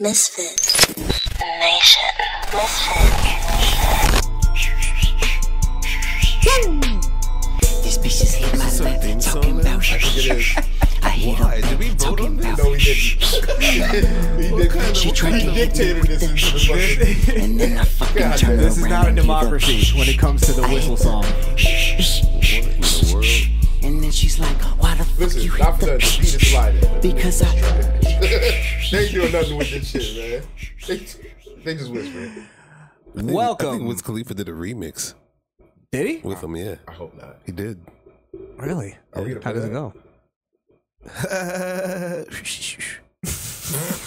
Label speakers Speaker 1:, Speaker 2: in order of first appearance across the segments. Speaker 1: Misfit Nation. Misfit.
Speaker 2: These bitches hate my lip, talking about shh. I hate
Speaker 3: Why?
Speaker 2: her
Speaker 3: Did we vote
Speaker 2: talking
Speaker 3: on this?
Speaker 2: about
Speaker 3: No, we
Speaker 2: shh.
Speaker 3: He did.
Speaker 2: She tried to
Speaker 3: he
Speaker 2: hit me
Speaker 3: dictated
Speaker 2: with
Speaker 3: this.
Speaker 2: them
Speaker 3: into
Speaker 2: shh,
Speaker 3: the fucking-
Speaker 2: and then I fucking
Speaker 3: God,
Speaker 2: turned
Speaker 4: This is
Speaker 2: around
Speaker 4: not a
Speaker 2: and gave her
Speaker 4: democracy
Speaker 2: shh,
Speaker 4: when it comes to the
Speaker 2: I hate
Speaker 4: whistle
Speaker 2: her.
Speaker 4: song.
Speaker 2: shh, shh, shh, shh. And then she's like, "Why the fuck
Speaker 3: Listen,
Speaker 2: you hit
Speaker 3: not for
Speaker 2: the
Speaker 3: nothing. He
Speaker 2: shh,
Speaker 3: just lied.
Speaker 2: Because I
Speaker 3: They ain't doing nothing with this shit, man. They, they just whispering.
Speaker 5: I think-
Speaker 4: Welcome.
Speaker 5: I think Wiz Khalifa did a remix
Speaker 4: Did he?
Speaker 5: with him. Yeah,
Speaker 3: I hope not.
Speaker 5: he did.
Speaker 4: Really?
Speaker 3: Are we gonna
Speaker 4: How
Speaker 3: play
Speaker 4: does it
Speaker 3: that?
Speaker 4: go?
Speaker 2: Uh,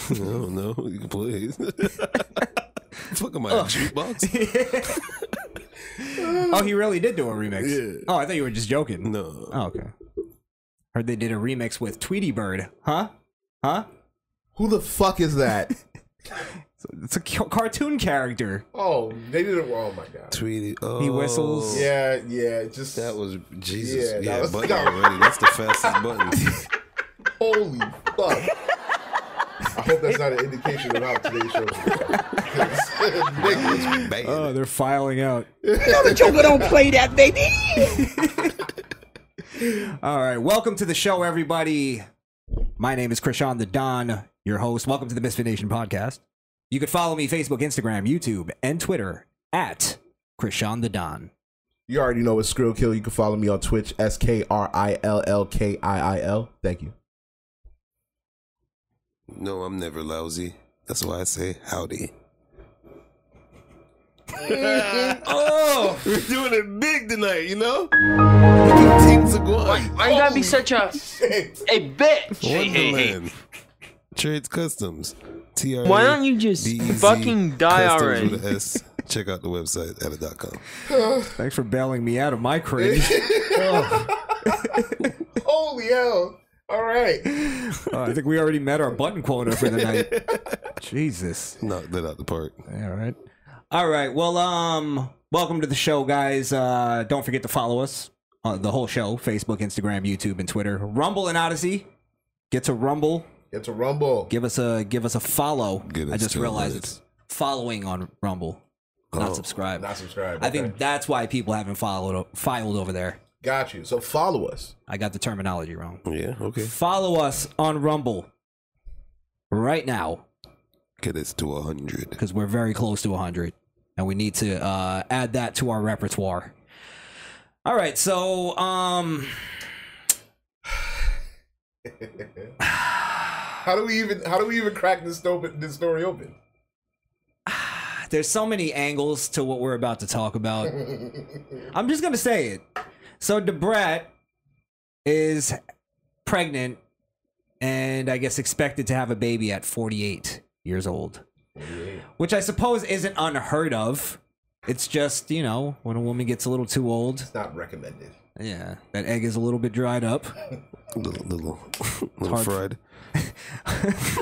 Speaker 5: I don't know. You can play. Fuck am I a jukebox?
Speaker 4: Oh, he really did do a remix.
Speaker 5: Yeah.
Speaker 4: Oh, I thought you were just joking.
Speaker 5: No.
Speaker 4: Oh, okay. Heard they did a remix with Tweety Bird. Huh? Huh?
Speaker 3: Who the fuck is that?
Speaker 4: It's a ca- cartoon character.
Speaker 3: oh, they did it. Oh my god.
Speaker 5: Tweety. Oh,
Speaker 4: He whistles.
Speaker 3: Yeah, Uh, yeah. Just
Speaker 5: That was Jesus.
Speaker 3: Yeah,
Speaker 5: Yeah,
Speaker 3: that was-
Speaker 5: button already. That's the fastest button.
Speaker 3: holy fuck. I hope that's not an indication of how today's show is. gonna go. 'Cause, nigga,
Speaker 5: Bang.
Speaker 4: Oh, they're filing out.
Speaker 6: Joker don't play that, baby.
Speaker 4: All right. Welcome to the show, everybody. My name is Krishan the Don, your host. Welcome to the Misfit Nation podcast. You could follow me Facebook, Instagram, YouTube, and Twitter at Krishan the Don.
Speaker 3: You already know it's Skrill Kill. You can follow me on Twitch, S K R I L L K I I L. Thank you.
Speaker 5: No, I'm never lousy. That's why I say howdy. oh, we're doing it big tonight, you know? Things are going.
Speaker 6: Why you gotta be such a a bitch?
Speaker 5: Wonderland. Trades Customs. TRA.
Speaker 6: Why don't you just
Speaker 5: DEZ,
Speaker 6: fucking die
Speaker 5: E Customs
Speaker 6: already?
Speaker 5: with a S. Check out the website at it.com.
Speaker 4: Thanks for bailing me out of my cringe.
Speaker 3: Holy hell. All right.
Speaker 4: Uh, I think we already met our button quota for the night. Jesus.
Speaker 5: Knock that out the park.
Speaker 4: All right. All right. Well, um, welcome to the show, guys. Uh, don't forget to follow us on the whole show: Facebook, Instagram, YouTube, and Twitter. Rumble and Odyssey. Get to Rumble.
Speaker 3: It's a rumble.
Speaker 4: Give us a give us a follow.
Speaker 5: Give
Speaker 4: I
Speaker 5: us
Speaker 4: just
Speaker 5: two
Speaker 4: realized
Speaker 5: minutes.
Speaker 4: it's following on Rumble, not subscribe.
Speaker 3: Oh, Not subscribed.
Speaker 4: I think that's why people haven't followed o- filed over there.
Speaker 3: got you. So follow us.
Speaker 4: I got the terminology wrong.
Speaker 5: Yeah, okay.
Speaker 4: Follow us on Rumble right now.
Speaker 5: Get us to 100.
Speaker 4: because we're very close to 100 and we need to uh, add that to our repertoire all right so um
Speaker 3: How do we even? How do we even crack this story? This story open.
Speaker 4: there's so many angles to what we're about to talk about i'm just gonna say it so debrat is pregnant and i guess expected to have a baby at 48 years old which i suppose isn't unheard of it's just you know when a woman gets a little too old
Speaker 3: It's not recommended.
Speaker 4: yeah that egg is a little bit dried up
Speaker 5: Little, little, little
Speaker 4: Hard-
Speaker 5: fried.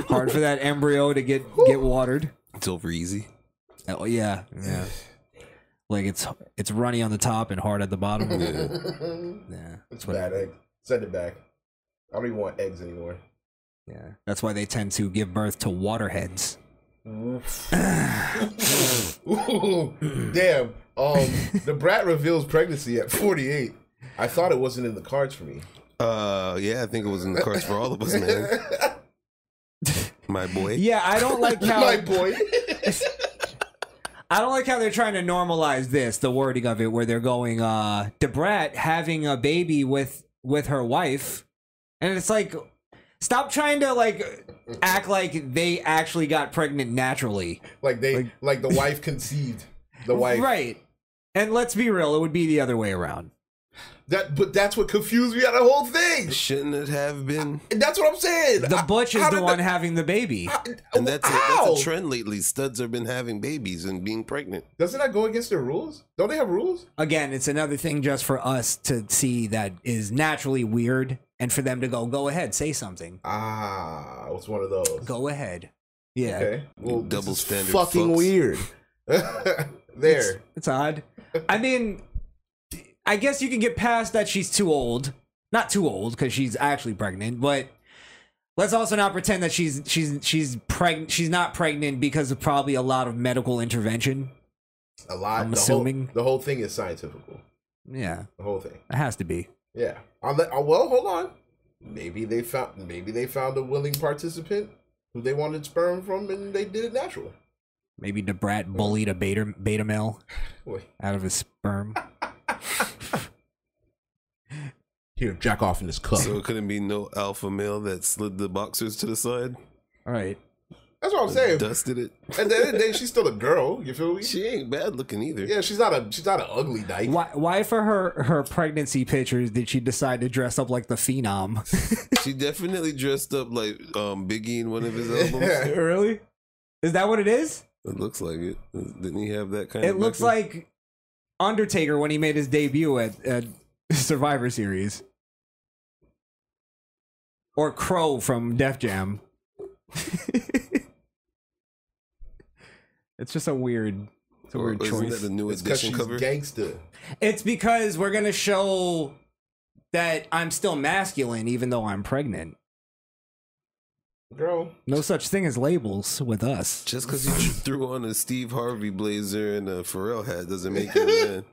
Speaker 4: hard for that embryo to get get watered.
Speaker 5: It's over easy.
Speaker 4: Oh yeah, yeah. Like it's it's runny on the top and hard at the bottom. Yeah, that's what.
Speaker 3: Bad egg. Send it back. I don't even want eggs anymore.
Speaker 4: Yeah, that's why they tend to give birth to waterheads.
Speaker 3: Ooh, damn. Um, the brat reveals pregnancy at 48. I thought it wasn't in the cards for me.
Speaker 5: Uh, yeah, I think it was in the cards for all of us, man. My boy.
Speaker 4: Yeah, I don't like how
Speaker 3: My boy.
Speaker 4: I don't like how they're trying to normalize this, the wording of it, where they're going, uh, Debrat having a baby with with her wife, and it's like, stop trying to like act like they actually got pregnant naturally.
Speaker 3: like they, like, the wife conceived. The wife.
Speaker 4: Right. And let's be real, it would be the other way around.
Speaker 3: That, but that's what confused me on the whole thing.
Speaker 5: Shouldn't it have been?
Speaker 3: And that's what I'm saying.
Speaker 4: The
Speaker 3: I-
Speaker 4: butch is
Speaker 3: how
Speaker 4: the
Speaker 3: did
Speaker 4: one having the baby.
Speaker 5: And that's a,
Speaker 3: Ow!
Speaker 5: that's a trend lately. Studs have been having babies and being pregnant.
Speaker 3: Doesn't that go against their rules? Don't they have rules?
Speaker 4: Again, it's another thing just for us to see that is naturally weird and for them to go, go ahead, say something.
Speaker 3: Ah, it's one of those.
Speaker 4: Go ahead. Yeah.
Speaker 3: Okay. Well, this
Speaker 5: Double
Speaker 3: is
Speaker 5: standard
Speaker 3: Fucking
Speaker 5: fucks.
Speaker 3: weird. there.
Speaker 4: It's odd. I mean, I guess you can get past that she's too old. Not too old because she's actually pregnant, but Let's also not pretend that she's she's she's pregnant. She's not pregnant because of probably a lot of medical intervention.
Speaker 3: A lot.
Speaker 4: I'm
Speaker 3: the
Speaker 4: assuming.
Speaker 3: Whole, the whole thing is scientific.
Speaker 4: Yeah,
Speaker 3: The whole thing.
Speaker 4: it has to be.
Speaker 3: Yeah. I'm like, oh, well, hold on. Maybe they found maybe they found a willing participant who they wanted sperm from, and they did it naturally.
Speaker 4: Maybe the brat bullied a beta beta male
Speaker 3: Boy.
Speaker 4: out of his sperm.
Speaker 3: Here, jack off in this cup.
Speaker 7: So it couldn't be no alpha male that slid the boxers to the side,
Speaker 4: All right.
Speaker 3: That's what I'm saying.
Speaker 7: dusted it.
Speaker 3: At the end of the day, she's still a girl. You feel me?
Speaker 7: She ain't bad looking either.
Speaker 3: yeah, she's not a she's not an ugly dyke.
Speaker 4: Why why for her her pregnancy pictures did she decide to dress up like the phenom?
Speaker 7: She definitely dressed up like um, Biggie in one of his albums.
Speaker 4: really? Is that what it is?
Speaker 7: it looks like it. Didn't he have that kind?
Speaker 4: It
Speaker 7: of
Speaker 4: looks
Speaker 7: background?
Speaker 4: like Undertaker when he made his debut at, at Survivor Series. Or Crow from Def Jam. it's just a weird it's a
Speaker 7: Or
Speaker 4: weird
Speaker 7: isn't
Speaker 4: choice.
Speaker 7: that the new
Speaker 3: It's because
Speaker 7: edition
Speaker 3: she's
Speaker 7: cover?
Speaker 3: gangster.
Speaker 4: It's because we're gonna show that I'm still masculine even though I'm pregnant.
Speaker 3: Girl,
Speaker 4: No such thing as labels with us.
Speaker 7: Just because you tr- threw on a Steve Harvey blazer and a Pharrell hat doesn't make you a man.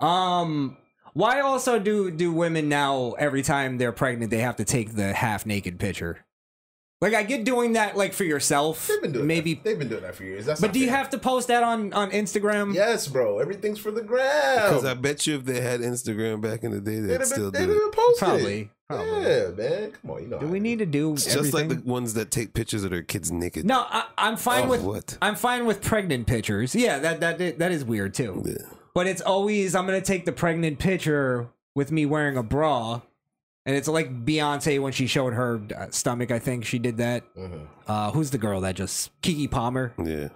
Speaker 4: Um, why also do do women now every time they're pregnant they have to take the half naked picture? Like I get doing that like for yourself,
Speaker 3: they've been doing
Speaker 4: maybe,
Speaker 3: that. they've been doing that for years. That's
Speaker 4: but
Speaker 3: not
Speaker 4: do you
Speaker 3: fair.
Speaker 4: have to post that on on Instagram?
Speaker 3: Yes, bro. Everything's for the
Speaker 7: Because
Speaker 3: grab.
Speaker 7: I bet you if they had Instagram back in the day,
Speaker 3: They'd
Speaker 7: they'd
Speaker 3: have
Speaker 7: still
Speaker 3: been,
Speaker 7: do
Speaker 3: they'd
Speaker 7: it.
Speaker 3: have been posted.
Speaker 4: probably. probably.
Speaker 3: Yeah, man. Come on, you know.
Speaker 4: Do
Speaker 3: how
Speaker 4: we
Speaker 3: it
Speaker 4: need to do
Speaker 7: It's
Speaker 4: everything?
Speaker 7: just like the ones that take pictures of their kids naked.
Speaker 4: no, I, I'm fine
Speaker 7: Oh,
Speaker 4: with
Speaker 7: what?
Speaker 4: I'm fine with pregnant pictures. Yeah, that that that is weird too.
Speaker 7: Yeah.
Speaker 4: But it's always I'm gonna take the pregnant picture with me wearing a bra, and it's like Beyonce when she showed her uh, stomach. I think she did that.
Speaker 3: is. Mhm.
Speaker 4: Uh, who's the girl that just Kiki Palmer
Speaker 7: Uh-huh. Yeah.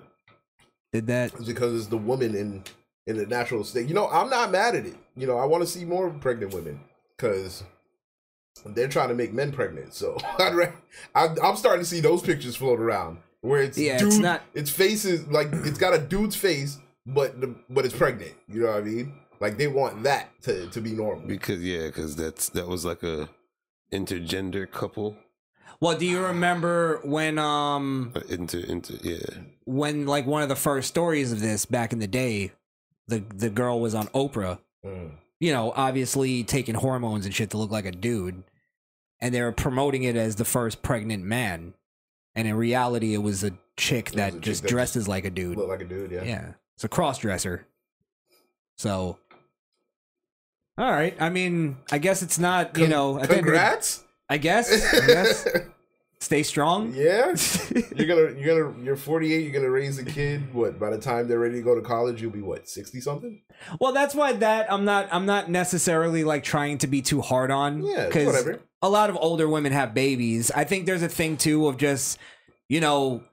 Speaker 4: did that?
Speaker 3: It's because it's the woman in in the natural state. You know, I'm not mad at it. You know, I want to see more pregnant women because they're trying to make men pregnant. So I'd ra- I, I'm starting to see those pictures float around where it's
Speaker 4: Yeah,
Speaker 3: dude,
Speaker 4: it's
Speaker 3: it's,
Speaker 4: not-
Speaker 3: faces like it's got a dude's face, but the, but it's pregnant. You know what I mean? Like they want that to to be normal.
Speaker 7: Because yeah, because that's that was like a intergender couple.
Speaker 4: Well, do you remember when um
Speaker 7: Uh, Inter inter yeah.
Speaker 4: when like one of the first stories of this back in the day, the the girl was on Oprah.
Speaker 3: Mm.
Speaker 4: You know, obviously taking hormones and shit to look like a dude, and they were promoting it as the first pregnant man, and in reality, it was a chick
Speaker 3: It was a
Speaker 4: that
Speaker 3: chick
Speaker 4: just
Speaker 3: that
Speaker 4: dresses like a dude.
Speaker 3: Look like a dude, yeah.
Speaker 4: Yeah. It's a cross dresser. So all right. I mean, I guess it's not, you know, at the end of the-
Speaker 3: Congrats.
Speaker 4: I guess. I guess. Stay strong.
Speaker 3: Yeah. You're gonna you're gonna you're 48. You're gonna raise a kid. What by the time they're ready to go to college, you'll be what 60 something.
Speaker 4: well, that's why that I'm not I'm not necessarily like trying to be too hard on
Speaker 3: Yeah, it's
Speaker 4: cuz
Speaker 3: whatever.
Speaker 4: a lot of older women have babies. I think there's a thing too of just, you know,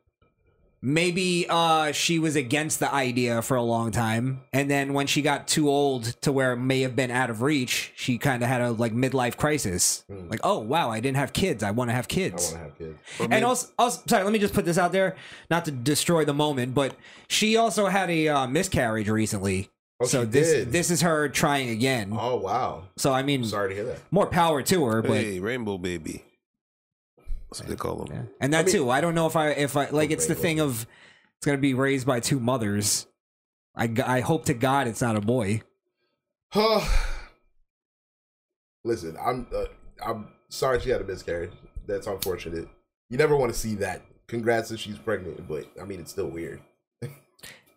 Speaker 4: maybe uh she was against the idea for a long time and then when she got too old to where it may have been out of reach, she kind of had a like midlife crisis.
Speaker 3: Mm.
Speaker 4: Like, "Oh, wow, I didn't have kids. I want to have
Speaker 3: I want
Speaker 4: kids."
Speaker 3: to have kids.
Speaker 4: And also, also, sorry, let me just put this out there, not to destroy the moment, but she also had a uh, miscarriage recently.
Speaker 3: Oh,
Speaker 4: so
Speaker 3: she
Speaker 4: this
Speaker 3: did.
Speaker 4: this is her trying again.
Speaker 3: Oh wow.
Speaker 4: So I mean,
Speaker 3: Sorry to hear that.
Speaker 4: more power to her, but
Speaker 7: hey, Rainbow Baby. That's what they call them.
Speaker 4: and that
Speaker 3: I mean-
Speaker 4: too. I don't know if I if I like it's the
Speaker 3: Great.
Speaker 4: thing of it's gonna be raised by two mothers. I g- I hope to God it's not a boy.
Speaker 3: Listen, I'm uh, I'm sorry she had a miscarriage. That's unfortunate. You never want to see that. Congrats if she's pregnant, but I mean it's still weird.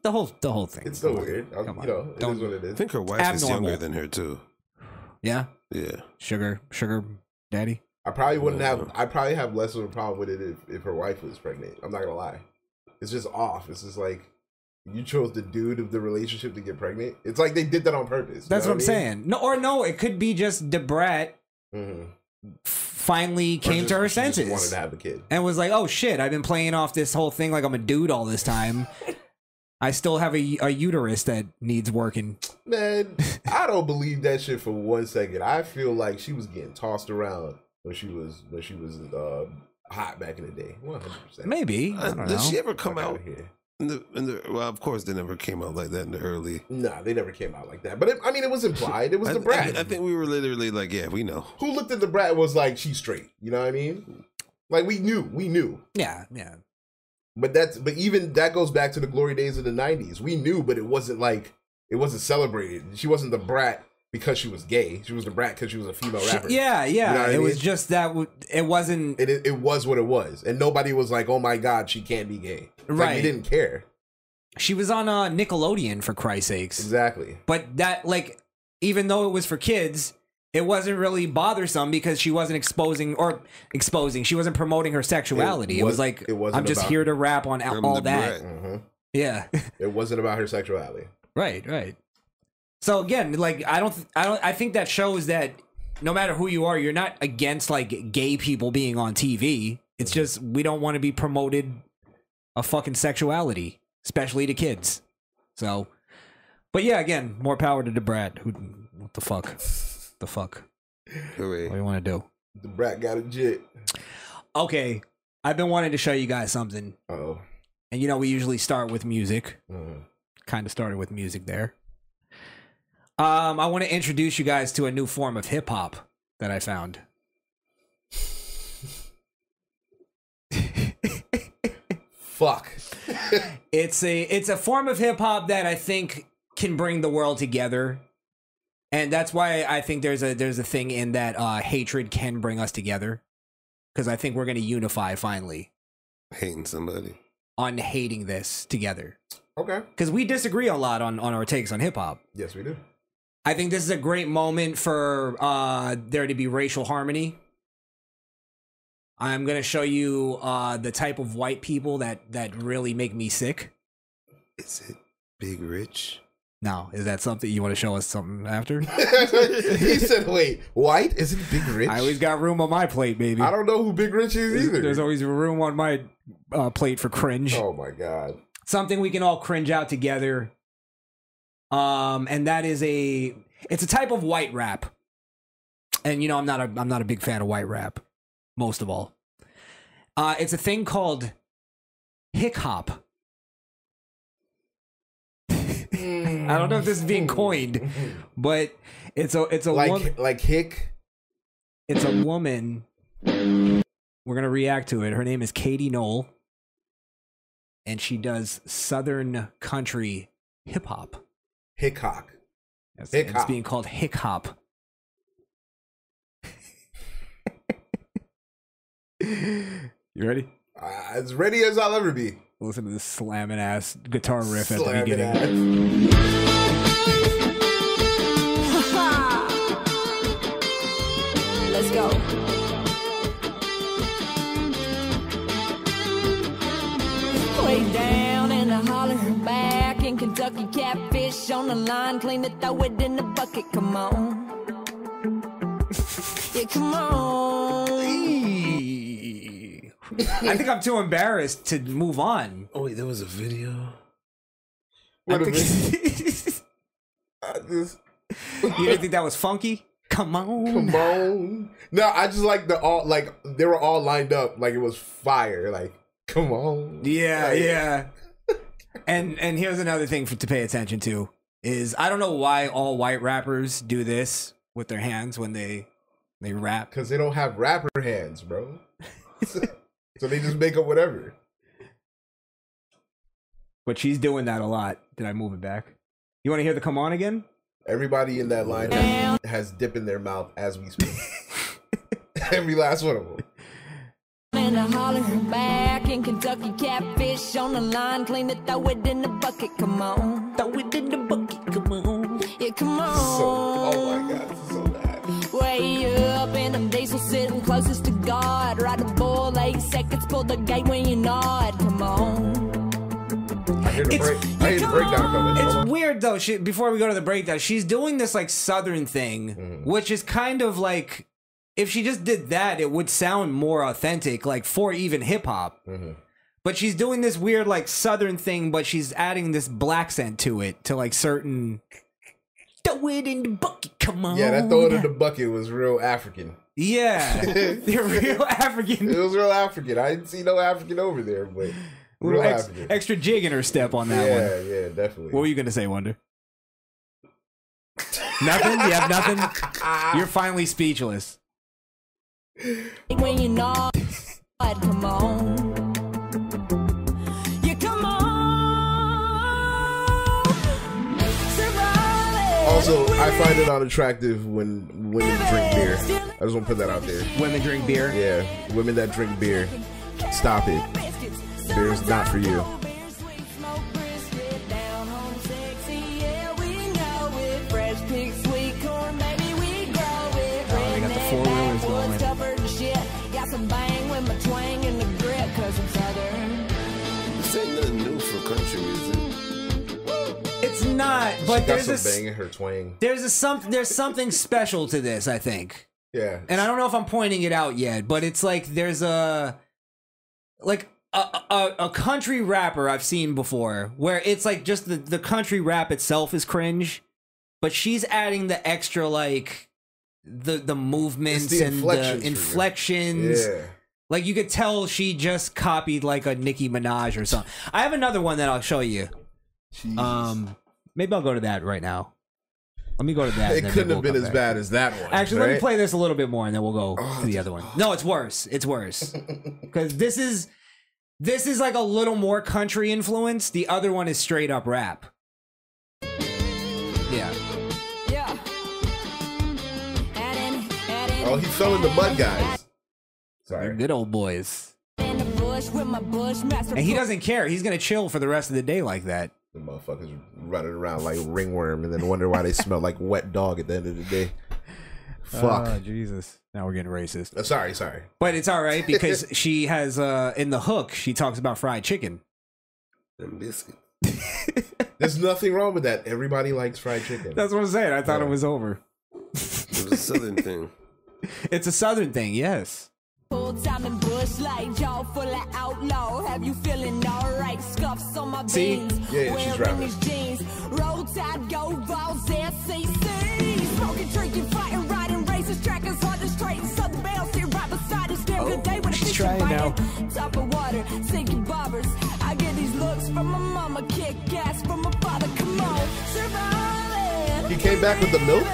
Speaker 4: The whole the whole thing.
Speaker 3: It's still
Speaker 4: Come on.
Speaker 3: weird. I'm,
Speaker 4: Come on.
Speaker 3: you know, it
Speaker 4: Don't-
Speaker 3: is what it
Speaker 7: I
Speaker 3: is.
Speaker 7: think her wife is
Speaker 4: Abnormal.
Speaker 7: younger than her too.
Speaker 4: Yeah,
Speaker 7: Yeah.
Speaker 4: sugar sugar daddy.
Speaker 3: I probably wouldn't have. I probably have less of a problem with it if, if her wife was pregnant. I'm not gonna lie. It's just off. It's just like you chose the dude of the relationship to get pregnant. It's like they did that on purpose. you
Speaker 4: That's
Speaker 3: know
Speaker 4: what I'm saying. No or no, it could be just Debrat
Speaker 3: I mean? Mhm. Or
Speaker 4: finally came
Speaker 3: just-
Speaker 4: to her
Speaker 3: she just
Speaker 4: senses.
Speaker 3: Wanted to have a kid.
Speaker 4: and was like, "Oh shit, I've been playing off this whole thing like I'm a dude all this time. I still have a, a uterus that needs working."
Speaker 3: Man, I don't believe that shit for one second. I feel like she was getting tossed around when she was when she was uh, hot back in the day. One hundred percent.
Speaker 4: Maybe I
Speaker 7: Uh,
Speaker 4: don't
Speaker 7: did
Speaker 4: know.
Speaker 7: she ever come out
Speaker 3: here?
Speaker 7: in the, in the, well, of course, they never came out like that in the early.
Speaker 3: Nah, they never came out like that. But it, I mean, it was implied. It was
Speaker 7: I,
Speaker 3: the
Speaker 7: I,
Speaker 3: brat.
Speaker 7: I think we were literally like, yeah, we know.
Speaker 3: Who looked at the brat was like, she's straight. You know what I mean? Like we knew, we knew.
Speaker 4: Yeah, yeah.
Speaker 3: But that's but even that goes back to the glory days of the '90s. We knew, but it wasn't like it wasn't celebrated. She wasn't the brat because she was gay. She was the brat because she was a female
Speaker 4: She-
Speaker 3: rapper.
Speaker 4: yeah, yeah.
Speaker 3: You know what I
Speaker 4: it was
Speaker 3: mean?
Speaker 4: just that w- it wasn't.
Speaker 3: It, it it was what it was, and nobody was like, "Oh my God, she can't be gay." It's like,
Speaker 4: Right.
Speaker 3: we didn't care
Speaker 4: She was on uh, Nickelodeon for Christ's sakes.
Speaker 3: exactly.
Speaker 4: But that, like, even though it was for kids, it wasn't really bothersome because she wasn't exposing or exposing. She wasn't promoting her sexuality. It, was,
Speaker 3: was-
Speaker 4: like
Speaker 3: it wasn't
Speaker 4: I'm just
Speaker 3: about-
Speaker 4: here to rap on
Speaker 7: I'm
Speaker 4: all
Speaker 7: the
Speaker 4: that.
Speaker 7: brat.
Speaker 3: hmm
Speaker 4: Yeah.
Speaker 3: It wasn't about her sexuality.
Speaker 4: Right, right. So again, like I don't, I don't, I think that shows that no matter who you are, you're not against like gay people being on TV. It's just we don't want to be promoted a fucking sexuality, especially to kids. So, but yeah, again, more power to the brat. Who, what the fuck, the fuck?
Speaker 7: Wait,
Speaker 4: What do you want to do?
Speaker 3: The brat got a jit.
Speaker 4: Okay, I've been wanting to show you guys something,
Speaker 3: Oh,
Speaker 4: and you know we usually start with music.
Speaker 3: Mhm.
Speaker 4: kind of started with music there. Um, I want to introduce you guys to a new form of hip hop that I found.
Speaker 3: fuck.
Speaker 4: It's a it's a form of hip hop that I think can bring the world together. And that's why I think there's a there's a thing in that uh, hatred can bring us together. Cause I think we're gonna unify finally
Speaker 7: hating somebody.
Speaker 4: on hating this together.
Speaker 3: Okay.
Speaker 4: Cause we disagree a lot on, on our takes on hip hop.
Speaker 3: Yes, we do.
Speaker 4: I think this is a great moment for uh, there to be racial harmony. I'm gonna show you uh, the type of white people that that really make me sick.
Speaker 7: Is it Big Rich?
Speaker 4: Now, is that something you want to show us something after?
Speaker 3: he said, "Wait, white isn't Big Rich."
Speaker 4: I always got room on my plate, baby.
Speaker 3: I don't know who Big Rich is either.
Speaker 4: There's always room on my uh, plate for cringe.
Speaker 3: oh my god.
Speaker 4: Something we can all cringe out together. Um, and that is a it's a type of white rap. And you know, I'm not a I'm not a big fan of white rap. most of all. Uh, it's a thing called hick hop. I don't know if this is being coined, but it's a it's a
Speaker 3: Like
Speaker 4: wo-
Speaker 3: like Hick.
Speaker 4: it's a woman. We're gonna react to it. Her name is Katie Knoll, and she does Southern country hip hop.
Speaker 3: Hickok.
Speaker 4: That's-
Speaker 3: Hick
Speaker 4: It's
Speaker 3: hop.
Speaker 4: being called hick hop. you ready?
Speaker 3: Uh, as ready as I'll ever be.
Speaker 4: Listen to this slamming ass guitar riff at the
Speaker 3: Slamming
Speaker 4: beginning.
Speaker 3: ass.
Speaker 8: Let's go.
Speaker 9: Way down in the holler back in Kentucky, catfish on the line, clean it, throw it in the bucket. Come on, yeah, come on.
Speaker 4: I think I'm too embarrassed to move on.
Speaker 7: Oh wait, there was a video.
Speaker 4: I
Speaker 3: Wait a Uh, minute.
Speaker 4: think-
Speaker 3: I just-
Speaker 4: you didn't think that was funky? Come on.
Speaker 3: Come on. No, I just like the all like they were all lined up like it was fire. Like, come on.
Speaker 4: Yeah,
Speaker 3: Like,
Speaker 4: yeah. and and here's another thing for, to pay attention to is I don't know why all white rappers do this with their hands when they they rap.
Speaker 3: Cause they don't have rapper hands, bro. so, so they just make up whatever.
Speaker 4: But she's doing that a lot. Did I move it back? You want to hear the come on again?
Speaker 3: Everybody in that line has, has dip in their mouth as we speak. Every last one of them.
Speaker 9: In the holler back in Kentucky, catfish on the line, clean it, throw it in the bucket. Come on,
Speaker 4: Throw it in the bucket, come on.
Speaker 9: yeah, come on.
Speaker 3: So, oh my god, this is so bad.
Speaker 9: Way up in them diesel sitting closest to God. Ride the bull eight seconds, pull the gate when you nod. Come on.
Speaker 3: I hear the,
Speaker 4: It's-
Speaker 3: break, I hear the breakdown coming.
Speaker 4: It's weird though. She, before we go to the breakdown, she's doing this like southern thing,
Speaker 3: Mm-hmm.
Speaker 4: which is kind of like if she just did that, it would sound more authentic, like for even hip hop.
Speaker 3: Mm-hmm.
Speaker 4: But she's doing this weird like southern thing, but she's adding this black scent to it to like certain. Throw it in the bucket, come on.
Speaker 3: yeah, that throw it in the bucket was real African.
Speaker 4: Yeah, you're real
Speaker 3: It
Speaker 4: African.
Speaker 3: was real African. I didn't see no African over there, but Real
Speaker 4: ex-
Speaker 3: African.
Speaker 4: extra jig in her step on that one.
Speaker 3: yeah, yeah, definitely.
Speaker 4: What were you gonna say, Wonder? nothing. You have nothing. You're finally speechless.
Speaker 9: when you know but come on you come on survive it
Speaker 3: also, I
Speaker 9: with
Speaker 3: find
Speaker 9: it.
Speaker 3: it unattractive when women drink beer. I just want to put that out there.
Speaker 4: Women drink beer.
Speaker 3: Yeah, women that drink beer, stop it.
Speaker 9: Beer's not for you.
Speaker 4: Oh, they got the four-wheelers going.
Speaker 7: This ain't nothing new for country music.
Speaker 4: It's not. But
Speaker 3: She got
Speaker 4: there's a
Speaker 3: some
Speaker 4: s-
Speaker 3: bang in her twang.
Speaker 4: there's a some there's something special to this. I think.
Speaker 3: Yeah,
Speaker 4: and I don't know if I'm pointing it out yet, but it's like there's a like a a, a country rapper I've seen before where it's like just the, the country rap itself is cringe, but she's adding the extra like the the movements
Speaker 3: It's the
Speaker 4: and
Speaker 3: inflections for
Speaker 4: the
Speaker 3: you.
Speaker 4: inflections.
Speaker 3: yeah.
Speaker 4: Like you could tell she just copied like a Nicki Minaj or something. I have another one that I'll show you. Um, maybe I'll go to that right now. Let me go to that. and
Speaker 3: It
Speaker 4: then maybe
Speaker 3: couldn't
Speaker 4: we'll
Speaker 3: have been
Speaker 4: come
Speaker 3: as
Speaker 4: back.
Speaker 3: bad as that one.
Speaker 4: Actually, let me
Speaker 3: right?
Speaker 4: play this a little bit more, and then we'll go
Speaker 3: Oh,
Speaker 4: to Oh, the other one. No, it's worse. It's worse because this is this is like a little more country influence. The other one is straight up rap. Yeah,
Speaker 3: Oh, he fell in the mud, guys.
Speaker 4: they're
Speaker 3: Sorry.
Speaker 4: good old boys,
Speaker 9: And
Speaker 4: and he doesn't care. He's gonna chill for the rest of the day like that.
Speaker 3: The motherfuckers running around like ringworm and then wonder why they smell like wet dog at the end of the day. Fuck.
Speaker 4: Oh, Jesus. Now we're getting racist,
Speaker 3: Uh, sorry, sorry.
Speaker 4: but it's all right because she has uh in the hook. She talks about fried chicken.
Speaker 7: Them biscuits.
Speaker 3: There's nothing wrong with that. Everybody likes fried chicken.
Speaker 4: That's what I'm saying. I thought
Speaker 3: Yeah.
Speaker 4: it was over.
Speaker 7: It was a southern thing.
Speaker 4: It's a southern thing, yes.
Speaker 9: Full time in bush light, y'all full of outlaw. Have you feeling alright? Scuffs on my
Speaker 4: See?
Speaker 9: beans.
Speaker 3: Yeah, yeah, she's
Speaker 9: Wearing
Speaker 3: rapping.
Speaker 9: these jeans. Roll tide, go balls, SCC. Smoking, drinking, fighting, riding, races, trackers, hard to straighten. Southern bells here right beside us. Damn good day when
Speaker 4: she's
Speaker 9: a
Speaker 4: trying now.
Speaker 9: Top of water, sinking bobbers. I get these looks from my mama, kick ass from my father. Come on, surviving.
Speaker 3: He came back with the milk?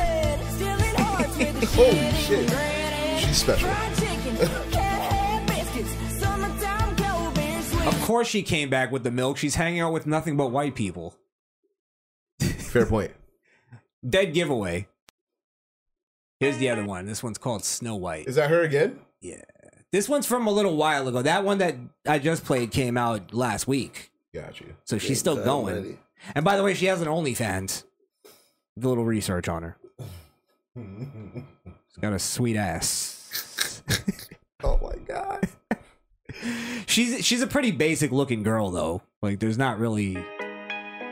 Speaker 9: Stealing hearts with the
Speaker 3: Holy
Speaker 9: and
Speaker 3: shit.
Speaker 9: granny.
Speaker 3: She's special.
Speaker 9: Fried chicken, cat biscuits, summertime go bear sweet.
Speaker 4: Of course, she came back with the milk. She's hanging out with nothing but white people.
Speaker 3: Fair point.
Speaker 4: Dead giveaway. Here's the other one. This one's called Snow White.
Speaker 3: Is that her again?
Speaker 4: This one's from a little while ago. That one that I just played came out last week.
Speaker 3: Got you.
Speaker 4: So she's still going. And by the way, she has an OnlyFans. The little research on her. She's got a sweet ass.
Speaker 3: Oh my god.
Speaker 4: She's she's a pretty basic looking girl though. Like there's not really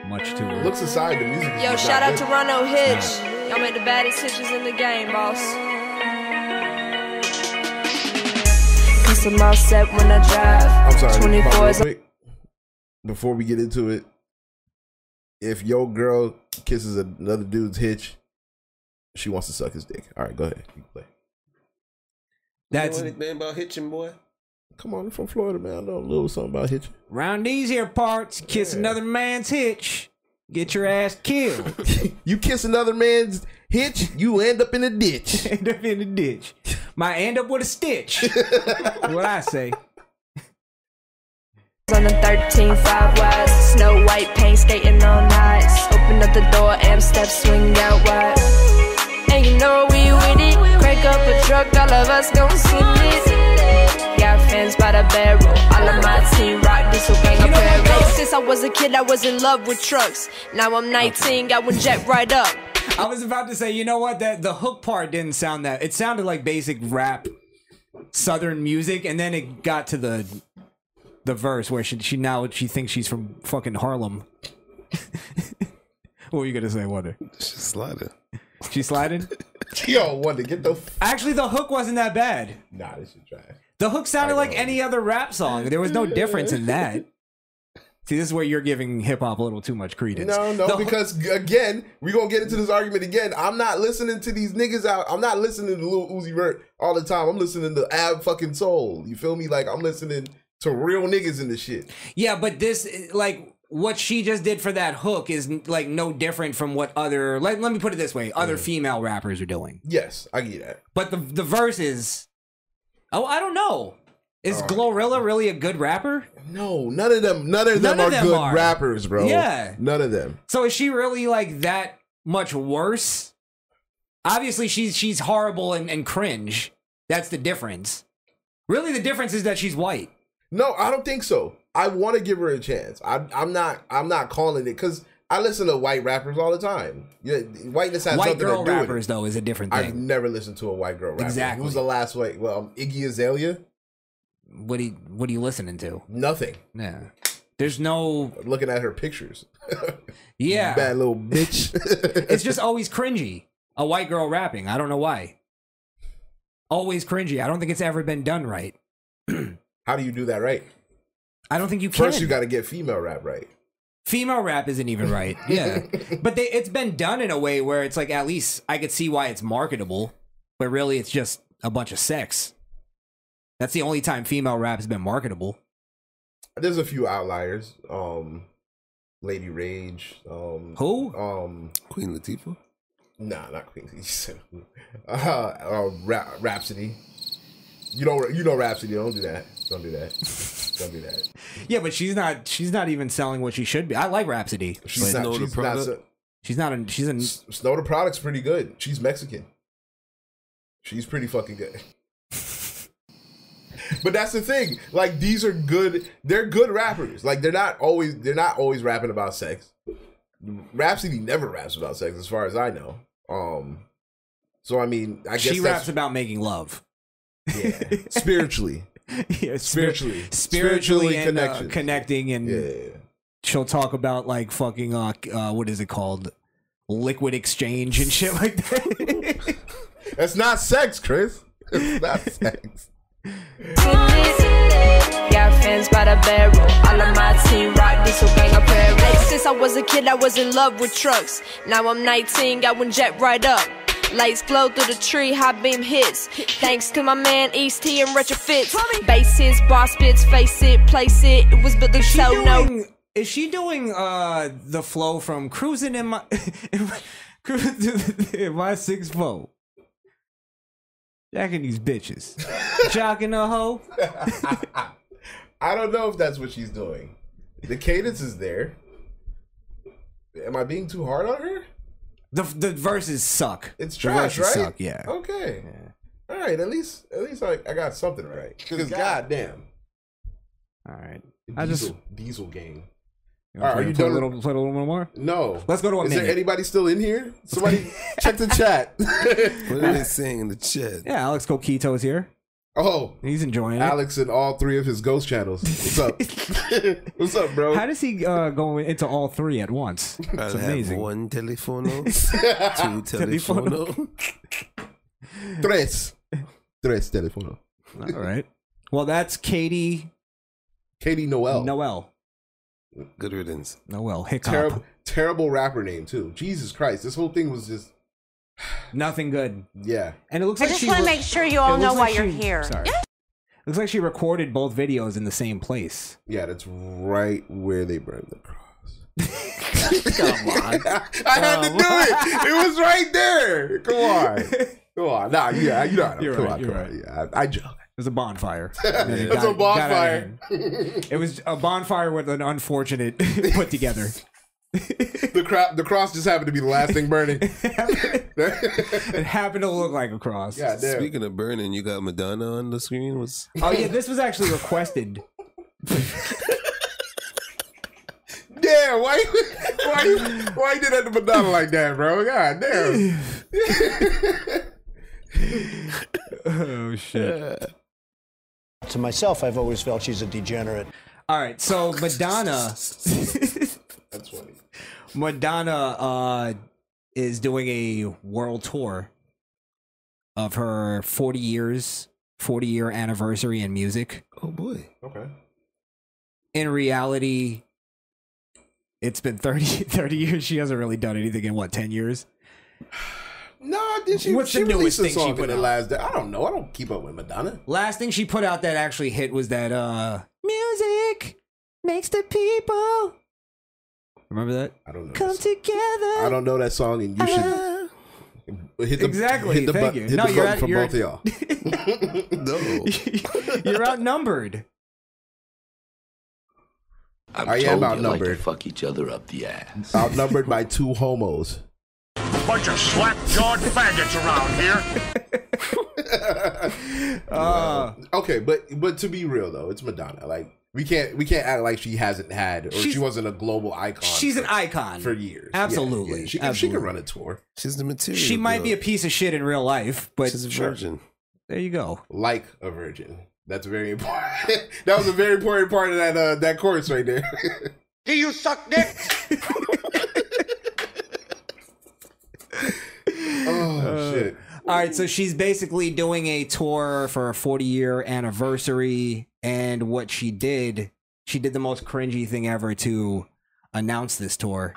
Speaker 4: much to her.
Speaker 3: Looks aside, the music.
Speaker 10: Yo,
Speaker 3: is
Speaker 10: shout
Speaker 3: not
Speaker 10: out to
Speaker 3: good.
Speaker 10: Rono Hitch. Y'all made the baddest hitches in the game, boss. Cause I'm all set when I drive.
Speaker 3: I'm sorry.
Speaker 10: 24
Speaker 3: 24
Speaker 10: is
Speaker 3: Before we get into it, if your girl kisses another dude's hitch, she wants to suck his dick. All right, go ahead. You can play.
Speaker 4: That's
Speaker 7: you know anything about hitching, boy.
Speaker 3: Come on, I'm from Florida, man. I know a little something about hitching.
Speaker 4: round these here parts, kiss another man's hitch, get your ass killed.
Speaker 3: you kiss another man's hitch, you end up in a ditch.
Speaker 4: end up in the ditch. Might end up with a stitch. what I say.
Speaker 10: on the 13, 5 wide. Snow white paint skating on ice. Open up the door, amp step swing out wide. And you know we with it. Crank up a truck, all of us gon' swing it. Got fans by the barrel. All of my team rock diesel gang apparel. Since I was a kid, I was in love with trucks. Now I'm 19, got one jack right up.
Speaker 4: I was about to say, you know what? That the hook part didn't sound that. It sounded like basic rap, southern music, and then it got to the the verse where she, she now she thinks she's from fucking Harlem. what were you gonna say, Wonder?
Speaker 7: She's sliding.
Speaker 4: She sliding?
Speaker 3: Yo, Wonder, get the. F-
Speaker 4: Actually, the hook wasn't that bad.
Speaker 3: nah, this is trash.
Speaker 4: The hook sounded like any other rap song. There was no difference in that. See, this is where you're giving hip hop a little too much credence.
Speaker 3: No, no,
Speaker 4: The hook-
Speaker 3: because again, we gonna get into this argument again. I'm not listening to these niggas out. I'm not listening to Lil Uzi Vert all the time. I'm listening to Ab fucking Soul. You feel me? Like I'm listening to real niggas in the shit.
Speaker 4: Yeah, but this like what she just did for that hook is like no different from what other let, let me put it this way, other female rappers are doing.
Speaker 3: Mm. Yes, I get that.
Speaker 4: But the the verse is Oh, I don't know. Is Glorilla really a good rapper?
Speaker 3: No, none of them, none of them
Speaker 4: None of
Speaker 3: are
Speaker 4: them
Speaker 3: good
Speaker 4: are.
Speaker 3: rappers, bro.
Speaker 4: Yeah.
Speaker 3: none of them.
Speaker 4: So is she really like that much worse? Obviously she's she's horrible and, and cringe. That's the difference. Really the difference is that she's white.
Speaker 3: No, I don't think so. I want to give her a chance. I, I'm not. I'm not calling it because I listen to white rappers all the time. Yeah, whiteness has
Speaker 4: White
Speaker 3: something
Speaker 4: girl
Speaker 3: to do
Speaker 4: rappers
Speaker 3: with it.
Speaker 4: though is a different
Speaker 3: I've
Speaker 4: thing.
Speaker 3: never listened to a white girl rapper.
Speaker 4: Exactly.
Speaker 3: Who's the last white? Well, um, Iggy Azalea.
Speaker 4: what do you, what are you listening to?
Speaker 3: Nothing.
Speaker 4: Yeah. There's no
Speaker 3: Looking at her pictures.
Speaker 4: yeah.
Speaker 3: Bad little bitch.
Speaker 4: it's just always cringy. A white girl rapping. I don't know why. Always cringy. I don't think it's ever been done right.
Speaker 3: How do you do that right?
Speaker 4: I don't think you can.
Speaker 3: First, you got to get female rap right.
Speaker 4: Female rap isn't even right. Yeah, but they, it's been done in a way where it's like at least I could see why it's marketable, but really it's just a bunch of sex. That's the only time female rap has been marketable.
Speaker 3: There's a few outliers. Um, Lady Rage. Um,
Speaker 4: Who?
Speaker 3: Um,
Speaker 7: Queen Latifah.
Speaker 3: Nah, not Queen Latifah. uh, uh, Ra- Rhapsody. You know, you know Rhapsody. Don't do that. Don't do that. Don't do that.
Speaker 4: Yeah, but she's not. She's not even selling what she should be. I like Rhapsody.
Speaker 3: She's
Speaker 7: Snow
Speaker 3: not.
Speaker 7: the
Speaker 3: She's not.
Speaker 7: product?
Speaker 3: so-
Speaker 4: She's not. A, she's a.
Speaker 3: S- Snow the product's pretty good. She's Mexican. She's pretty fucking good. but that's the thing. Like these are good. They're good rappers. Like they're not always. They're not always rapping about sex. Rhapsody never raps about sex, as far as I know. Um. So I mean, I guess
Speaker 4: She
Speaker 3: that's-
Speaker 4: raps about making love.
Speaker 3: yeah, spiritually.
Speaker 4: yeah,
Speaker 3: spiritually,
Speaker 4: spiritually, and, uh,
Speaker 3: connected.
Speaker 4: connecting and
Speaker 3: yeah,
Speaker 4: she'll talk about like fucking uh, uh what is it called liquid exchange and shit like that
Speaker 3: that's not sex, Chris. It's not sex.
Speaker 10: Got fans by the barrel. All of my team rock diesel gang apparel. Since I was a kid, I was in love with trucks. Now I'm 19, got one jet right up. Lights glow through the tree, high beam hits. Thanks to my man East T and retrofits. Bass hits, boss bits, face it, place it. It was built to
Speaker 4: she
Speaker 10: show no
Speaker 4: doing, is she doing uh the flow from cruising in my in my, cruising in my six foot jacking these bitches jocking a hoe
Speaker 3: I don't know if that's what she's doing. The cadence is there. Am I being too hard on her?
Speaker 4: the the verses suck
Speaker 3: It's
Speaker 4: The
Speaker 3: trash, right? Oh.
Speaker 4: verses suck, yeah
Speaker 3: Okay. All right. At least, at least I, I got something right. Because goddamn,
Speaker 4: all right
Speaker 3: diesel,
Speaker 4: I just
Speaker 3: diesel gang.
Speaker 4: All right,
Speaker 3: are
Speaker 4: play,
Speaker 3: you
Speaker 4: play a
Speaker 3: done-
Speaker 4: little play a little bit more
Speaker 3: No.
Speaker 4: Let's go to a
Speaker 3: Is there
Speaker 4: minute.
Speaker 3: anybody still in here? Somebody check the chat.
Speaker 7: What are they saying in the chat?
Speaker 4: yeah Alex Coquito is here
Speaker 3: oh,
Speaker 4: he's enjoying it
Speaker 3: Alex and all three of his ghost channels. What's up? What's up, bro?
Speaker 4: How does he uh, go into all three at once?
Speaker 7: I'll
Speaker 4: It's
Speaker 7: have
Speaker 4: amazing.
Speaker 7: one telefono, two telefono.
Speaker 3: Tres. Tres telefono.
Speaker 4: All right. Well, that's Katie
Speaker 3: Katie Noel.
Speaker 4: Noel.
Speaker 7: Good riddance.
Speaker 4: Noel Hiccup.
Speaker 3: Terrible, terrible rapper name too. Jesus Christ, this whole thing was just
Speaker 4: Nothing good.
Speaker 3: yeah.
Speaker 4: And it looks
Speaker 6: I
Speaker 4: like
Speaker 6: just
Speaker 4: she
Speaker 6: want to
Speaker 4: re-
Speaker 6: make sure you
Speaker 4: it
Speaker 6: all
Speaker 4: looks
Speaker 6: know
Speaker 4: like
Speaker 6: why you're
Speaker 4: she-
Speaker 6: here.
Speaker 4: Sorry. Looks like she recorded both videos in the same place.
Speaker 3: Yeah, that's right where they burned the cross.
Speaker 4: Come on.
Speaker 3: I had
Speaker 4: Um,
Speaker 3: to do it. It was right there. Come on. Come on. Nah, yeah, you know. how to-
Speaker 4: You're
Speaker 3: come
Speaker 4: right,
Speaker 3: on,
Speaker 4: you're
Speaker 3: come on. Yeah, I, I joke.
Speaker 4: There's a bonfire.
Speaker 3: It's
Speaker 4: Got-
Speaker 3: a
Speaker 4: got out
Speaker 3: bonfire.
Speaker 4: of hand. It was a bonfire with an unfortunate put together.
Speaker 3: The crap the cross just happened to be the last thing burning.
Speaker 4: It happened to look like a cross.
Speaker 3: God damn.
Speaker 7: Speaking of burning, you got Madonna on the screen. Was
Speaker 4: Oh yeah, this was actually requested.
Speaker 3: Damn, why you- why you why you did that to Madonna like that, bro? God damn.
Speaker 4: Oh shit.
Speaker 11: To myself, I've always felt she's a degenerate.
Speaker 4: All right, so Madonna
Speaker 3: That's funny.
Speaker 4: Madonna uh, is doing a world tour of her 40 years, 40 year anniversary in music.
Speaker 7: oh boy,
Speaker 3: Okay.
Speaker 4: In reality, it's been 30, 30 years. She hasn't really done anything in what, 10 years?
Speaker 3: No, did she?
Speaker 4: What's
Speaker 3: she
Speaker 4: the newest
Speaker 3: released a
Speaker 4: thing she
Speaker 3: song
Speaker 4: put
Speaker 3: in the
Speaker 4: out?
Speaker 3: last day? I don't know. I don't keep up with Madonna.
Speaker 4: Last thing she put out that actually hit was that uh, Music makes the people remember that
Speaker 3: I don't know.
Speaker 4: come
Speaker 3: that song.
Speaker 4: together.
Speaker 3: I don't know that song, and you should hit the
Speaker 4: Exactly,
Speaker 3: Hit the,
Speaker 4: thank
Speaker 3: bu-
Speaker 4: you.
Speaker 3: Hit
Speaker 4: No,
Speaker 3: the
Speaker 4: you're
Speaker 3: button
Speaker 4: at-
Speaker 3: from
Speaker 4: you're-
Speaker 3: both of y'all.
Speaker 7: No.
Speaker 4: You're outnumbered.
Speaker 6: I'm
Speaker 3: I am
Speaker 6: told you
Speaker 3: outnumbered.
Speaker 6: Like to fuck each other up the ass.
Speaker 3: Outnumbered by two homos.
Speaker 2: Bunch of slap jawed faggots around here.
Speaker 4: Uh,
Speaker 3: Okay, but but to be real though, it's Madonna. Like we can't we can't act like she hasn't had or
Speaker 4: She's-
Speaker 3: she wasn't a global icon.
Speaker 4: she's an
Speaker 3: for-
Speaker 4: icon.
Speaker 3: for years. Yeah,
Speaker 4: Absolutely,
Speaker 3: yeah. She, can, she
Speaker 4: absolutely.
Speaker 3: can run a tour
Speaker 7: She's the material.
Speaker 4: She might be a
Speaker 7: girl.
Speaker 4: piece of shit in real life, but
Speaker 7: She's a
Speaker 4: sure.
Speaker 7: virgin.
Speaker 4: There you go.
Speaker 3: like a virgin. That's very important. that was a very important part of that uh, that chorus right there.
Speaker 2: Do you suck dick?
Speaker 3: oh shit.
Speaker 4: All right, so she's basically doing a tour for her 40 year anniversary, and what she did, she did the most cringy thing ever to announce this tour.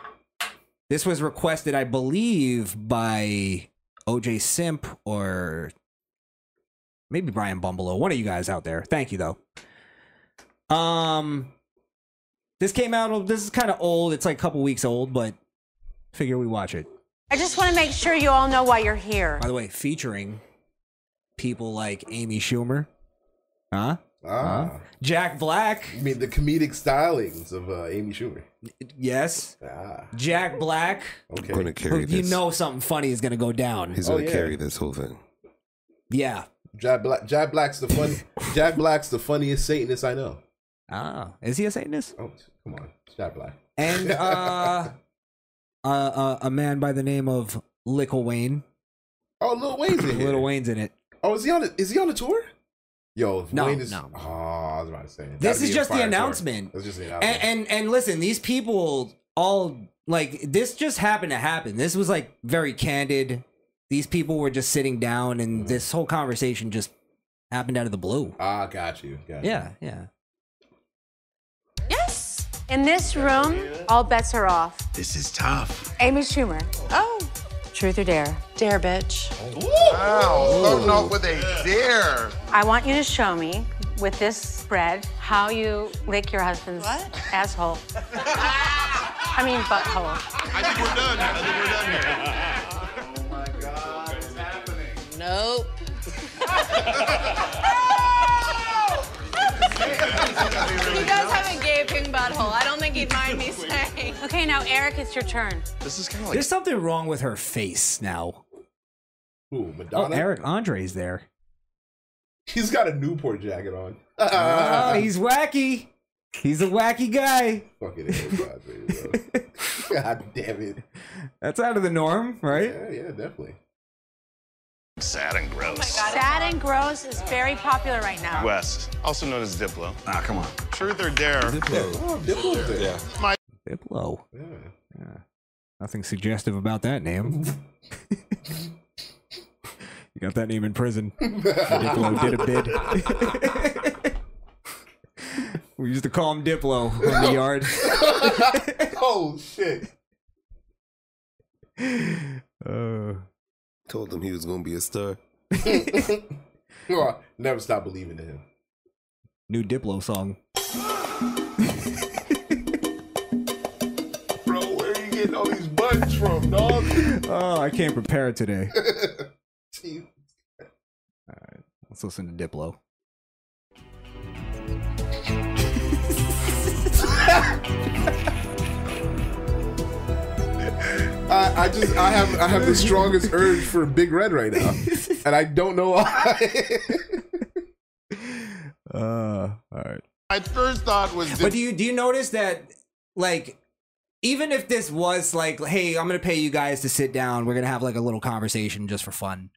Speaker 4: This was requested, I believe, by OJ Simp or maybe Brian Bumbelow, one of you guys out there. Thank you though. Um, this came out. This is kind of old. It's like a couple weeks old, but figure we watch it.
Speaker 12: I just want to make sure you all know why you're here.
Speaker 4: By the way, featuring people like Amy Schumer, huh?
Speaker 3: Ah,
Speaker 4: Jack Black,
Speaker 3: I mean the comedic stylings of uh, Amy Schumer.
Speaker 4: yes.
Speaker 3: Ah, Oh,
Speaker 4: Jack Black,
Speaker 7: I'm going
Speaker 3: okay.
Speaker 7: to
Speaker 4: who
Speaker 7: carry
Speaker 4: you
Speaker 7: this.
Speaker 4: know something funny is gonna go down.
Speaker 7: He's
Speaker 3: Oh,
Speaker 7: going to
Speaker 3: yeah.
Speaker 7: carry this whole thing.
Speaker 4: yeah.
Speaker 3: Jack Black. Jack Black's the fun. Jack Black's the funniest Satanist I know.
Speaker 4: Ah, is he a Satanist?
Speaker 3: Oh, come on, Jack Black.
Speaker 4: And uh, uh, uh, a man by the name of Lickle Wayne.
Speaker 3: Oh, Lil Wayne's in here.
Speaker 4: Little Wayne's in it.
Speaker 3: Oh, is he on? A, is he on a tour? Yo, if
Speaker 4: No,
Speaker 3: Wayne is.
Speaker 4: no.
Speaker 3: Oh, I was about to say. that'd
Speaker 4: This is
Speaker 3: be a
Speaker 4: just the
Speaker 3: fire tour.
Speaker 4: announcement.
Speaker 3: That's just the
Speaker 4: and,
Speaker 3: announcement.
Speaker 4: and and listen, these people all like this just happened to happen. This was like very candid. These people were just sitting down,
Speaker 3: Mm.
Speaker 4: and this whole conversation just happened out of the blue.
Speaker 3: ah, got you. Got you.
Speaker 4: Yeah, yeah.
Speaker 12: Yes. In this room, all bets are off.
Speaker 6: This is tough.
Speaker 12: Amy Schumer. Oh. Truth or dare? Dare, bitch.
Speaker 2: Wow, starting off with a dare.
Speaker 12: I want you to show me with this spread how you lick your husband's asshole. I mean butthole.
Speaker 2: I think we're done. I think we're done here.
Speaker 8: Nope.
Speaker 12: He does have a gaping butthole. I don't think he'd mind me saying. Okay, now Eric, it's your turn.
Speaker 6: This is kind
Speaker 12: Oh,
Speaker 6: of like
Speaker 4: There's something wrong with her face now. Oh,
Speaker 3: Ooh, Madonna.
Speaker 4: Eric Andre's there.
Speaker 3: He's got a Newport jacket on.
Speaker 4: Oh, he's wacky. He's a wacky guy.
Speaker 3: Fucking Eric Andre, bro. God damn it.
Speaker 4: That's out of the norm, right?
Speaker 3: Yeah, yeah, definitely.
Speaker 2: Sad and
Speaker 12: Oh
Speaker 2: gross.
Speaker 12: Sad and gross is very popular right now.
Speaker 2: West, also known as Diplo.
Speaker 6: ah, come on.
Speaker 2: Truth or dare?
Speaker 3: Oh, Diplo's there. Yeah.
Speaker 4: Diplo. Nothing suggestive about that name. you got that name in prison. Diplo did a bid. we used to call him Diplo on the yard.
Speaker 3: oh shit.
Speaker 4: Uh,
Speaker 7: Told him he was going to be a star.
Speaker 3: Oh, I never stop believing in him.
Speaker 4: new Diplo song.
Speaker 3: Bro, where are you getting all these buttons from, dog?
Speaker 4: Oh, I can't prepare today.
Speaker 3: Jeez.
Speaker 4: Let's listen to Diplo.
Speaker 3: I, I just I have I have the strongest urge for Big Red right now, and I don't know why.
Speaker 4: Uh, all right.
Speaker 2: My first thought was
Speaker 4: But do you do you notice that like even if this was like, hey, I'm gonna pay you guys to sit down, we're gonna have like a little conversation just for fun.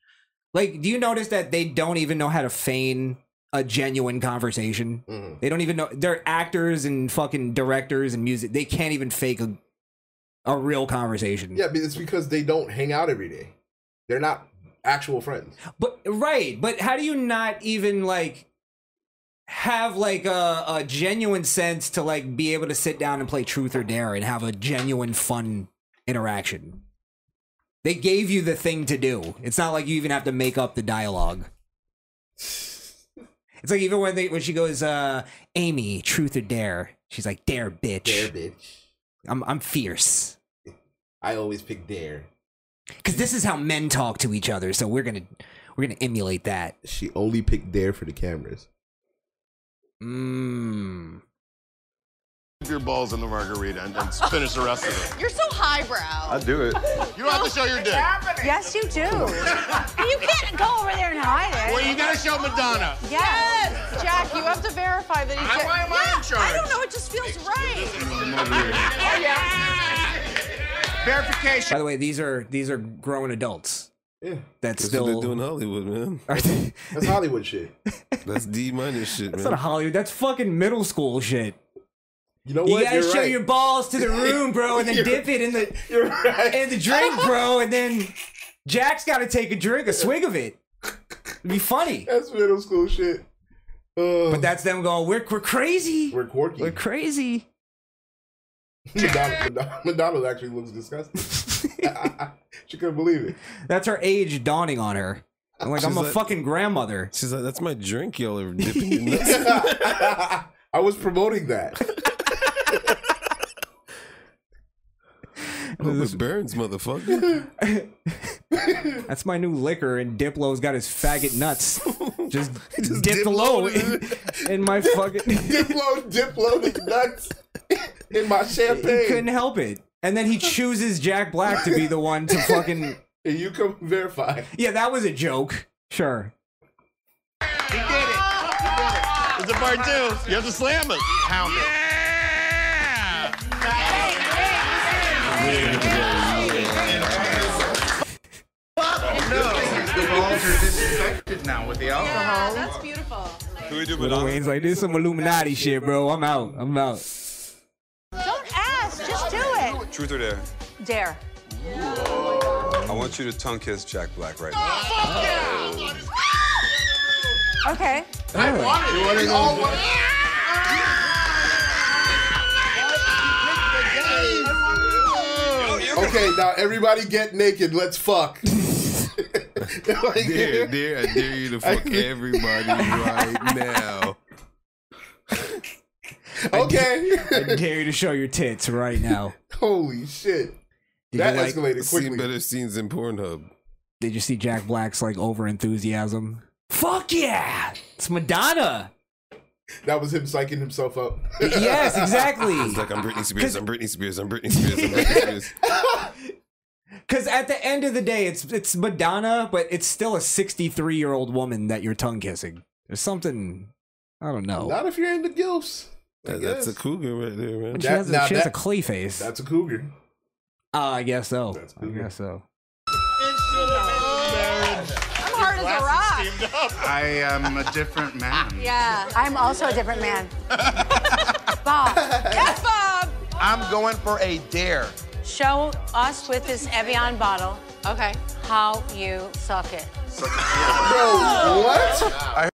Speaker 4: Like, do you notice that they don't even know how to feign a genuine conversation?
Speaker 2: Mm.
Speaker 3: Mm-hmm.
Speaker 4: They don't even know they're actors and fucking directors and music. They can't even fake a a real conversation.
Speaker 3: yeah, but it's because they don't hang out every day. They're not actual friends.
Speaker 4: But right, but how do you not even like have like a, a genuine sense to like be able to sit down and play truth or dare and have a genuine fun interaction? They gave you the thing to do. It's not like you even have to make up the dialogue. It's like even when they when she goes, uh, Amy, truth or dare? She's like, dare, bitch.
Speaker 3: Dare, bitch.
Speaker 4: I'm I'm fierce.
Speaker 3: I always pick dare.
Speaker 4: Because this is how men talk to each other, so we're gonna we're gonna emulate that.
Speaker 3: She only picked dare for the cameras.
Speaker 4: Mmm.
Speaker 2: Your balls in the margarita and, and finish the rest of it.
Speaker 13: You're so highbrow.
Speaker 2: I do it. You don't have to show your dick.
Speaker 12: Yes, you do. you can't go over there and hide it.
Speaker 2: Well, you gotta show Madonna.
Speaker 13: Yes, Jack, you have to verify that he's.
Speaker 2: I- why am I in
Speaker 13: Yeah, I
Speaker 2: charge?
Speaker 13: don't know. It just feels right.
Speaker 4: By the way, these are these are grown adults.
Speaker 3: Yeah.
Speaker 4: That's
Speaker 5: That's what
Speaker 4: still
Speaker 5: they're doing in Hollywood, man.
Speaker 3: That's Hollywood shit.
Speaker 5: That's D minus shit,
Speaker 4: That's
Speaker 5: man.
Speaker 4: not Hollywood. That's fucking middle school shit.
Speaker 3: You know
Speaker 4: You
Speaker 5: what?
Speaker 4: gotta
Speaker 5: You're
Speaker 4: show
Speaker 5: right.
Speaker 4: your balls to the room, bro, and then
Speaker 5: You're-
Speaker 4: dip it in the in the drink, bro, and then Jack's gotta take a drink, a swig of it. It'd be funny.
Speaker 3: That's middle school shit. but
Speaker 4: that's them going, we're, we're crazy.
Speaker 3: We're quirky. We're
Speaker 4: crazy.
Speaker 3: Madonna, Madonna, Madonna actually looks disgusting. she couldn't believe it.
Speaker 4: That's her age dawning on her. I'm like,
Speaker 5: She's
Speaker 4: I'm a
Speaker 5: like-
Speaker 4: fucking grandmother.
Speaker 5: She's like, that's my drink y'all are dipping in this.
Speaker 3: I was promoting that.
Speaker 5: Hope it burns, motherfucker.
Speaker 4: That's my new liquor, and Diplo's got his faggot nuts. Just, Diplo in, in my fucking.
Speaker 3: Diplo, Diplo his nuts in my champagne.
Speaker 4: He couldn't help it. And then he chooses Jack Black to be the one to fucking.
Speaker 3: And you come verify.
Speaker 4: Yeah, that was a joke. Sure.
Speaker 2: It's a part two. You have to slam it. Pound it.
Speaker 14: The balls are disinfected now with the alcohol.
Speaker 13: That's beautiful.
Speaker 4: Little Wayne's like, this is some Illuminati shit, bro. I'm out. I'm out.
Speaker 13: Don't ask. Just do it.
Speaker 15: Truth or dare?
Speaker 13: Dare.
Speaker 15: I want you to tongue kiss Jack Black right now.
Speaker 14: Oh,
Speaker 12: Okay.
Speaker 5: Oh.
Speaker 15: I
Speaker 2: want it. You want it? We all want it.
Speaker 3: Okay, now everybody get naked. Let's fuck.
Speaker 5: I dare, dare, I dare you to fuck everybody right now.
Speaker 3: Okay.
Speaker 4: I dare you to show your tits right now.
Speaker 3: Holy shit.
Speaker 4: Did
Speaker 3: that
Speaker 4: you like-
Speaker 3: escalated
Speaker 4: seen
Speaker 3: quickly.
Speaker 5: Better scenes in Pornhub.
Speaker 4: Did you see Jack Black's like over enthusiasm? Fuck yeah! It's Madonna.
Speaker 3: That was him psyching himself up.
Speaker 4: yes, exactly.
Speaker 5: It's like I'm Britney Spears. I'm Britney Spears. I'm Britney Spears. I'm Britney Spears.
Speaker 4: Because at the end of the day, it's it's Madonna, but it's still a 63 year old woman that you're tongue kissing. There's something I don't know.
Speaker 3: Not if you're into gilfs. I
Speaker 5: That- that's a
Speaker 3: guess.
Speaker 5: cougar right there, man.
Speaker 4: But she has, a,
Speaker 3: now
Speaker 4: she has
Speaker 3: that-
Speaker 4: a clay face.
Speaker 3: That's a cougar.
Speaker 4: Oh, I guess so. I guess so.
Speaker 13: I'm hard as a rock.
Speaker 14: I am a different man.
Speaker 13: Yeah.
Speaker 12: I'm also a different man. Bob,
Speaker 13: Yes, Bob.
Speaker 14: I'm going for a dare.
Speaker 12: show us with this Evian bottle.
Speaker 13: Okay.
Speaker 12: How you suck it.
Speaker 3: Bro, what?
Speaker 14: I-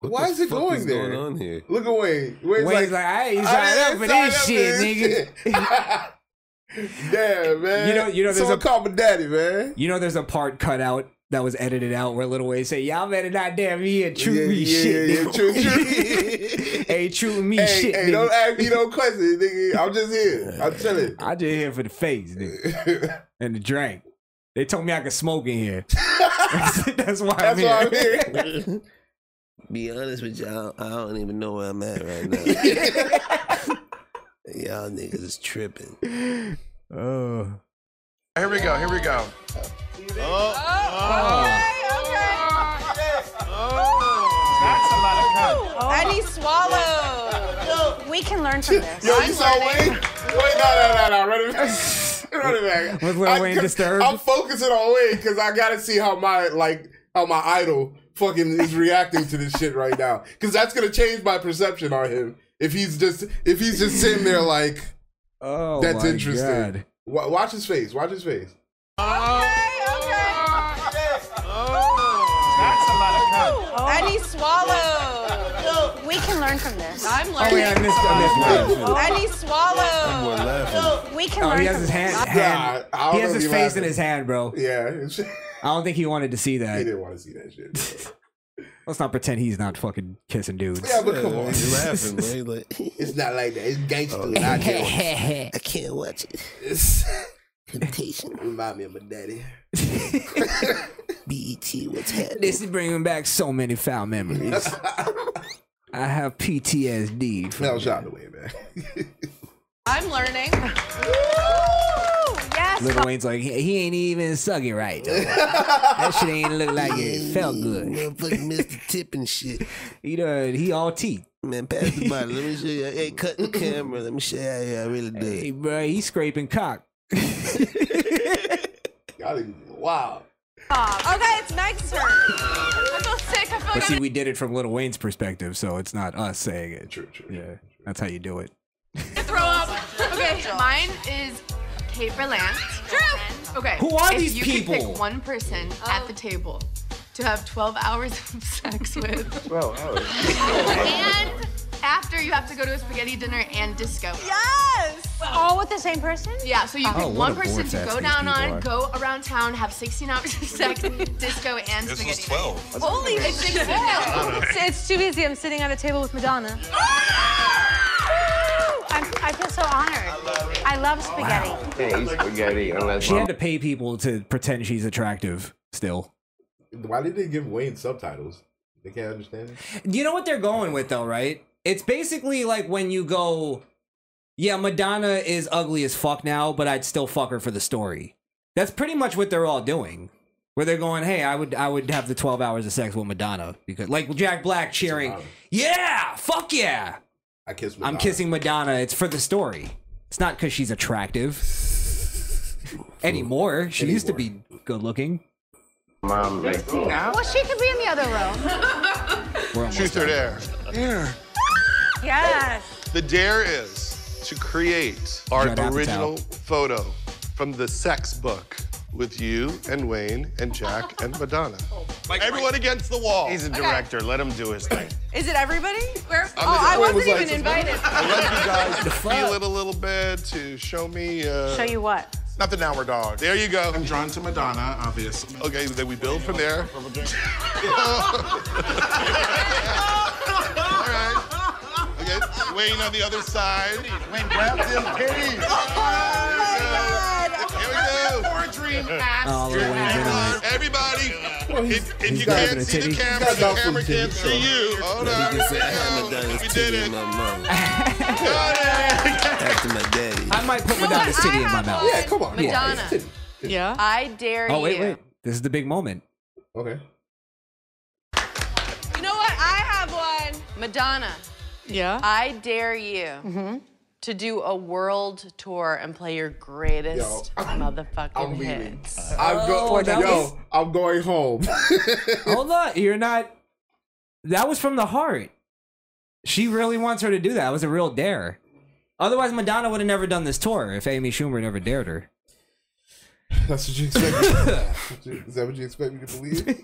Speaker 3: Why is it going there?
Speaker 5: Going on here.
Speaker 3: Look at Wayne. Wayne's,
Speaker 4: Wayne's like, I ain't signed up for this shit,
Speaker 3: nigga. Damn, man.
Speaker 4: You know- you know, there's
Speaker 3: Someone
Speaker 4: a-
Speaker 3: call me daddy, man.
Speaker 4: You know, there's a part cut out that was edited out where Little Wayne say, "Y'all better not damn me and treat me
Speaker 3: yeah,
Speaker 4: shit,
Speaker 3: yeah,
Speaker 4: nigga.
Speaker 3: true,
Speaker 4: Ain't treating me
Speaker 3: hey,
Speaker 4: shit,
Speaker 3: hey, don't
Speaker 4: nigga.
Speaker 3: ask me no questions, nigga. I'm just here. I'm chilling.
Speaker 4: I just here for the face, nigga, and the drink. They told me I could smoke in here. That's why I'm
Speaker 3: That's why I'm
Speaker 4: here.
Speaker 3: here.
Speaker 5: Be honest with y'all, I don't even know where I'm at right now. y'all niggas is tripping.
Speaker 4: Oh.
Speaker 14: Here we go. Here we go.
Speaker 2: Oh.
Speaker 13: That's a lot
Speaker 14: of
Speaker 13: And he swallowed.
Speaker 12: We can learn from this.
Speaker 3: Yo, you saw Wayne? Wait, no, no, no, no. Run it back. Run it back.
Speaker 4: Was Lil Wayne
Speaker 3: could-
Speaker 4: disturbed?
Speaker 3: I'm focusing on Wayne because I gotta see how my like how my idol fucking is reacting to this shit right now. Because that's gonna change my perception on him if he's just if he's just sitting there like,
Speaker 4: oh,
Speaker 3: that's
Speaker 4: my
Speaker 3: interesting.
Speaker 4: God.
Speaker 3: Wa watch his face. Watch his face.
Speaker 13: And he swallowed.
Speaker 12: We can learn from this.
Speaker 13: I'm
Speaker 4: Oh,
Speaker 13: learning.
Speaker 4: yeah, I missed, I missed one.
Speaker 13: And he
Speaker 5: That boy
Speaker 13: swallowed.
Speaker 5: laughing.
Speaker 12: Oh, We can
Speaker 4: Oh,
Speaker 12: learn
Speaker 4: he has
Speaker 12: from
Speaker 4: his hand.
Speaker 12: this.
Speaker 4: hand.
Speaker 3: Nah, I don't
Speaker 4: he has
Speaker 3: know if
Speaker 4: his
Speaker 3: he
Speaker 4: face in
Speaker 3: laughing.
Speaker 4: his hand, bro.
Speaker 3: Yeah, he
Speaker 4: I don't think he wanted to see that.
Speaker 3: didn't want to see that shit.
Speaker 4: Let's not pretend he's not fucking kissing dudes.
Speaker 3: Yeah, but come on.
Speaker 7: it's
Speaker 3: not like that. It's gangster.
Speaker 4: Oh.
Speaker 3: and I can't-
Speaker 4: I
Speaker 3: can't watch it. It's temptation. Remind me of my daddy. E
Speaker 4: BET, what's happening? This is bringing back so many foul memories. I have PTSD. From
Speaker 3: Mel shot away, man.
Speaker 16: I'm learning.
Speaker 4: Yes. Little Wayne's like he, he ain't even suck it right. though. that shit ain't look like it felt good. Motherfucking missed the tip and shit. He done he all teeth. Man, pass the bottle. Let me show you. Hey, cut the camera. Let me show you how I really do. Hey, bro, he scraping cock.
Speaker 3: wow.
Speaker 16: Okay, it's Meg's turn. I feel sick. I feel
Speaker 4: But
Speaker 16: like
Speaker 4: see,
Speaker 16: I'm
Speaker 4: we did it from Little Wayne's perspective, so it's not us saying it. True, true. Yeah, that's how you do it.
Speaker 16: gonna throw up.
Speaker 13: Okay, mine is Kate Berlant. True. Okay.
Speaker 4: Who are
Speaker 13: if
Speaker 4: these
Speaker 13: you Could
Speaker 4: people?
Speaker 13: pick one person at the
Speaker 12: Oh.
Speaker 13: table to have 12 hours of sex with,
Speaker 7: Well, oh.
Speaker 13: and after you have to go to a spaghetti dinner and disco.
Speaker 16: Yes.
Speaker 12: All with the same person?
Speaker 13: Yeah. So you
Speaker 12: Oh,
Speaker 13: pick
Speaker 12: what
Speaker 13: one
Speaker 12: a
Speaker 13: person to
Speaker 12: vortex
Speaker 13: go
Speaker 12: these
Speaker 13: down
Speaker 12: people
Speaker 13: on,
Speaker 12: are.
Speaker 13: go around town, have 16 hours of sex, disco, and
Speaker 17: This was
Speaker 13: spaghetti.
Speaker 17: 12.
Speaker 13: Holy
Speaker 12: It's,
Speaker 13: shit. Yeah.
Speaker 12: it's too easy. I'm sitting at a table with Madonna. Ah! I'm, I feel so honored. I love spaghetti.
Speaker 7: spaghetti unless
Speaker 4: She had to pay people to pretend she's attractive. Still,
Speaker 3: Why did they give Wayne subtitles? They can't understand it.
Speaker 4: you know what they're going with though, right? It's basically like when you go, yeah, Madonna is ugly as fuck now, but I'd still fuck her for the story. That's pretty much what they're all doing. Where they're going, hey, I would, I would have the twelve hours of sex with Madonna because, like Jack Black cheering, yeah, fuck yeah.
Speaker 3: I kiss.
Speaker 4: I'm kissing Madonna. It's for the story. It's not because she's attractive anymore. She used to be good looking.
Speaker 7: Mom,
Speaker 12: Well, she could be in the other room.
Speaker 18: Truth or dare?
Speaker 7: Dare.
Speaker 12: Yes.
Speaker 7: The dare is to create our
Speaker 18: Judd Apatow.
Speaker 7: original photo from the sex book with you and Wayne and Jack and Madonna. Everyone against the wall. He's a director. Let him do his thing.
Speaker 16: Is it everybody? Where?
Speaker 7: I'm
Speaker 16: oh,
Speaker 7: in-
Speaker 16: I
Speaker 7: I
Speaker 16: wasn't
Speaker 7: was like-
Speaker 16: even invited.
Speaker 7: I let you guys feel it a little bit to show me. Uh,
Speaker 12: Show you what?
Speaker 7: Not the now we're dog. There you go. I'm drawn to Madonna, obviously. Okay, then we build from there. All right. Okay, Wayne on the other side. Wayne, grab them kitties. Here we go.
Speaker 4: Oh, Lil Wayne's in on it.
Speaker 7: Everybody, if, if
Speaker 4: he's
Speaker 7: you
Speaker 4: got-
Speaker 7: can't see the
Speaker 4: He's got
Speaker 7: camera,
Speaker 4: about
Speaker 7: the camera
Speaker 4: some
Speaker 7: can't
Speaker 4: titties,
Speaker 7: see you. Hold on. We did it.
Speaker 5: After my daddy.
Speaker 4: I might put Madonna's titty in my mouth.
Speaker 13: Yeah, come on. Madonna.
Speaker 16: Yeah.
Speaker 13: I dare
Speaker 4: Oh wait,
Speaker 13: you.
Speaker 4: wait. This is the big moment.
Speaker 3: Okay.
Speaker 13: You know what? I have one. Madonna.
Speaker 16: Yeah.
Speaker 13: I dare you
Speaker 19: Mm-hmm.
Speaker 13: to do a world tour and play your greatest motherfucking hits.
Speaker 3: I'm go-
Speaker 13: For
Speaker 3: yo,
Speaker 13: Oh, that was-
Speaker 3: I'm going home.
Speaker 4: Hold on, you're not. That was from the heart. She really wants her to do that. It was a real dare. Otherwise, Madonna would have never done this tour if Amy Schumer never dared her.
Speaker 3: That's what you expect. me- Is that what you expect me to believe? Oh,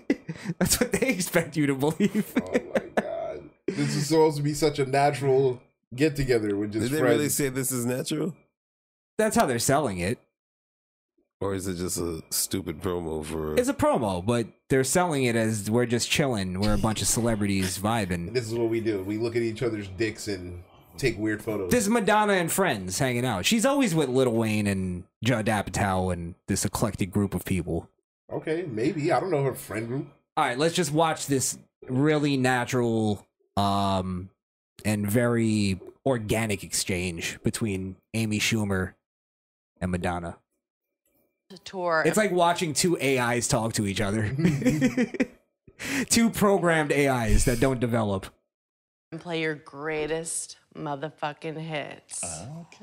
Speaker 4: That's what they expect you to believe.
Speaker 3: This is supposed to be such a natural get together with just
Speaker 5: Did they
Speaker 3: friends.
Speaker 5: really say this is natural?
Speaker 4: That's how they're selling it.
Speaker 5: Or is it just a stupid promo for
Speaker 4: It's a promo, but they're selling it as we're just chilling. We're a bunch of celebrities vibing.
Speaker 3: this is what we do. We look at each other's dicks and take weird photos.
Speaker 4: This is Madonna and friends hanging out. She's always with Lil Wayne and Judd Apatow and this eclectic group of people.
Speaker 3: okay, maybe I don't know her friend group.
Speaker 4: All right, let's just watch this really natural um and very organic exchange between Amy Schumer and Madonna.
Speaker 13: tour.
Speaker 4: It's like watching two AIs talk to each other. two programmed AIs that don't develop.
Speaker 13: and play your greatest motherfucking hits.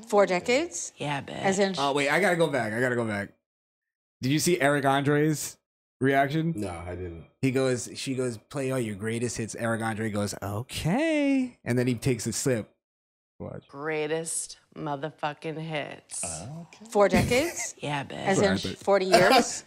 Speaker 19: Four decades?
Speaker 13: Yeah, bitch.
Speaker 19: As in-
Speaker 4: Oh wait, I gotta go back. I gotta go back. Did you see Eric Andre's reaction?
Speaker 3: No, I didn't.
Speaker 4: He goes, she goes, play all your greatest hits. Eric Andre goes, okay, and then he takes a sip. Watch.
Speaker 13: greatest motherfucking hits.
Speaker 19: Four decades?
Speaker 13: Yeah, bitch.
Speaker 19: As in 40 years?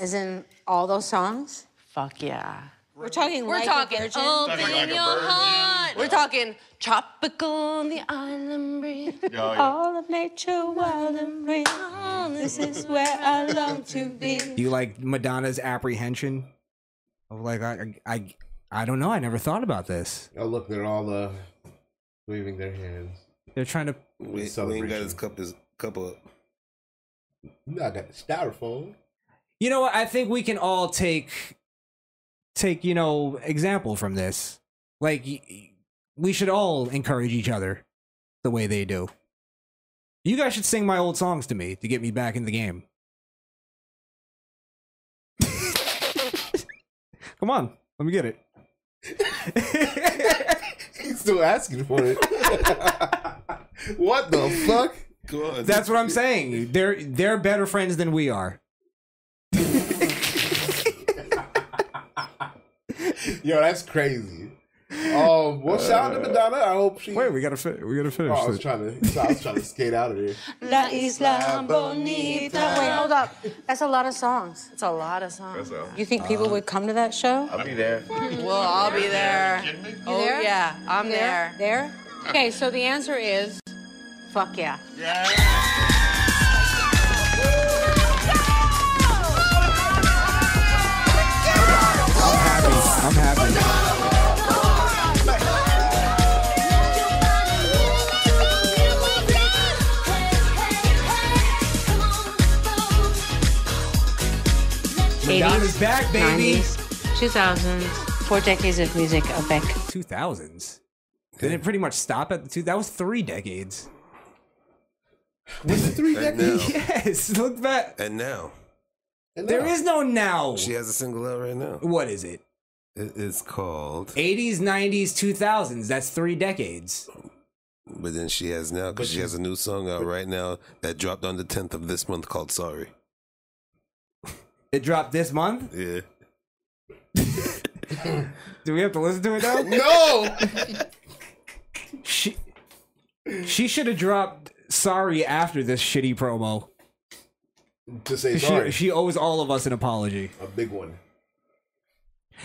Speaker 19: As in all those songs?
Speaker 13: Fuck yeah.
Speaker 19: We're talking
Speaker 13: We're
Speaker 19: like
Speaker 13: talking
Speaker 19: a virgin.
Speaker 13: open your heart. We're talking tropical on the island breeze.
Speaker 19: Yeah, yeah. All of nature, wild and free. This is where I long to be.
Speaker 4: Do you like Madonna's apprehension of like I I I don't know. I never thought about this.
Speaker 3: Oh, look, they're all uh, waving their hands.
Speaker 4: They're trying to.
Speaker 5: We, we ain't got his cup, his cup up.
Speaker 3: No, I got the styrofoam.
Speaker 4: You know what? I think we can all take take you know example from this. Like y- y- we should all encourage each other the way they do. You guys should sing my old songs to me to get me back in the game. Come on, let me get it.
Speaker 3: He's still asking for it. what the fuck?
Speaker 4: That's what I'm saying. They're they're better friends than we are.
Speaker 3: Yo, that's crazy. Um, well,
Speaker 5: Uh,
Speaker 3: shout out to Madonna. I hope she. Wait,
Speaker 4: we gotta fi- we gotta
Speaker 3: finish. Oh, I was trying to, I was trying to skate out of here.
Speaker 12: La Isla Bonita. Wait, hold up. That's a lot of songs. It's a lot of songs. You think people would come to that show?
Speaker 18: I'll be there.
Speaker 12: Well, I'll be there. Oh
Speaker 13: there?
Speaker 12: yeah, I'm
Speaker 13: You
Speaker 12: there. There? Okay, so the answer is, fuck yeah.
Speaker 4: I'm happy.
Speaker 12: Madonna's back, baby. 2000s, four decades of music, a back.
Speaker 4: 2000s. Did it pretty much stop at the two? That was three decades.
Speaker 3: Was it three
Speaker 5: And decades? now.
Speaker 4: Yes. Look back.
Speaker 5: And now.
Speaker 4: There is no now.
Speaker 5: She has a single out right now.
Speaker 4: What is it?
Speaker 5: It is called.
Speaker 4: 80s, 90s, 2000s. That's three decades.
Speaker 5: But then she has now because she has a new song out right now that dropped on the tenth of this month called Sorry.
Speaker 4: It dropped this month.
Speaker 5: Yeah.
Speaker 4: Do we have to listen to it now?
Speaker 3: no.
Speaker 4: She she should have dropped sorry after this shitty promo.
Speaker 3: To say
Speaker 4: she,
Speaker 3: sorry.
Speaker 4: she owes all of us an apology.
Speaker 3: A big one.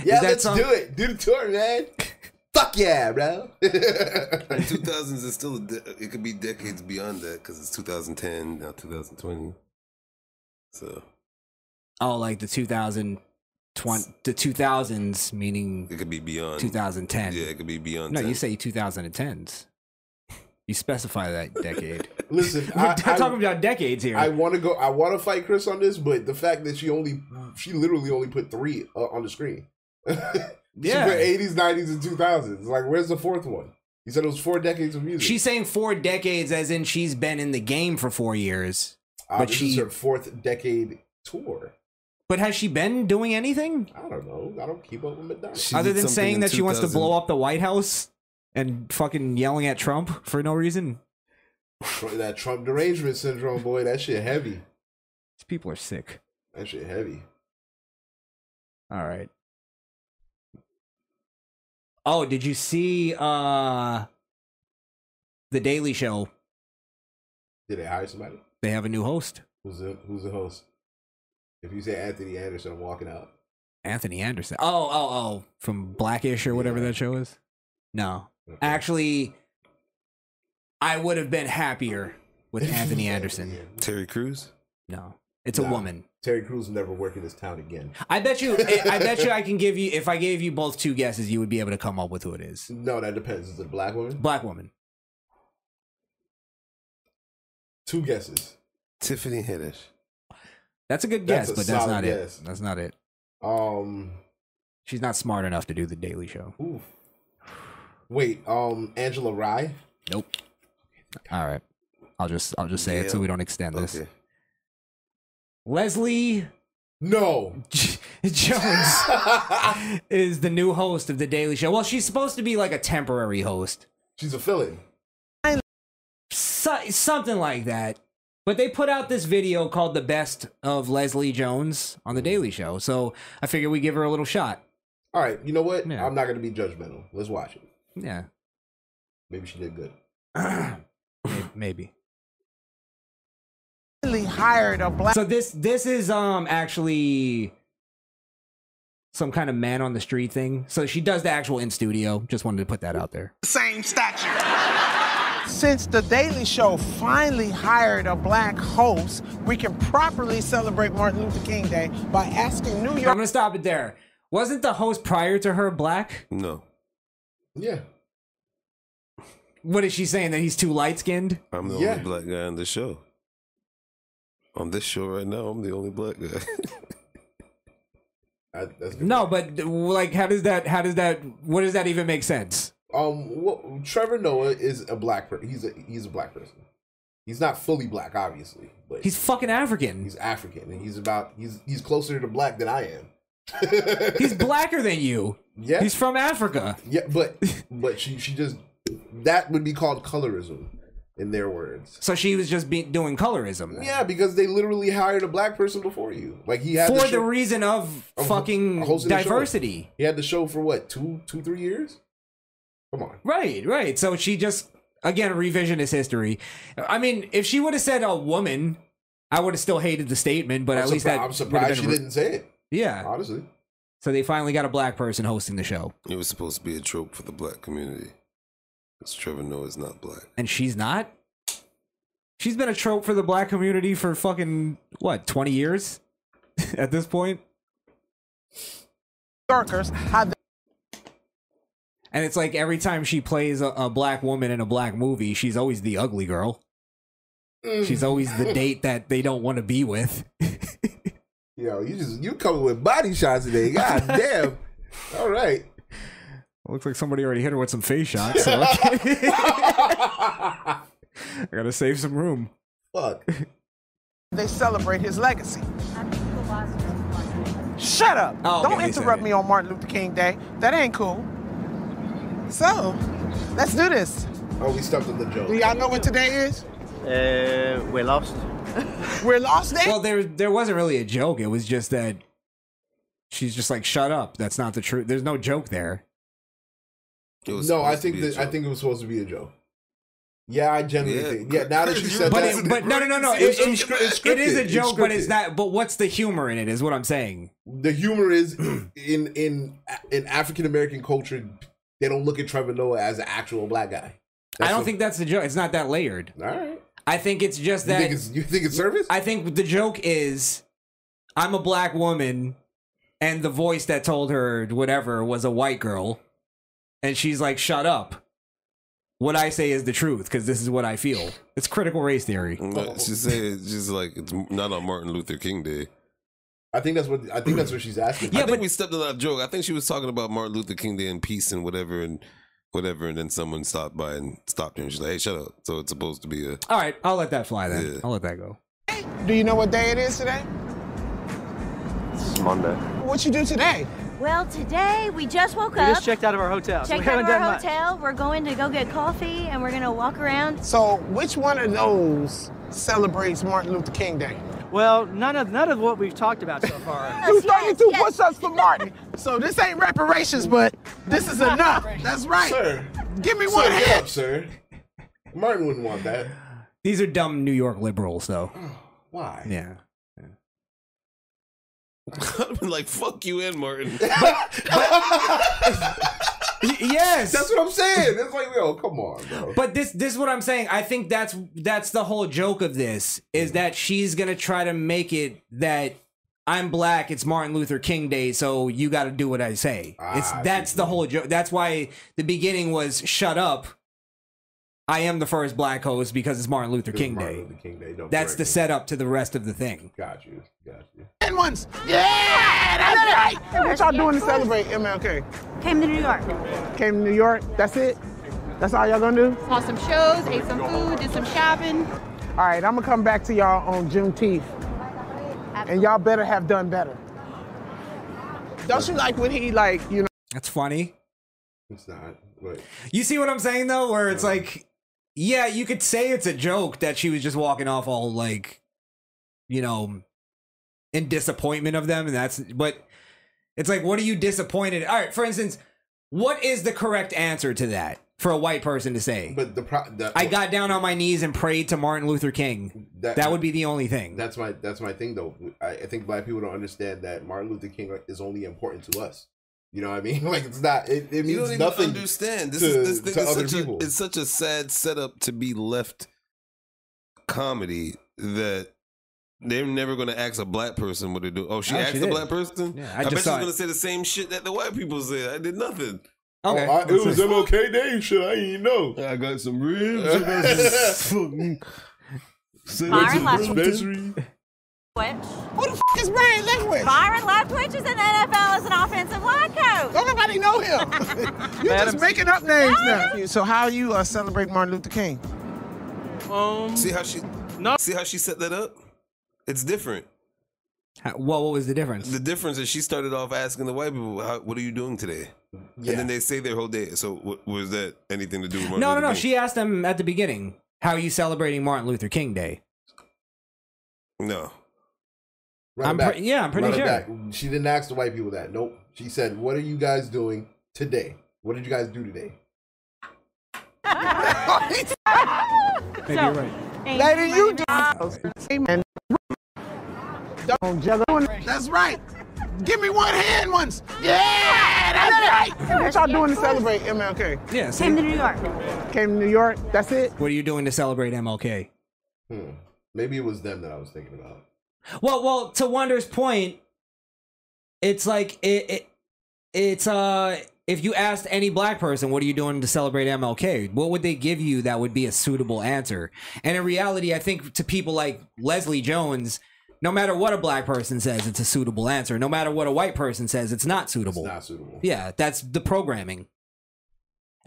Speaker 3: Yeah, let's do it. Do the tour, man. Fuck yeah, bro.
Speaker 5: Two thousands is still a de- it could be decades beyond that because it's 2010 now 2020. So
Speaker 4: Oh, like the 2020, the 2000s, meaning
Speaker 5: it could be beyond
Speaker 4: 2010.
Speaker 5: Yeah, it could be beyond.
Speaker 4: No,
Speaker 5: 10.
Speaker 4: you say 2010s. You specify that decade.
Speaker 3: Listen,
Speaker 4: We're
Speaker 3: I,
Speaker 4: t-
Speaker 3: I-
Speaker 4: talking about decades here.
Speaker 3: I want to go. I want to fight Chris on this, but the fact that she only, she literally only put three uh, on the screen.
Speaker 4: Yeah.
Speaker 3: she put eighties, nineties, and two thousands. Like, where's the fourth one? You said it was four decades of music.
Speaker 4: she's saying four decades, as in she's been in the game for four years.
Speaker 3: Uh,
Speaker 4: but
Speaker 3: this
Speaker 4: she,
Speaker 3: is her fourth decade tour.
Speaker 4: but has she been doing anything
Speaker 3: I don't know. I don't keep up with Madonna.
Speaker 4: other than saying that she wants to blow up the White House and fucking yelling at Trump for no reason?
Speaker 3: that Trump derangement syndrome, boy. That shit heavy.
Speaker 4: These people are sick.
Speaker 3: That shit heavy.
Speaker 4: All right. Oh, did you see uh the Daily Show?
Speaker 3: Did they hire somebody?
Speaker 4: They have a new host,
Speaker 3: Who's the Who's the host? If you say Anthony Anderson, I'm walking out.
Speaker 4: Anthony Anderson. Oh, oh, oh, from Blackish or whatever that show is. No, actually, I would have been happier with Anthony Anderson.
Speaker 5: Terry Crews.
Speaker 4: No, it's a
Speaker 3: Nah.
Speaker 4: woman.
Speaker 3: Terry Crews never work in this town again.
Speaker 4: I bet you. I I bet you. I can give you. If I gave you both two guesses, you would be able to come up with who it is.
Speaker 3: No, that depends. Is it a black woman?
Speaker 4: Black woman.
Speaker 3: Two guesses.
Speaker 5: Tiffany Haddish.
Speaker 4: That's a good guess,
Speaker 3: That's a
Speaker 4: but that's
Speaker 3: solid
Speaker 4: not
Speaker 3: guess.
Speaker 4: it. That's not it.
Speaker 3: Um,
Speaker 4: She's not smart enough to do the Daily Show.
Speaker 3: Ooh. Wait, um, Angela Rye.
Speaker 4: Nope. All right. I'll just I'll just say it so
Speaker 3: Yeah.
Speaker 4: we don't extend this. Leslie
Speaker 3: No
Speaker 4: Jones is the new host of the Daily Show. Well, she's supposed to be like a temporary host.
Speaker 3: She's a fill-in.
Speaker 4: So, something like that. But they put out this video called "The Best of Leslie Jones" on the Daily Show, so I figure we give her a little shot.
Speaker 3: All right, you know what? I'm not gonna be judgmental. Let's watch it.
Speaker 4: Yeah,
Speaker 3: Maybe she did good.
Speaker 4: may- maybe.
Speaker 8: Really hired a black.
Speaker 4: So this this is um actually some kind of man on the street thing. So she does the actual in studio. Just wanted to put that out there.
Speaker 8: Same stature. Since The Daily Show finally hired a black host, we can properly celebrate Martin Luther King Day by asking New
Speaker 4: I'm
Speaker 8: York.
Speaker 4: gonna stop it there. Wasn't the host prior to her black?
Speaker 5: No,
Speaker 3: Yeah.
Speaker 4: What is she saying that he's too light skinned?
Speaker 5: I'm the
Speaker 4: Yeah.
Speaker 5: only black guy on the show. On this show right now, I'm the only black guy.
Speaker 4: No, but like, how does that? How does that? What does that even make sense?
Speaker 3: Um, well, Trevor Noah is a black person. He's a he's a black person. He's not fully black, obviously, but
Speaker 4: He's fucking African.
Speaker 3: he's African, and he's about he's he's closer to black than I am.
Speaker 4: He's blacker than you.
Speaker 3: Yeah,
Speaker 4: he's from Africa.
Speaker 3: Yeah, but but she she just that would be called colorism, in their words.
Speaker 4: So she was just be- doing colorism.
Speaker 3: Yeah, because they literally hired a black person before you. Like he had
Speaker 4: For
Speaker 3: show-
Speaker 4: the reason of
Speaker 3: of ho-
Speaker 4: fucking
Speaker 3: hosting the show.
Speaker 4: diversity.
Speaker 3: He had the show for what two two three years? Come on.
Speaker 4: Right, right. So she just again revisionist history. I mean, if she would have said a woman, I would have still hated the statement. But
Speaker 3: I'm
Speaker 4: at least
Speaker 3: surpri-
Speaker 4: that
Speaker 3: I'm
Speaker 4: would've
Speaker 3: surprised
Speaker 4: been
Speaker 3: she
Speaker 4: re-
Speaker 3: didn't say it.
Speaker 4: Yeah,
Speaker 3: honestly.
Speaker 4: So they finally got a black person hosting the show,
Speaker 5: it was supposed to be a trope for the black community. Because Trevor Noah is not black.
Speaker 4: and she's not. She's been a trope for the black community for fucking what twenty years, at this point.
Speaker 8: Yorkers have
Speaker 4: And it's like every time she plays a, a black woman in a black movie, she's always the ugly girl.
Speaker 8: Mm.
Speaker 4: She's always the date that they don't want to be with.
Speaker 3: Yo, you just you coming with body shots today? God damn! All right.
Speaker 4: Looks like somebody already hit her with some face shots. So okay. I gotta save some room.
Speaker 3: Fuck.
Speaker 8: they celebrate his legacy. Shut up!
Speaker 4: Oh,
Speaker 8: Don't
Speaker 4: okay, he's
Speaker 8: interrupt me on Martin Luther King Day. That ain't cool. So, let's do this.
Speaker 3: Oh, we stumped on the joke.
Speaker 8: Do y'all know what today is?
Speaker 4: Uh, we're lost.
Speaker 8: we're lost.
Speaker 3: eh?
Speaker 8: Then?
Speaker 4: Well, there there wasn't really a joke. It was just that she's just like, "Shut up! That's not the truth." There's no joke there.
Speaker 3: No, I think that I think it was supposed to be a joke. Yeah, I genuinely think. Yeah, now that you said
Speaker 4: but
Speaker 3: that,
Speaker 4: it, but no no no no
Speaker 3: It's-
Speaker 4: it-
Speaker 3: it's
Speaker 4: it-
Speaker 3: scri- it's
Speaker 4: it is
Speaker 3: scripted.
Speaker 4: a joke but it's
Speaker 3: scripted.
Speaker 4: not but what's the humor in it is what i'm saying
Speaker 3: The humor is in in in African American culture, they don't look at Trevor Noah as an actual black guy.
Speaker 4: i don't think that's the joke it's not that layered
Speaker 3: all right
Speaker 4: i think it's just
Speaker 3: You
Speaker 4: that
Speaker 3: think it's- you think it's service
Speaker 4: i think the joke is i'm a black woman and the voice that told her whatever was a white girl and she's like shut up what i say is the truth because this is what i feel it's critical race theory
Speaker 5: But
Speaker 3: Oh.
Speaker 5: She said it's just like it's not on Martin Luther King Day.
Speaker 3: I think that's what I think that's what she's asking.
Speaker 5: Yeah, I think we stepped on that joke. I think she was talking about Martin Luther King Day and peace and whatever and whatever, and then someone stopped by and stopped her and she's like, "Hey, shut up!" So it's supposed to be a.
Speaker 4: All right, I'll let that fly then. I'll let that go.
Speaker 8: Do you know what day it is today?
Speaker 5: It's Monday.
Speaker 8: What you do today?
Speaker 20: Well, today we just woke
Speaker 21: We
Speaker 20: up.
Speaker 21: just checked out of our hotel. so we
Speaker 20: checked out
Speaker 21: haven't
Speaker 20: of
Speaker 21: done
Speaker 20: our
Speaker 21: much.
Speaker 20: hotel. We're going to go get coffee and we're gonna walk around.
Speaker 8: So, which one of those celebrates Martin Luther King Day?
Speaker 21: Well, none of none of what we've talked about so far.
Speaker 8: Do 32 push-ups for Martin. So this ain't reparations, but this is enough. That's right.
Speaker 3: Sir.
Speaker 8: Give me
Speaker 3: Sir,
Speaker 8: one
Speaker 3: get
Speaker 8: hand.
Speaker 3: up, sir. Martin wouldn't want that. Oh
Speaker 4: These are dumb New York liberals, though.
Speaker 3: Why?
Speaker 4: Yeah.
Speaker 5: I'd be like, "Fuck you, and Martin."
Speaker 4: yes,
Speaker 3: that's what I'm saying. It's like, yo, come on, bro.
Speaker 4: But this this is what I'm saying. I think that's that's the whole joke of this
Speaker 3: Mm-hmm.
Speaker 4: is that she's gonna try to make it that I'm black. It's Martin Luther King Day, so you got to do what I say.
Speaker 3: Ah,
Speaker 4: it's that's the whole joke. That's why the beginning was shut up. I am the first black host because it's Martin Luther King Day.
Speaker 3: King Day. Don't
Speaker 4: That's
Speaker 3: correct
Speaker 4: the
Speaker 3: me.
Speaker 4: setup to the rest of the thing.
Speaker 3: Got you. Got you.
Speaker 8: Hand ones. Yeah, that's right. And what y'all doing to celebrate MLK?
Speaker 22: Came to New York.
Speaker 8: Came to New York. That's it. That's all y'all gonna do.
Speaker 22: Saw some shows, ate some food, did some shopping.
Speaker 8: All right, I'm gonna come back to y'all on Juneteenth, and y'all better have done better. Don't you like when he like you know?
Speaker 4: That's funny.
Speaker 3: It's not. But
Speaker 4: You see what I'm saying though, where it's like, yeah, you could say it's a joke that she was just walking off all like, you know, in disappointment of them, and that's. But it's like, what are you disappointed? All right, for instance, what is the correct answer to that for a white person to say?
Speaker 3: But the, pro- the
Speaker 4: I got down on my knees and prayed to Martin Luther King. That, would be the only thing.
Speaker 3: That's my that's my thing though. I, I think black people don't understand that Martin Luther King is only important to us. You know what I mean? Like it's not. It, it means
Speaker 5: you don't even
Speaker 3: nothing.
Speaker 5: understand. This
Speaker 3: to,
Speaker 5: is this
Speaker 3: to
Speaker 5: thing is
Speaker 3: other
Speaker 5: such
Speaker 3: people.
Speaker 5: a, it's such a sad setup to be left comedy that They're never gonna ask a black person what they do. Oh, she
Speaker 3: Oh, she
Speaker 5: asked a
Speaker 3: did.
Speaker 5: black person.
Speaker 3: Yeah, I just
Speaker 5: I, bet she's
Speaker 3: saw it.
Speaker 5: gonna say the same shit that the white people said. I did nothing.
Speaker 3: Okay. Oh, I- it was MLK Day shit. I didn't know.
Speaker 5: I got some ribs.
Speaker 3: I got
Speaker 16: Byron Leftwich.
Speaker 8: Who the f is Brian Leftwich?
Speaker 16: Byron Leftwich is in the NFL as an offensive line coach.
Speaker 8: Don't nobody know him. You're just making up names now. So how you uh, celebrate Martin Luther King?
Speaker 5: Um, see how she? No. See how she set that up? It's different.
Speaker 4: well, what was the difference?
Speaker 5: The difference is she started off asking the white people, how, "What are you doing today?" And then they say their whole day. So what, was that anything to do with Martin
Speaker 4: No, no,
Speaker 5: Luther
Speaker 4: no.
Speaker 5: King?
Speaker 4: She asked him at the beginning, "How are you celebrating Martin Luther King Day?"
Speaker 5: No.
Speaker 4: I'm
Speaker 3: back.
Speaker 4: pre- yeah, I'm pretty
Speaker 3: Run it
Speaker 4: sure.
Speaker 3: back. She didn't ask the white people that. Nope. She said, "What are you guys doing today? What did you guys do today?"
Speaker 8: Maybe you're Lady, you just Amen. Don't juggle. That's right. Give me one hand once. Yeah, that's right. What y'all doing to celebrate MLK?
Speaker 4: Yeah, see?
Speaker 8: Came to New York. Came to New York. That's it.
Speaker 4: What are you doing to celebrate MLK?
Speaker 3: Hmm. Maybe it was them that I was thinking about.
Speaker 4: Well, well, to Wander's point, it's like it, it it's uh if you asked any black person, what are you doing to celebrate MLK? What would they give you that would be a suitable answer? And in reality, I think to people like Leslie Jones, no matter what a black person says, it's a suitable answer. No matter what a white person says, it's not suitable.
Speaker 3: Not suitable.
Speaker 4: Yeah, that's the programming.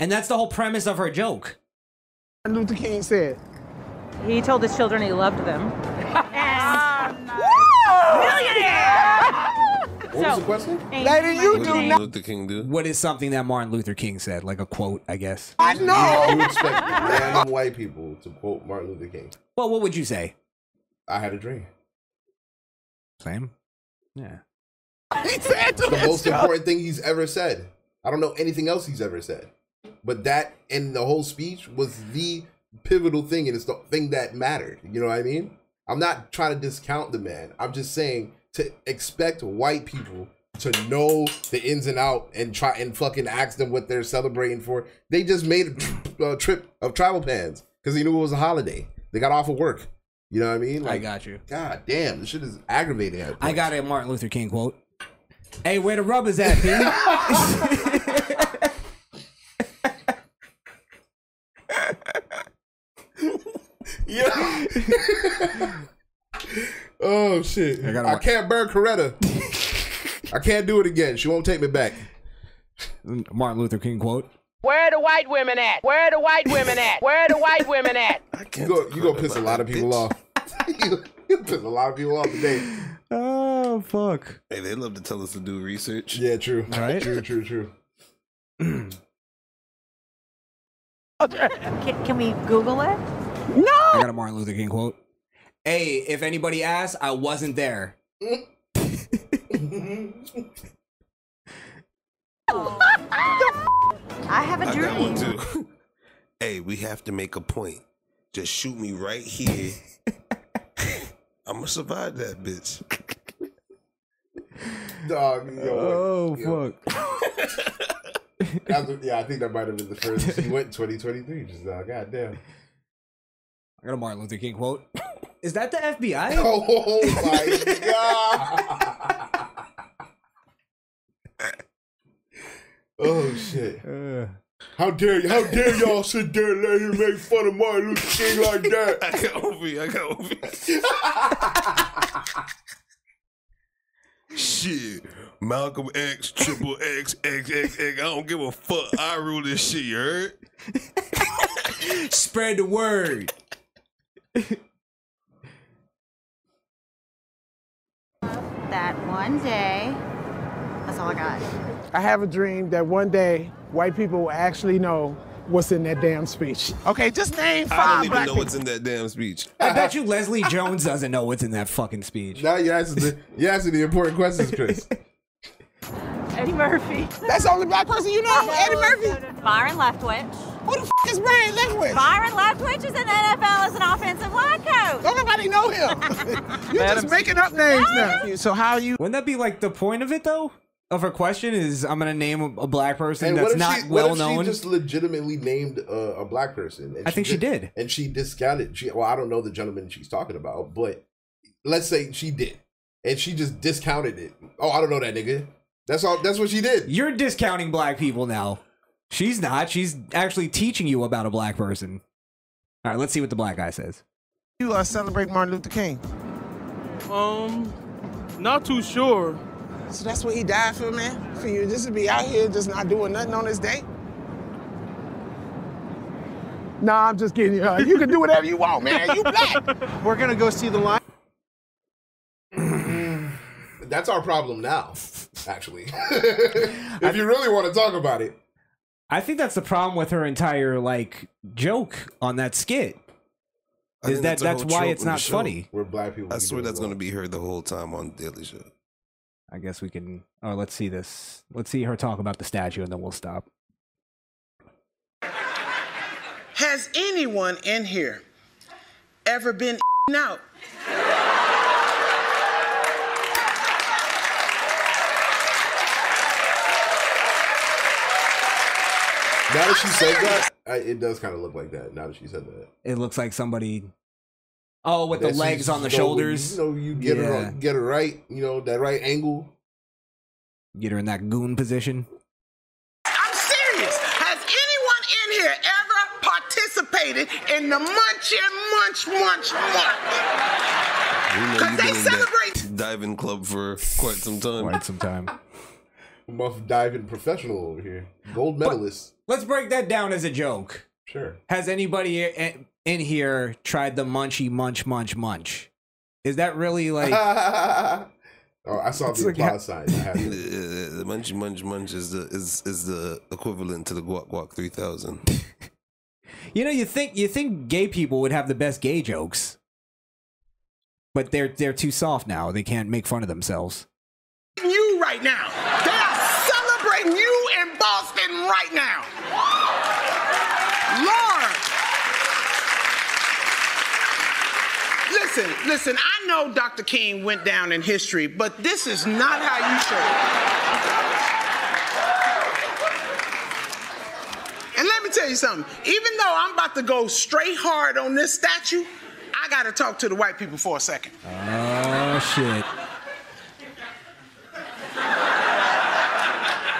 Speaker 4: And that's the whole premise of her joke.
Speaker 8: Martin Luther King said.
Speaker 23: He told his children he loved them.
Speaker 3: What was the question?
Speaker 8: Lady, you do not.
Speaker 5: Luther King do?
Speaker 4: What is something that Martin Luther King said? Like a quote, I guess.
Speaker 8: I know.
Speaker 3: You, you expect random white people to quote Martin Luther King.
Speaker 4: Well, what would you say?
Speaker 3: I had a dream.
Speaker 4: Same. Yeah.
Speaker 8: He said to
Speaker 3: the
Speaker 8: this
Speaker 3: most
Speaker 8: show.
Speaker 3: important thing he's ever said. I don't know anything else he's ever said, but that and the whole speech was the pivotal thing, and it's the thing that mattered. You know what I mean? I'm not trying to discount the man. I'm just saying to expect white people to know the ins and out and try and fucking ask them what they're celebrating for. They just made a tri- a trip of travel pans because he knew it was a holiday. They got off of work. You know what I mean? Like, I
Speaker 4: got you.
Speaker 3: God damn, this shit is aggravating. at
Speaker 4: I got a Martin Luther King quote. Hey, where the rubber's at, P?
Speaker 3: Yeah. oh shit! I,
Speaker 4: gotta wa-
Speaker 3: can't burn Coretta. I can't do it again. She won't take me back.
Speaker 4: Martin Luther King quote.
Speaker 24: Where the white women at? Where the white women at? Where the white women at?
Speaker 3: You go, you gonna piss a lot of people off. you, you piss a lot of people off today.
Speaker 4: Oh fuck!
Speaker 5: Hey, they love to tell us to do research.
Speaker 3: Yeah, true.
Speaker 4: Right?
Speaker 3: True, true, true.
Speaker 23: Can, can we Google it?
Speaker 4: No. I got a Martin Luther King quote. Hey, if anybody asks, I wasn't there.
Speaker 3: Oh,
Speaker 23: I have a
Speaker 5: I got one
Speaker 23: dream.
Speaker 5: too. hey, we have to make a point. Just shoot me right here. I'm gonna survive that bitch.
Speaker 3: Dog. Yo,
Speaker 5: Oh,
Speaker 3: yo. fuck. yeah, I think that might have been the first. She went 2023. Just uh, goddamn.
Speaker 4: I got a Martin Luther King quote. Is that the FBI?
Speaker 3: Oh my god! oh shit!
Speaker 4: Uh,
Speaker 3: How dare you? How dare y'all sit there and let him make fun of Martin Luther King like that?
Speaker 5: I got Ovi. I got Ovi. Shit. Malcolm X, triple X, X, X, X. I don't give a fuck. I rule this shit, you heard?
Speaker 4: Spread the word.
Speaker 20: That one day. That's all I got.
Speaker 8: I have a dream that one day white people will actually know what's in that damn speech. Okay, just name
Speaker 5: I
Speaker 8: five
Speaker 5: don't even
Speaker 8: black
Speaker 5: know
Speaker 8: people.
Speaker 5: what's in that damn speech.
Speaker 4: I bet you Leslie Jones doesn't know what's in that fucking speech.
Speaker 3: Now you answer the you answer the important questions, Chris.
Speaker 8: Eddie Murphy. That's the only black person you know, Eddie Murphy.
Speaker 16: Byron Leftwich.
Speaker 8: Who the f is Brian Leftwich?
Speaker 16: Byron Leftwich is in the NFL as an offensive line coach.
Speaker 8: Don't nobody know him. You're just making up names now. So how you?
Speaker 4: Wouldn't that be like the point of it though? Of her question is, I'm gonna name a- a black person
Speaker 3: And
Speaker 4: that's
Speaker 3: what if
Speaker 4: not
Speaker 3: she, what
Speaker 4: well
Speaker 3: if
Speaker 4: known.
Speaker 3: She just legitimately named a, a black person. and
Speaker 4: I think she
Speaker 3: dis- And she discounted. She well, I don't know the gentleman she's talking about, but let's say she did, and she just discounted it. Oh, I don't know that nigga. That's all. That's what she did.
Speaker 4: You're discounting black people now. She's not. She's actually teaching you about a black person. All right, let's see what the black guy says.
Speaker 2: You uh, celebrate Martin Luther King.
Speaker 25: Um, not too sure.
Speaker 2: So that's what he died for, man. For you just to be out here just not doing nothing on this day. Nah, I'm just kidding. Uh, you can do whatever you want, man. You black.
Speaker 26: We're gonna go see the line.
Speaker 3: That's our problem now, actually. if you really want to talk about it,
Speaker 4: I think that's the problem with her entire like joke on that skit.
Speaker 5: I
Speaker 4: Is
Speaker 5: think
Speaker 4: that
Speaker 5: a
Speaker 4: that's
Speaker 5: whole
Speaker 4: why
Speaker 5: trope
Speaker 4: it's
Speaker 5: on the
Speaker 4: not
Speaker 5: show.
Speaker 4: funny?
Speaker 3: We're black people.
Speaker 5: I swear that's gonna be her the whole time on Daily Show.
Speaker 4: I guess we can. Oh, let's see this. Let's see her talk about the statue, and then we'll stop.
Speaker 8: Has anyone in here ever been out?
Speaker 3: Now that she said that, I, it does kind of look like that. Now that she said that,
Speaker 4: It looks like somebody. Oh, with the
Speaker 3: That she
Speaker 4: legs
Speaker 3: just
Speaker 4: on the
Speaker 3: go-
Speaker 4: shoulders.
Speaker 3: You know, you get her
Speaker 4: Yeah.
Speaker 3: on, get her right. You know that right angle.
Speaker 4: Get her in that goon position.
Speaker 8: I'm serious. Has anyone in here ever participated in the munch and munch munch munch?
Speaker 5: We know
Speaker 8: Cause
Speaker 5: you've
Speaker 8: they
Speaker 5: been in that diving club for quite some time.
Speaker 4: Quite some time.
Speaker 3: Muff diving professional over here, gold medalist.
Speaker 4: Let's break that down as a joke.
Speaker 3: Sure.
Speaker 4: Has anybody i- in here tried the munchy munch munch munch? Is that really like?
Speaker 3: oh, I saw
Speaker 5: It's
Speaker 3: the
Speaker 5: like
Speaker 3: applause
Speaker 5: ha-
Speaker 3: sign. I had
Speaker 5: Uh,
Speaker 3: it.
Speaker 5: the munch munch munch is the is is the equivalent to the guac guac three thousand.
Speaker 4: You know, you think you think gay people would have the best gay jokes, but they're they're too soft now. They can't make fun of themselves.
Speaker 8: You right now. They are celebrating you in Boston right now. Lord. Listen, listen, I know Dr. King went down in history, but this is not how you should. And let me tell you something. Even though I'm about to go straight hard on this statue, I gotta talk to the white people for a second.
Speaker 4: Oh shit!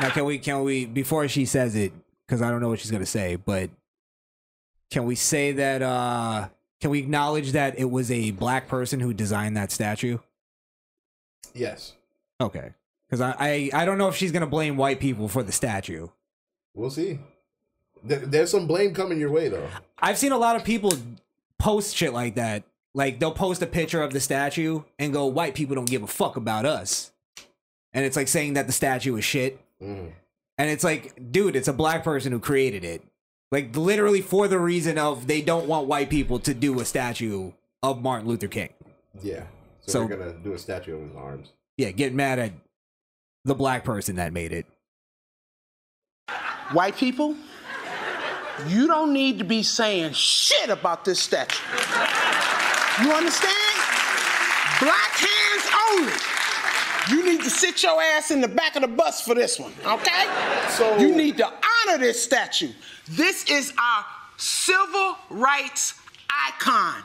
Speaker 4: Now can we can we before she says it because I don't know what she's gonna say, but can we say that? uh Can we acknowledge that it was a black person who designed that statue?
Speaker 3: Yes,
Speaker 4: Okay, because I, I I don't know if she's gonna blame white people for the statue.
Speaker 3: we'll see. There- There's some blame coming your way though.
Speaker 4: I've seen a lot of people post shit like that. Like they'll post a picture of the statue and go, "White people don't give a fuck about us," and it's like saying that the statue is shit.
Speaker 3: Mm,
Speaker 4: And it's like, dude, it's a black person who created it. Like literally for the reason of they don't want white people to do a statue of Martin Luther King.
Speaker 3: Yeah. So,
Speaker 4: So-
Speaker 3: we're gonna do a statue of his arms.
Speaker 4: Yeah, get mad at the black person that made it.
Speaker 8: White people, you don't need to be saying shit about this statue. You understand? Black hands only. You need to sit your ass in the back of the bus for this one, okay? So you need to honor this statue. This is our civil rights icon.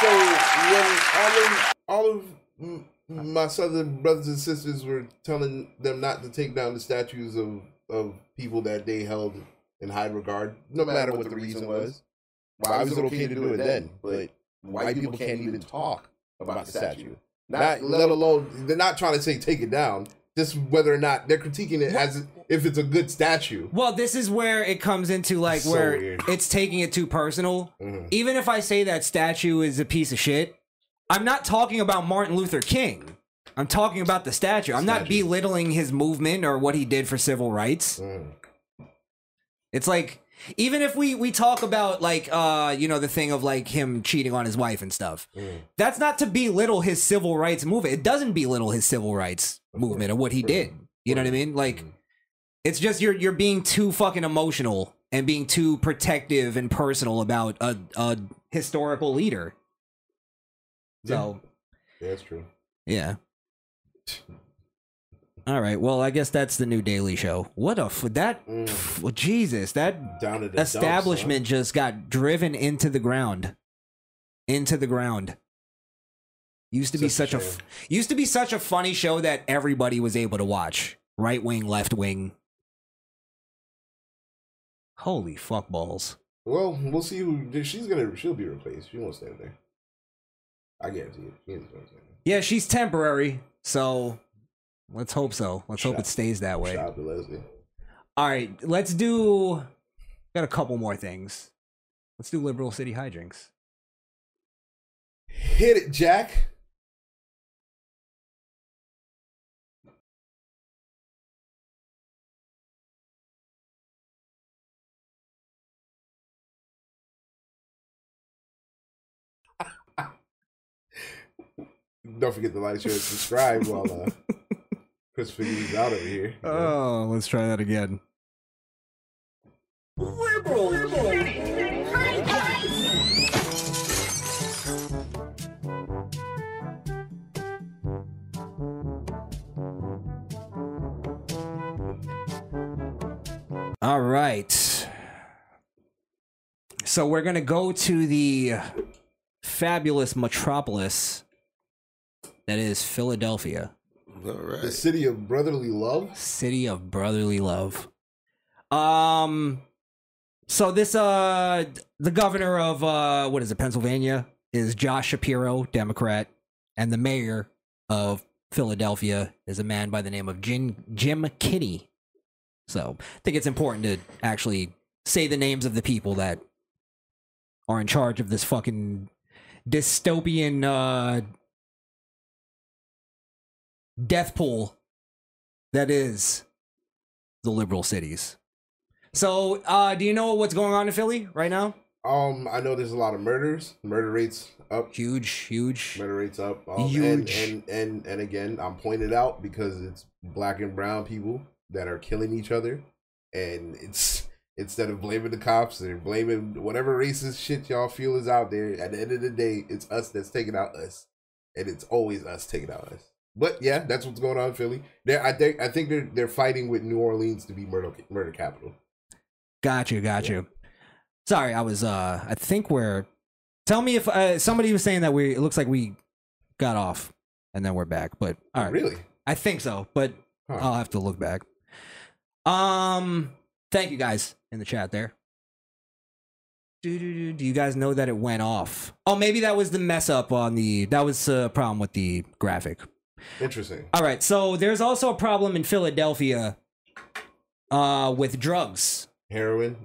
Speaker 3: So when uh, all of, all of m- my southern brothers and sisters were telling them not to take down the statues of, of people that they held in high regard, no matter what the reason was. Well, I was okay, to do it then, but white people can't even talk about the statue. Not, let alone they're not trying to say take it down. Just whether or not they're critiquing it as if it's a good statue.
Speaker 4: Well, this is where it comes into like
Speaker 3: So
Speaker 4: where
Speaker 3: weird.
Speaker 4: it's taking it too personal.
Speaker 3: Mhm.
Speaker 4: Even if I say that statue is a piece of shit, I'm not talking about Martin Luther King. I'm talking about the statue. I'm not belittling his movement or what he did for civil rights. It's like even if we we talk about like uh you know the thing of like him cheating on his wife and stuff. That's not to belittle his civil rights movement. It doesn't belittle his civil rights movement or what he did. You know what I mean? Like it's just you're you're being too fucking emotional and being too protective and personal about a a historical leader. So
Speaker 3: Yeah, that's true.
Speaker 4: yeah. All right. Well, I guess that's the new Daily Show. What a f- that pff, well, Jesus that
Speaker 3: Mm. Down to the dumps, huh?
Speaker 4: establishment just got driven into the ground. into the ground. Used to be such a f- used to be such a funny show that everybody was able to watch. Right wing, left wing. Holy fuck balls.
Speaker 3: Well, we'll see who she's gonna. She'll be replaced. She won't stand there. I guarantee it. She ain't gonna stand there.
Speaker 4: Yeah, she's temporary, so let's hope so. Let's hope it stays that way.
Speaker 3: Shout out to Leslie.
Speaker 4: All right, let's do. Got a couple more things. Let's do liberal city hijinks.
Speaker 3: Hit it, Jack. Don't forget to like, share, and subscribe while uh, Chris figures out over here.
Speaker 4: Oh, let's try that again.
Speaker 8: Liberal.
Speaker 4: All right. So we're going to go to the fabulous metropolis that is Philadelphia.
Speaker 3: The city of brotherly love.
Speaker 4: City of brotherly love. Um so this uh the governor of uh what is it Pennsylvania is Josh Shapiro, Democrat, and the mayor of Philadelphia is a man by the name of Jim Jim Kinney. So I think it's important to actually say the names of the people that are in charge of this fucking dystopian uh death pool that is the liberal cities. So, uh, do you know what's going on in Philly right now?
Speaker 3: Um, I know there's a lot of murders. Murder rates up.
Speaker 4: Huge, huge.
Speaker 3: Murder rates up. Um,
Speaker 4: Huge.
Speaker 3: And, and and and again, I'm pointed out because it's black and brown people that are killing each other, and it's instead of blaming the cops, they're blaming whatever racist shit y'all feel is out there. At the end of the day, it's us that's taking out us, and it's always us taking out us. But yeah, that's what's going on in Philly. They're, I think I think they're they're fighting with New Orleans to be murder murder capital.
Speaker 4: Got you, got you. Sorry, I was. uh I think we're. Tell me if uh, somebody was saying that we. It looks like we got off, and then we're back. But all right,
Speaker 3: Really?
Speaker 4: I think so, but I'll have to look back. Um, thank you guys in the chat there. Do, do, do, do you guys know that it went off? Oh, maybe that was the mess up on the. That was the problem with the graphic.
Speaker 3: Interesting.
Speaker 4: All right, so there's also a problem in Philadelphia uh, with drugs.
Speaker 3: Heroin,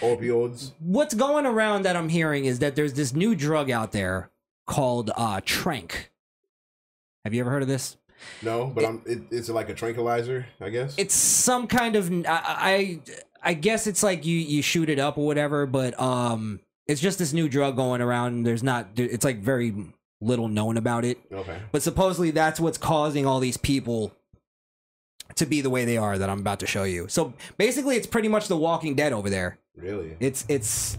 Speaker 3: opioids.
Speaker 4: What's going around that I'm hearing is that there's this new drug out there called uh, Trank. Have you ever heard of this?
Speaker 3: No, but I'm. It, it's like a tranquilizer, I guess.
Speaker 4: It's some kind of I, I I guess it's like you you shoot it up or whatever, but um, it's just this new drug going around. And there's not. It's like very little known about it.
Speaker 3: Okay.
Speaker 4: But supposedly that's what's causing all these people to be the way they are that I'm about to show you. So basically it's pretty much the Walking Dead over there.
Speaker 3: Really?
Speaker 4: It's it's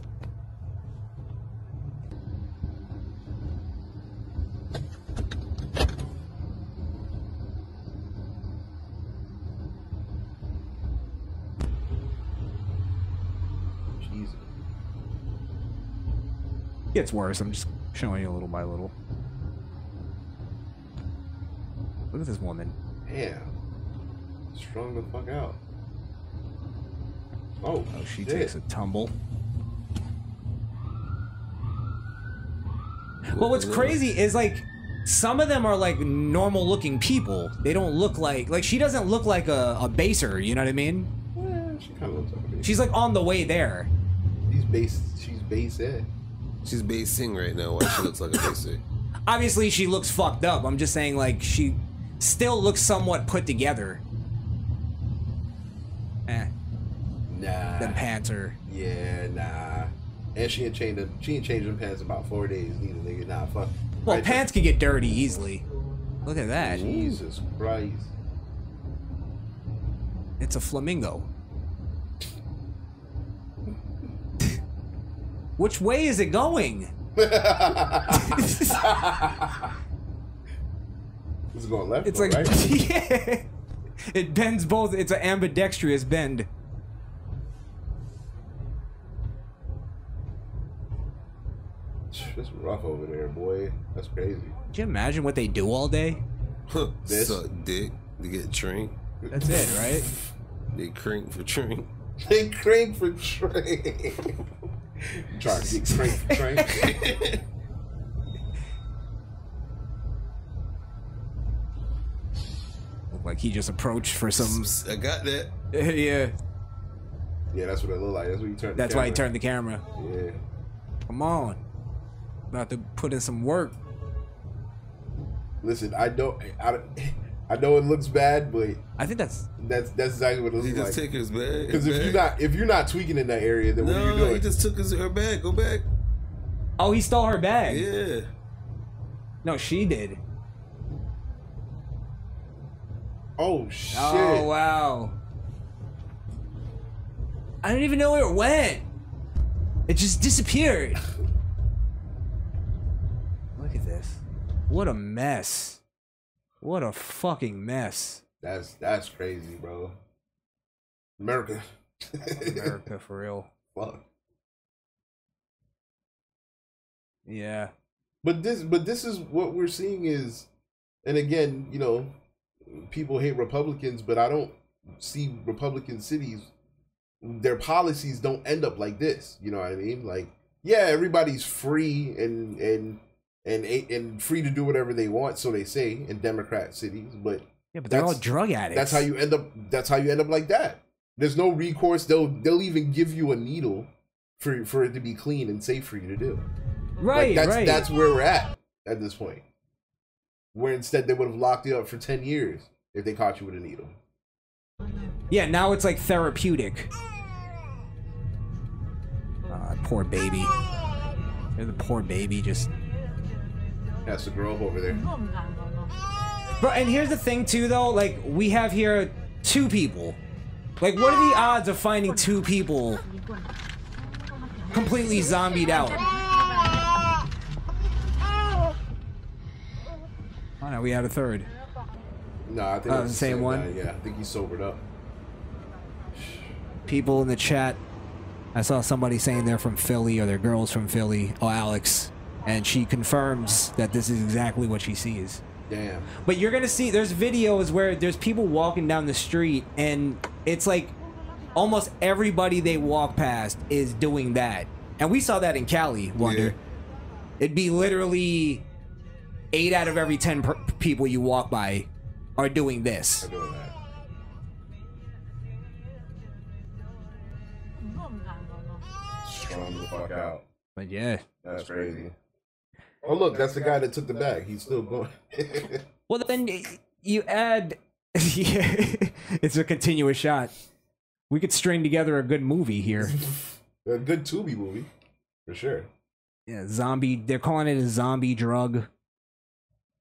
Speaker 3: Jesus.
Speaker 4: gets worse. I'm just showing you little by little. Look at this woman.
Speaker 3: Yeah. Strung the fuck out. Oh,
Speaker 4: Oh, she
Speaker 3: shit.
Speaker 4: takes a tumble. Well, what's crazy is like some of them are like normal looking people. They don't look like like she doesn't look like a, a baser, you know what I mean?
Speaker 3: She kind of looks like a bitch.
Speaker 4: She's like on the way there.
Speaker 3: She's base. She's base head.
Speaker 5: She's basing right now. Why she looks like a baser?
Speaker 4: Obviously she looks fucked up. I'm just saying like she still looks somewhat put together. Eh.
Speaker 3: Nah.
Speaker 4: Them pants are
Speaker 3: Yeah, nah. And she ain't changed them. She ain't changed them pants about four days. Neither nigga. Nah, fuck.
Speaker 4: Well, pants can get dirty easily. Look at that.
Speaker 3: Jesus Christ.
Speaker 4: It's a flamingo. Which way is it going?
Speaker 3: It's going left.
Speaker 4: It's
Speaker 3: or
Speaker 4: like
Speaker 3: right?
Speaker 4: yeah. It bends both. It's an ambidextrous bend.
Speaker 3: That's rough over there, boy. That's crazy.
Speaker 4: Can you imagine what they do all day?
Speaker 3: This?
Speaker 5: Suck dick to get trained.
Speaker 4: That's it, right?
Speaker 5: They crank for train.
Speaker 3: They crank for train. Try to get crank for train.
Speaker 4: Like he just approached for some.
Speaker 5: I got that.
Speaker 4: yeah,
Speaker 3: yeah, that's what it looked like. That's what you turned.
Speaker 4: that's
Speaker 3: the
Speaker 4: why he
Speaker 3: camera.
Speaker 4: turned the camera.
Speaker 3: Yeah.
Speaker 4: Come on, about to put in some work.
Speaker 3: Listen, I don't. I, don't- I know it looks bad, but
Speaker 4: I think that's
Speaker 3: that's that's exactly what it looks
Speaker 5: He
Speaker 3: like.
Speaker 5: just took his bag.
Speaker 3: Because if you're not if you're not tweaking in that area, then what are you
Speaker 5: No,
Speaker 3: doing?
Speaker 5: he just took his her bag. Go back.
Speaker 4: Oh, he stole her bag.
Speaker 5: Yeah.
Speaker 4: No, she did.
Speaker 3: Oh shit!
Speaker 4: Oh wow. I didn't even know where it went. It just disappeared. Look at this. What a mess. What a fucking mess.
Speaker 3: That's that's crazy, bro. America.
Speaker 4: America for real.
Speaker 3: Fuck.
Speaker 4: Yeah.
Speaker 3: But this but this is what we're seeing is and again, you know, people hate Republicans, but I don't see Republican cities their policies don't end up like this. You know what I mean? Like, yeah, everybody's free and and and a- and free to do whatever they want, so they say in Democrat cities, but
Speaker 4: Yeah, but they're all
Speaker 3: that's-
Speaker 4: drug addicts.
Speaker 3: That's how you end up. That's how you end up like that. There's no recourse. They'll they'll even give you a needle for for it to be clean and safe for you to do.
Speaker 4: Right,
Speaker 3: that's
Speaker 4: right.
Speaker 3: that's where we're at at this point. Where instead they would have locked you up for ten years if they caught you with a needle.
Speaker 4: Yeah, now it's like therapeutic. Ah, poor baby. And the poor baby just
Speaker 3: That's the girl over there.
Speaker 4: Bro, and here's the thing too, though. Like we have here two people. Like, what are the odds of finding two people completely zombied out? Oh no, we had a third.
Speaker 3: No, I think
Speaker 4: Oh,
Speaker 3: it's
Speaker 4: the same one?
Speaker 3: guy, Yeah, I think he sobered up.
Speaker 4: People in the chat. I saw somebody saying they're from Philly or their girls from Philly. Oh, Alex, and she confirms that this is exactly what she sees.
Speaker 3: Damn.
Speaker 4: But you're gonna see there's videos where there's people walking down the street and it's like almost everybody they walk past is doing that. And we saw that in Cali, Wonder. It'd be literally eight out of every ten per- people you walk by are doing this.
Speaker 3: Strung the fuck out.
Speaker 4: But yeah.
Speaker 3: That's crazy. Oh look, that's the guy that took the bag. He's still going.
Speaker 4: Well, then y- you add. yeah, it's a continuous shot. We could string together a good movie here.
Speaker 3: a good Tubi movie, for sure.
Speaker 4: Yeah, zombie. They're calling it a zombie drug.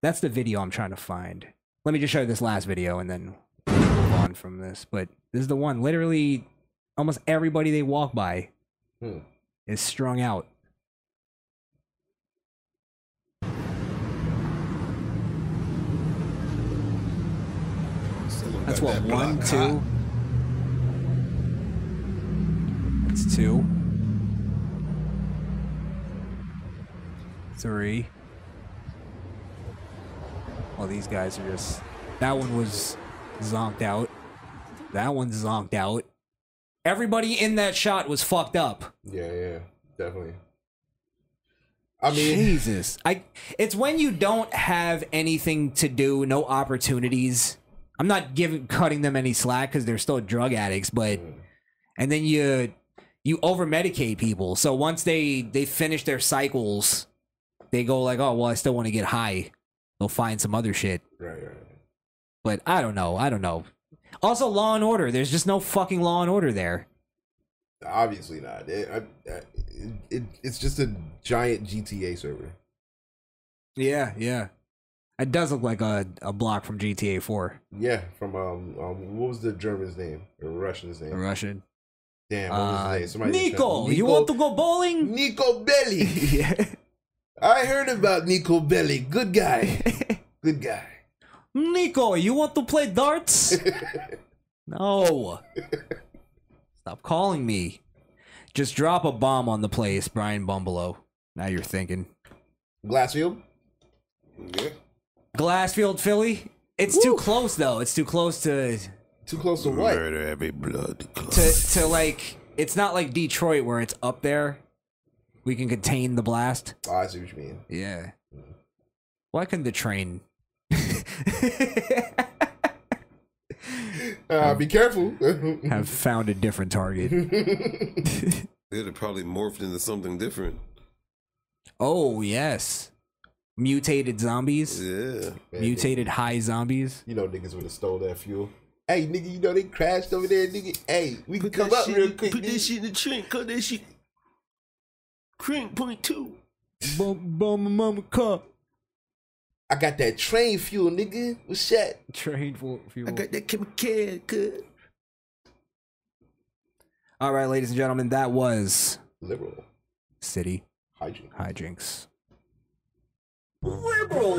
Speaker 4: That's the video I'm trying to find. Let me just show you this last video and then we'll move on from this. But this is the one. Literally, almost everybody they walk by
Speaker 3: Hmm.
Speaker 4: is strung out. That's what one, two. That's two. Three. Well, these guys are just. That one was zonked out. That one's zonked out. Everybody in that shot was fucked up.
Speaker 3: Yeah, yeah, definitely. I mean,
Speaker 4: Jesus. I it's when you don't have anything to do, no opportunities. I'm not giving cutting them any slack cuz they're still drug addicts, but and then you you over-medicate people. So once they they finish their cycles, they go like, "Oh, well, I still want to get high." They'll find some other shit.
Speaker 3: Right, right.
Speaker 4: But I don't know. I don't know. Also law and order. There's just no fucking law and order there.
Speaker 3: Obviously not. It, I- I- it- it's just a giant GTA server.
Speaker 4: Yeah, yeah. It does look like a, a block from GTA 4.
Speaker 3: Yeah, from um, um what was the German's name or Russian's name?
Speaker 4: Russian.
Speaker 3: Damn, what was
Speaker 4: Uh,
Speaker 3: his name? Somebody just
Speaker 4: Nico,
Speaker 3: tried-
Speaker 4: you want to go bowling?
Speaker 3: Nico Belly. I heard about Nico Belly. Good guy. Good guy.
Speaker 4: Nico, you want to play darts? no. Stop calling me. Just drop a bomb on the place, Brian Bumbelow. Now you're thinking.
Speaker 3: Glassfield. Yeah.
Speaker 4: Glassfield, Philly. It's too close though. It's too close to.
Speaker 3: Too close to
Speaker 4: what?
Speaker 5: Murder every blood.
Speaker 4: To to like, it's not like Detroit where it's up there. We can contain the blast.
Speaker 3: Oh, I see what you mean.
Speaker 4: Yeah. Why couldn't the train?
Speaker 3: Uh, be careful.
Speaker 4: have found a different target.
Speaker 5: It'd have probably morphed into something different.
Speaker 4: Oh yes, mutated zombies.
Speaker 5: Yeah,
Speaker 4: mutated high zombies.
Speaker 3: You know, niggas would have stole that fuel. Hey, nigga, you know they crashed over there, nigga. Hey, we can come up real quick.
Speaker 10: Put this shit in the trunk. Cut that shit. Crank point two.
Speaker 4: Bum, bum, my mama car.
Speaker 3: I got that train fuel, nigga. What's that?
Speaker 4: Train fuel.
Speaker 10: I got that chemical. Good.
Speaker 4: All right, ladies and gentlemen, that was
Speaker 3: liberal
Speaker 4: city
Speaker 3: hijinks.
Speaker 4: hijinks.
Speaker 10: Liberal.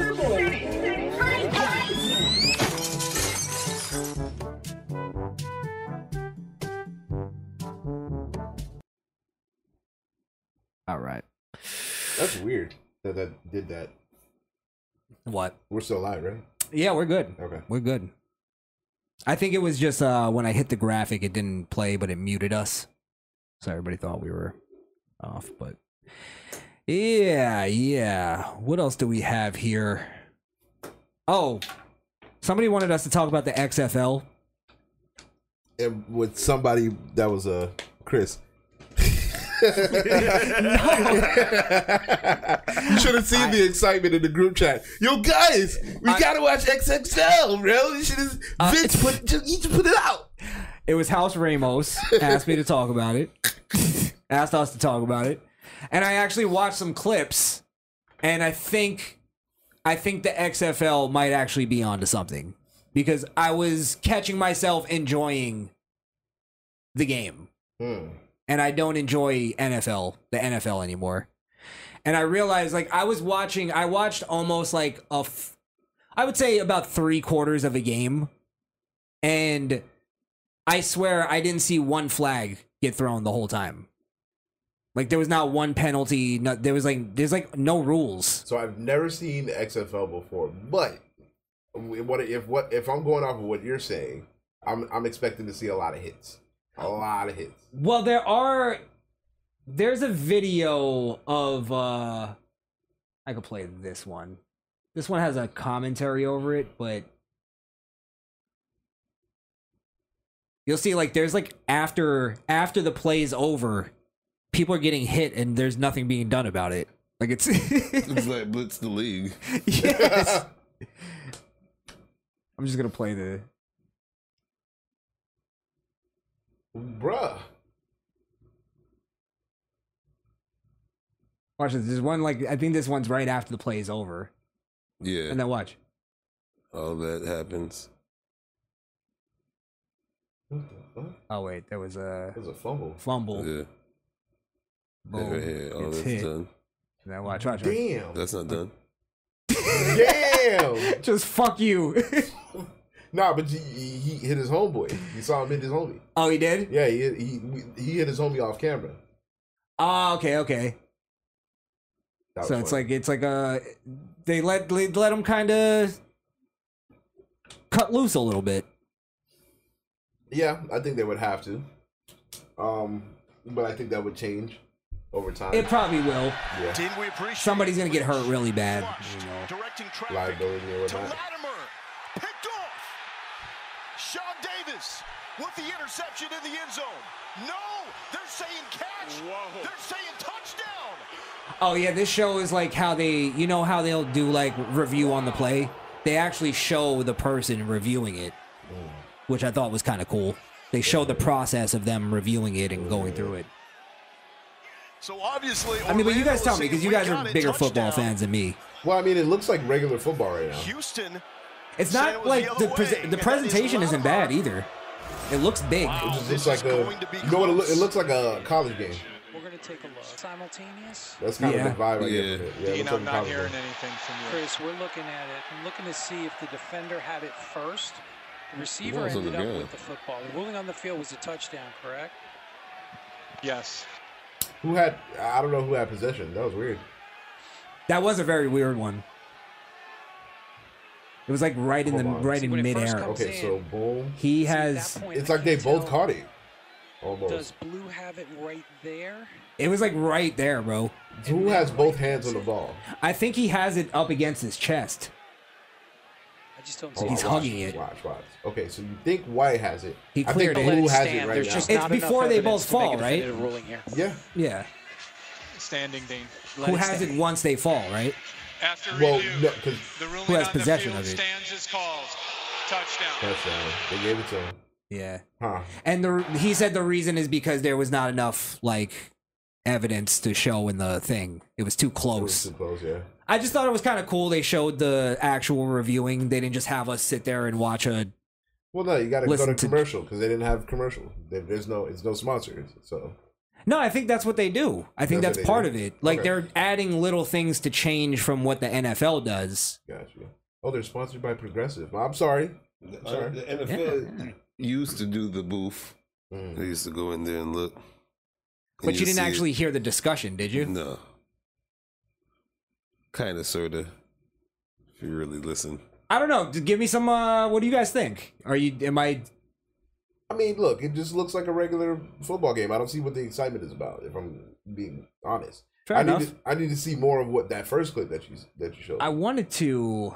Speaker 4: All right.
Speaker 3: That's weird that that did that.
Speaker 4: What?
Speaker 3: We're still alive, right?
Speaker 4: Yeah, we're good.
Speaker 3: Okay.
Speaker 4: We're good. I think it was just uh, when I hit the graphic, it didn't play, but it muted us. So everybody thought we were off. But yeah, yeah. What else do we have here? Oh, somebody wanted us to talk about the XFL.
Speaker 3: And with somebody that was uh Chris. You should have seen the excitement in the group chat. Yo, guys, we gotta watch XXL, bro. You should have
Speaker 4: Uh,
Speaker 3: Vince put just, you just put it out.
Speaker 4: It was House Ramos asked me to talk about it. asked us to talk about it, and I actually watched some clips, and I think, I think the XFL might actually be onto something because I was catching myself enjoying the game, Hmm. and I don't enjoy NFL, the NFL anymore, and I realized like I was watching, I watched almost like a, f- I would say about three quarters of a game, and I swear I didn't see one flag get thrown the whole time. Like there was not one penalty. No, there was like there's like no rules.
Speaker 3: So I've never seen the XFL before, but what if what if I'm going off of what you're saying, I'm I'm expecting to see a lot of hits, a lot of hits.
Speaker 4: Well, there are. There's a video of. uh I could play this one. This one has a commentary over it, but you'll see like there's like after after the play's over, people are getting hit and there's nothing being done about it. Like it's
Speaker 5: It's like Blitz the League.
Speaker 4: Yes. I'm just gonna play the
Speaker 3: Bruh.
Speaker 4: watch this. There's one like I think this one's right after the play is over.
Speaker 5: Yeah.
Speaker 4: And then watch.
Speaker 5: All that happens.
Speaker 4: Oh wait, there was a
Speaker 3: There's a fumble.
Speaker 4: Fumble.
Speaker 5: Yeah.
Speaker 4: Boom.
Speaker 5: Yeah, yeah, all
Speaker 4: Gets
Speaker 5: that's
Speaker 4: hit.
Speaker 5: done.
Speaker 4: And then watch, watch, watch.
Speaker 3: Damn.
Speaker 5: That's not done.
Speaker 3: Damn.
Speaker 4: Just fuck you.
Speaker 3: nah, but he, he hit his homeboy. You saw him hit his homie.
Speaker 4: Oh, he did.
Speaker 3: Yeah, he hit, he he hit his homie off camera.
Speaker 4: Ah, okay, okay.
Speaker 3: That was
Speaker 4: So it's
Speaker 3: funny.
Speaker 4: like it's like a they let they let him kind of cut loose a little bit.
Speaker 3: Yeah, I think they would have to. Um, but I think that would change over time.
Speaker 4: It probably will.
Speaker 3: Yeah.
Speaker 4: Somebody's gonna get hurt really bad.
Speaker 3: liability or whatnot.
Speaker 2: Sean Davis with the interception in the end zone. No, they're saying catch. They're saying touchdown.
Speaker 4: Oh yeah, this show is like how they you know how they'll do like review on the play. They actually show the person reviewing it,
Speaker 3: Mm.
Speaker 4: which I thought was kind of cool. They show the process of them reviewing it and going through it.
Speaker 2: So obviously,
Speaker 4: I mean, but you guys tell me because you guys
Speaker 2: Orlando
Speaker 4: are
Speaker 2: will see if we got it.
Speaker 4: bigger football fans than me.
Speaker 3: Well, I mean, it looks like regular football right now.
Speaker 2: Houston.
Speaker 4: It's
Speaker 2: said it
Speaker 4: not
Speaker 2: was
Speaker 4: like
Speaker 2: other
Speaker 4: the pres-
Speaker 2: way,
Speaker 4: the
Speaker 2: and that is
Speaker 4: presentation isn't bad either. It looks big.
Speaker 3: It just looks like a. You know what? It, look, it looks like a college game.
Speaker 11: We're gonna take a look. Simultaneous.
Speaker 3: That's kind
Speaker 4: Yeah.
Speaker 3: of the vibe I
Speaker 5: Yeah.
Speaker 3: get. from it. Yeah, it
Speaker 11: Dean,
Speaker 3: looks
Speaker 11: I'm
Speaker 3: like a
Speaker 11: not
Speaker 3: college
Speaker 11: hearing
Speaker 3: game.
Speaker 11: anything from you. Chris, we're looking at it. I'm looking to see if the defender had it first. The receiver
Speaker 5: ball's on
Speaker 11: ended
Speaker 5: the
Speaker 11: up
Speaker 5: ground.
Speaker 11: with the football. The ruling on the field was a touchdown, correct? Yes.
Speaker 3: Who had? I don't know who had possession. That was weird.
Speaker 4: That was a very weird one. It was like right in the right in midair.
Speaker 3: Okay, so boom.
Speaker 4: He has.
Speaker 3: It's like they both caught it. Almost.
Speaker 11: Does blue have it right there?
Speaker 4: It was like right there, bro.
Speaker 3: Who has both hands on the ball?
Speaker 4: I think he has it up against his chest.
Speaker 11: I just don't
Speaker 3: Hold
Speaker 11: see
Speaker 3: on, watch, Watch, watch. Okay, so you think White has it?
Speaker 4: He
Speaker 3: I think
Speaker 4: cleared it.
Speaker 3: Blue has
Speaker 4: Stand.
Speaker 3: it right
Speaker 4: There's
Speaker 3: now.
Speaker 4: just It's not before enough they evidence both to make fall, a right? definitive
Speaker 11: ruling here.
Speaker 3: Yeah.
Speaker 4: Yeah.
Speaker 6: Standing, Dean.
Speaker 4: Who has it once they fall, right?
Speaker 6: After
Speaker 3: Well,
Speaker 6: review,
Speaker 3: no, because
Speaker 4: Who has possession of it?
Speaker 6: stands his calls. Touchdown.
Speaker 3: touchdown. They gave it to him.
Speaker 4: Yeah.
Speaker 3: Huh.
Speaker 4: And the he said the reason is because there was not enough like evidence to show in the thing. It was too
Speaker 3: It
Speaker 4: close.
Speaker 3: was too close. Yeah.
Speaker 4: I just thought it was kind of cool. They showed the actual reviewing. They didn't just have us sit there and watch a.
Speaker 3: Well, no, you got to go
Speaker 4: Listen
Speaker 3: to
Speaker 4: to-
Speaker 3: commercial because they didn't have commercial. There- There's no, it's no sponsors. So
Speaker 4: No, I think that's what they do. I think
Speaker 3: That's
Speaker 4: that's,
Speaker 3: what they
Speaker 4: part
Speaker 3: do.
Speaker 4: of it. Like
Speaker 3: Okay.
Speaker 4: they're adding little things to change from what the NFL does.
Speaker 3: Gotcha. Oh, they're sponsored by Progressive. I'm sorry. I'm
Speaker 5: Uh,
Speaker 3: sorry.
Speaker 5: the
Speaker 4: Mm.
Speaker 5: NFL used to do the booth.
Speaker 3: Mm.
Speaker 5: They used to go in there and look. And
Speaker 4: But you
Speaker 5: you'd
Speaker 4: didn't
Speaker 5: see it.
Speaker 4: actually hear the discussion, did you?
Speaker 5: No. Kind of, sort of. If you really listen.
Speaker 4: I don't know. Just Give me some. uh What do you guys think? Are you? Am I?
Speaker 3: I mean, look, it just looks like a regular football game. I don't see what the excitement is about. If I'm being honest,
Speaker 4: Fair
Speaker 3: I
Speaker 4: enough.
Speaker 3: Need to, I need to see more of what that first clip that you that you showed.
Speaker 4: I wanted to.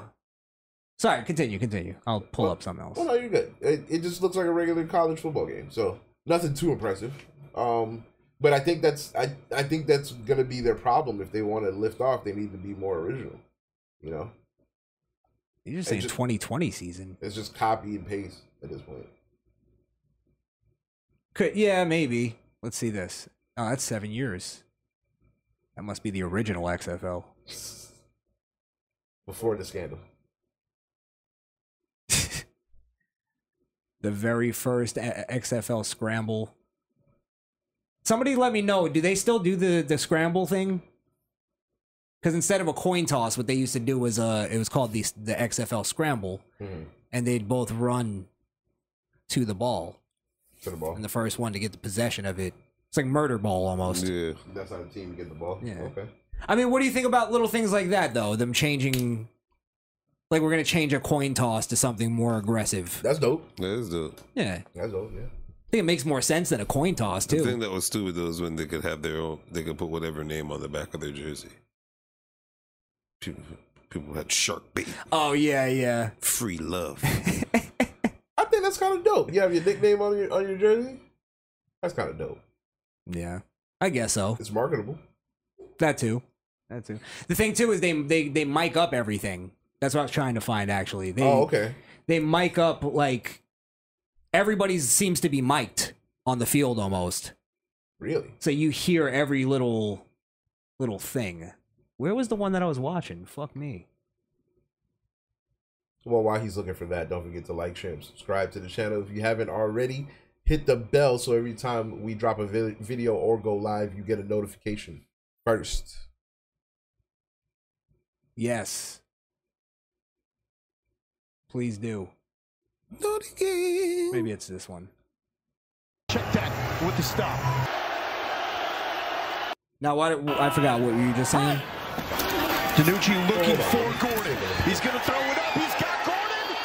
Speaker 4: Sorry, continue, continue. I'll pull up something else.
Speaker 3: Well, Oh, no, you're good. It, it just looks like a regular college football game, so nothing too impressive. Um, but I think that's I, I think that's gonna be their problem if they want to lift off. They need to be more original. You know,
Speaker 4: You're just
Speaker 3: Hey,
Speaker 4: saying
Speaker 3: ju-
Speaker 4: 2020 season.
Speaker 3: it's just copy and paste at this point.
Speaker 4: Could yeah, maybe. Let's see this. Oh, that's seven years. That must be the original XFL.
Speaker 3: Before the scandal,
Speaker 4: The very first E, a- XFL scramble. Somebody let me know. Do they still do the the scramble thing? Because instead of a coin toss, what they used to do was uh, it was called the the XFL scramble,
Speaker 3: Mhm.
Speaker 4: and they'd both run to the ball.
Speaker 3: To the ball.
Speaker 4: And the first one to get the possession of it. It's like murder ball almost.
Speaker 5: Yeah.
Speaker 3: that's how the team get the ball.
Speaker 4: Yeah.
Speaker 3: Okay.
Speaker 4: I mean, what do you think about little things like that, though? Them changing, like we're gonna change a coin toss to something more aggressive.
Speaker 3: That's dope.
Speaker 5: That is dope.
Speaker 4: Yeah,
Speaker 3: That's dope. Yeah.
Speaker 4: I think it makes more sense than a coin toss
Speaker 5: The
Speaker 4: too.
Speaker 5: thing that was stupid though is when they could have their own, they could put whatever name on the back of their jersey. People, people had shark bait,
Speaker 4: Oh yeah, yeah.
Speaker 5: free love.
Speaker 3: I think that's kind of dope. You have your nickname on your on your jersey. That's kind of dope.
Speaker 4: Yeah, I guess so.
Speaker 3: It's marketable.
Speaker 4: That too. That too. The thing too is they they they mic up everything. That's what I was trying to find actually. They,
Speaker 3: Oh, okay.
Speaker 4: They mic up like everybody seems to be mic'd on the field almost.
Speaker 3: Really?
Speaker 4: So you hear every little little thing. Where was the one that I was watching? Fuck me.
Speaker 3: Well, while he's looking for that, don't forget to like, share, and subscribe to the channel if you haven't already. Hit the bell so every time we drop a vi- video or go live, you get a notification first.
Speaker 4: Yes. Please do. Maybe it's this one.
Speaker 2: Check that with the stop.
Speaker 4: Now, why? did- I forgot what you were just saying.
Speaker 2: Danucci looking for Gordon. He's going to throw it up. He's got Gordon.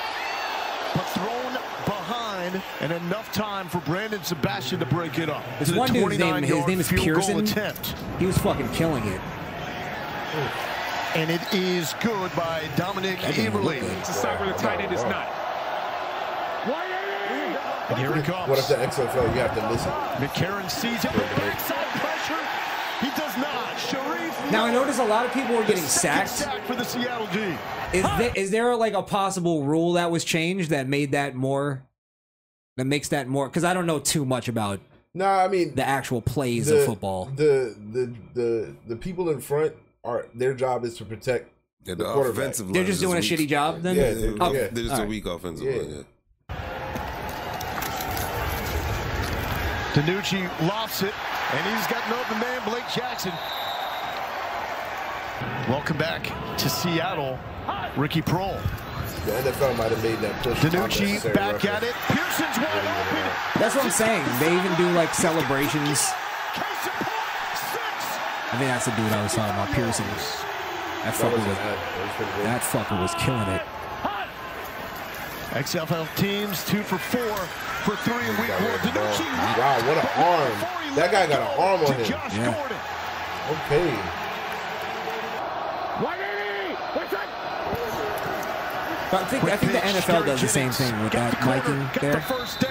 Speaker 2: But thrown behind, and enough time for Brandon Sebastian to break it up.
Speaker 4: This
Speaker 2: It's a
Speaker 4: one dude's name, his
Speaker 2: 29-yard
Speaker 4: name is
Speaker 2: field goal
Speaker 4: Pearson.
Speaker 2: attempt.
Speaker 4: He was fucking killing it.
Speaker 2: And it is good by Dominic Eberle.
Speaker 6: It's a side where the tight end is not.
Speaker 2: And here it comes.
Speaker 3: What if the XFL? You have to listen.
Speaker 2: McCarron sees it. Backside pressure. He does not. Sharif.
Speaker 4: Now I notice a lot of people were getting
Speaker 2: Second
Speaker 4: sacked.
Speaker 2: Sack for the Seattle G.
Speaker 4: Is there, is there like a possible rule that was changed that made that more? That makes that more because I don't know too much about.
Speaker 3: No, I mean
Speaker 4: the actual plays of football.
Speaker 3: The the the the people in front are their job is to protect
Speaker 5: Yeah,
Speaker 3: the,
Speaker 5: the
Speaker 3: quarterback.
Speaker 5: offensive They're line just is doing a weak. shitty job, then? Oh.
Speaker 3: Yeah,
Speaker 5: Yeah,
Speaker 3: they-
Speaker 5: they're-
Speaker 3: yeah.
Speaker 5: they're just a Alright. weak offensive line, yeah.
Speaker 2: Danucci lofts it, and he's got an open man, Blake Jackson. Welcome back to Seattle, Ricky Prohl.
Speaker 3: The NFL might have made that push.
Speaker 2: Danucci back at it. Pearson's wide open.
Speaker 4: That's what I'm saying. They even do like celebrations. I think that's the dude I was talking about, Pearson. I That fucker was, that fucker was killing it.
Speaker 2: XFL teams two for four for three in week one. Danucci
Speaker 3: Wow, what an arm. That guy got an arm on him. Okay.
Speaker 4: But I think, I think the NFL does the same thing with that miking there.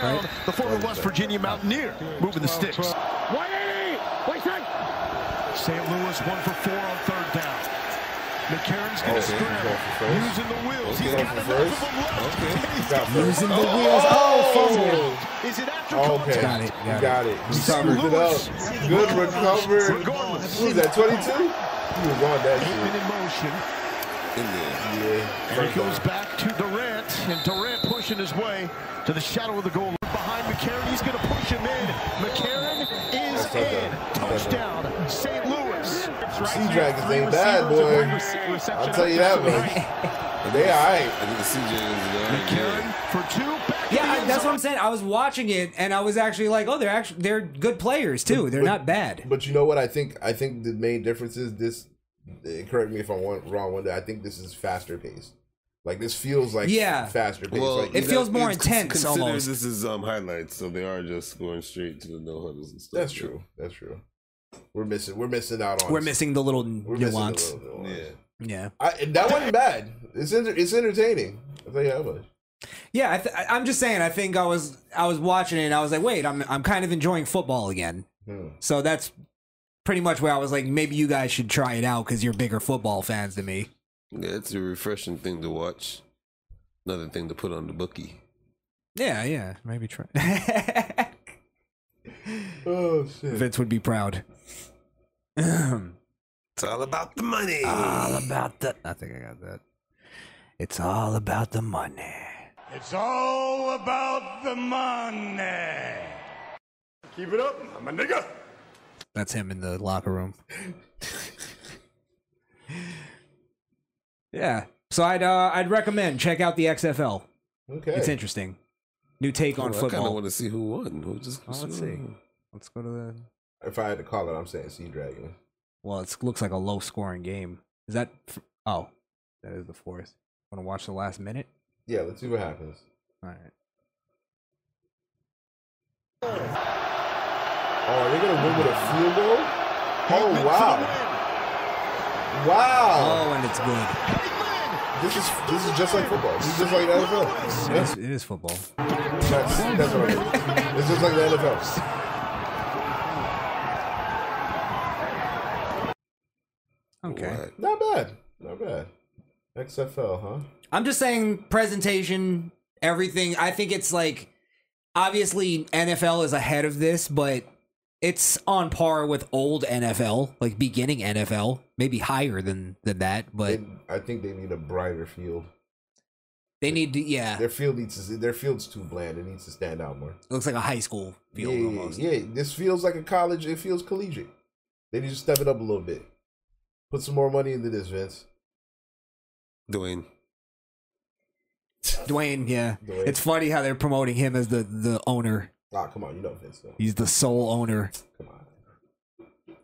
Speaker 4: right?
Speaker 2: The former West Virginia Mountaineer moving the sticks.
Speaker 24: 180!
Speaker 2: St. Louis one for four on third down. McCarron's
Speaker 3: Oh,
Speaker 2: going to
Speaker 3: so he's
Speaker 2: scramble.
Speaker 3: going for first.
Speaker 2: Using the wheels.
Speaker 3: Okay,
Speaker 2: He's
Speaker 3: going
Speaker 2: got enough of
Speaker 3: for first.
Speaker 2: them left. He's
Speaker 3: got
Speaker 2: got
Speaker 3: Using
Speaker 2: enough.
Speaker 3: the wheels. Oh, fumble.
Speaker 2: Is it after
Speaker 3: Okay.
Speaker 2: contact?
Speaker 3: Got it. Got, got it. You
Speaker 2: St.
Speaker 3: covered it up.
Speaker 2: Louis.
Speaker 3: Good recovery. What was that, 22? You was on that
Speaker 2: Pittman
Speaker 3: shit.
Speaker 2: in motion.
Speaker 3: Yeah.
Speaker 2: And he goes back to Durant, and Durant pushing his way to the shadow of the goal. Behind McCarron, he's going to push him in. McCarron is
Speaker 3: That's okay.
Speaker 2: in.
Speaker 3: That's okay.
Speaker 2: Touchdown, St. Louis.
Speaker 3: Sea Dragons ain't bad, boy. I'll tell you that much. They all right.
Speaker 5: I think the CJ is there.
Speaker 2: McCarron for two. Back
Speaker 4: Yeah, I, that's what I'm saying. I was watching it and I was actually like, oh, they're actually they're good players too. They're not bad.
Speaker 3: But you know what? I think I think the main difference is this. eh, Correct me if I'm one- wrong. One day, I think this is faster paced. Like this feels like
Speaker 4: Yeah.
Speaker 3: faster paced.
Speaker 5: Well,
Speaker 3: like,
Speaker 5: you gotta- it's cons- consider This is um, highlights, so they are just going straight to the no huddles and stuff.
Speaker 3: That's true. That's true. We're missing. We're missing out on.
Speaker 4: We're missing the little
Speaker 3: We're missing the
Speaker 4: nuance.
Speaker 3: little nuance.
Speaker 4: Yeah.
Speaker 3: I, and that wasn't bad. It's enter, it's entertaining. I tell you that much.
Speaker 4: Yeah, I th- I- I'm just saying. I think I was I was watching it. and I was like, wait, I'm I'm kind of enjoying football again.
Speaker 3: Hmm.
Speaker 4: So that's pretty much where I was like, maybe you guys should try it out because you're bigger football fans than me.
Speaker 5: Yeah, it's a refreshing thing to watch. Another thing to put on the bookie.
Speaker 4: Yeah, yeah, maybe try.
Speaker 3: Oh shit!
Speaker 4: Vince would be proud.
Speaker 5: It's all about the money.
Speaker 4: all about the. I think I got that. It's all about the money.
Speaker 7: It's all about the money. Keep it up, I'm a nigga.
Speaker 4: That's him in the locker room. yeah. So I'd uh, I'd recommend check out the XFL.
Speaker 3: Okay.
Speaker 4: It's interesting. New take on
Speaker 5: Ooh, I kind of
Speaker 4: football.
Speaker 5: want to see who won. Who just,
Speaker 4: Oh, let's see. Let's go to the.
Speaker 3: If I had to call it, I'm saying Sea Dragon.
Speaker 4: Well, it looks like a low scoring game. Is that? f- Oh, that is the fourth. Want to watch the last minute?
Speaker 3: Yeah, let's see what happens.
Speaker 4: All right.
Speaker 3: Oh, are they gonna win with a field goal? Oh wow! Wow!
Speaker 4: Oh, and it's good.
Speaker 3: This is this is just like football. This is just like the NFL.
Speaker 4: It is, it is football.
Speaker 3: That's, that's what I mean. It's just like the NFL.
Speaker 4: Okay.
Speaker 3: Not bad. Not bad. XFL, huh?
Speaker 4: I'm just saying presentation, everything. I think it's like obviously NFL is ahead of this, but it's on par with old NFL, like beginning NFL, maybe higher than than that, but
Speaker 3: I think they need a brighter field.
Speaker 4: they need to yeah.
Speaker 3: Their field needs to, their field's too bland. It needs to stand out more.
Speaker 4: It looks like a high school field
Speaker 3: yeah,
Speaker 4: almost.
Speaker 3: yeah, this feels like a college. It feels collegiate. They need to step it up a little bit. Put some more money into this, Vince.
Speaker 5: Dwayne.
Speaker 4: Dwayne, yeah.
Speaker 3: Dwayne.
Speaker 4: It's funny how they're promoting him as the the owner.
Speaker 3: Ah, come on, you know Vince. Though.
Speaker 4: He's the sole owner.
Speaker 3: Come on.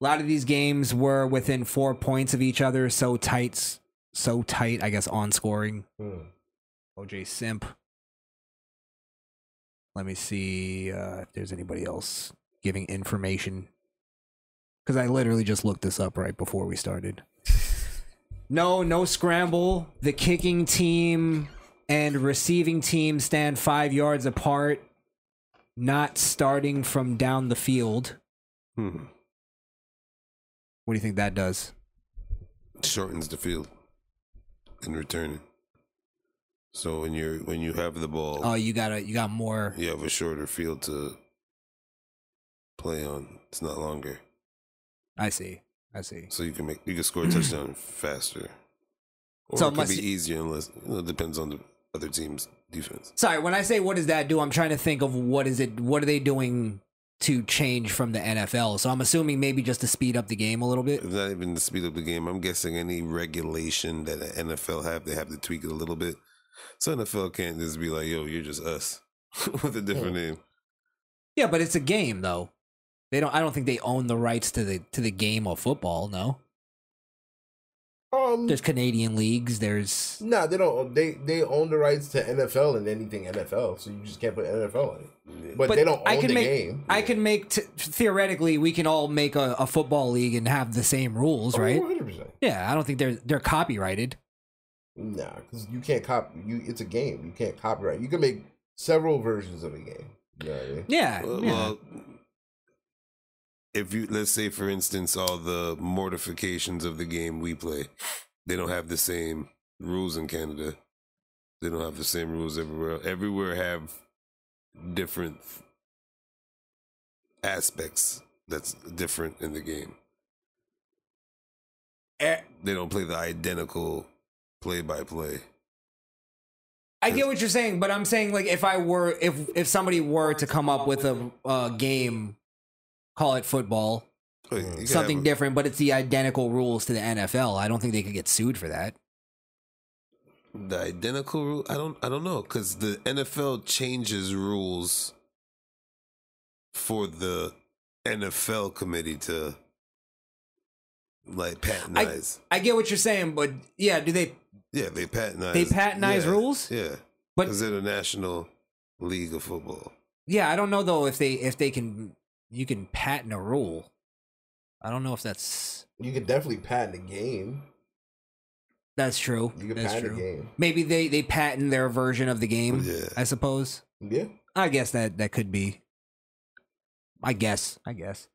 Speaker 4: A lot of these games were within 4 points of each other, so tight, so tight, I guess on scoring.
Speaker 3: Hmm.
Speaker 4: OJ Simp. Let me see uh, if there's anybody else giving information. Because I literally just looked this up right before we started. No, no scramble. The kicking team and receiving team stand five yards apart, not starting from down the field.
Speaker 5: Hmm.
Speaker 4: What do you think that does?
Speaker 5: Shortens the field in returning. So when you're when you have the ball,
Speaker 4: Oh, you got to you got more.
Speaker 5: you have a shorter field to play on. It's not longer,
Speaker 4: I see. I see.
Speaker 5: so you can make you can score a touchdown faster. Or
Speaker 4: So
Speaker 5: it could
Speaker 4: must
Speaker 5: be
Speaker 4: you-
Speaker 5: easier unless you know, it depends on the other team's defense.
Speaker 4: Sorry, when I say what does that do, I'm trying to think of what is it what are they doing to change from the NFL. So I'm assuming maybe just to speed up the game a little bit.
Speaker 5: If not even to speed up the game, I'm guessing any regulation that the NFL have, they have to tweak it a little bit. So NFL can't just be like, "Yo, you're just us" with a different name.
Speaker 4: Yeah, but it's a game though. They don't I don't think they own the rights to the to the game of football, no.
Speaker 3: Um,
Speaker 4: there's Canadian leagues. There's
Speaker 3: nah, they don't. They they own the rights to NFL and anything NFL, so you just can't put NFL on it. But, they don't own
Speaker 4: I can
Speaker 3: the
Speaker 4: make,
Speaker 3: game.
Speaker 4: I can make t- theoretically we can all make a, a football league and have the same rules,
Speaker 3: Oh,
Speaker 4: right?
Speaker 3: 100%.
Speaker 4: Yeah, I don't think they're they're copyrighted.
Speaker 3: Nah, because you can't copy. You it's a game. You can't copyright. You can make several versions of a game. You know what I mean?
Speaker 4: Yeah,
Speaker 5: Well,
Speaker 4: yeah.
Speaker 5: well, if you let's say for instance all the mortifications of the game we play, they don't have the same rules in Canada. They don't have the same rules everywhere. Everywhere have different aspects that's different in the game.
Speaker 3: Eh,
Speaker 5: They don't play the identical play by play.
Speaker 4: I get what you're saying, but I'm saying like if I were if if somebody were to come up with a uh, game, call it football,
Speaker 5: have
Speaker 4: something
Speaker 5: a-
Speaker 4: different, but it's the identical rules to the NFL. I don't think they could get sued for that.
Speaker 5: The identical rule? I don't. I don't know because the NFL changes rules for the NFL committee to like patentize.
Speaker 4: I get what you're saying, but yeah, do they?
Speaker 5: yeah, they patentize.
Speaker 4: They patentize
Speaker 5: yeah,
Speaker 4: rules?
Speaker 5: Yeah,
Speaker 4: But-
Speaker 5: because they're the National League of Football.
Speaker 4: Yeah, I don't know though if they if they can you can patent a rule. I don't know if that's
Speaker 3: You can definitely patent a game.
Speaker 4: that's true.
Speaker 3: You can
Speaker 4: that's
Speaker 3: patent a
Speaker 4: true.
Speaker 3: game.
Speaker 4: Maybe they they patent their version of the game.
Speaker 5: Yeah.
Speaker 4: I suppose.
Speaker 3: Yeah.
Speaker 4: I guess that that could be. I guess. I guess.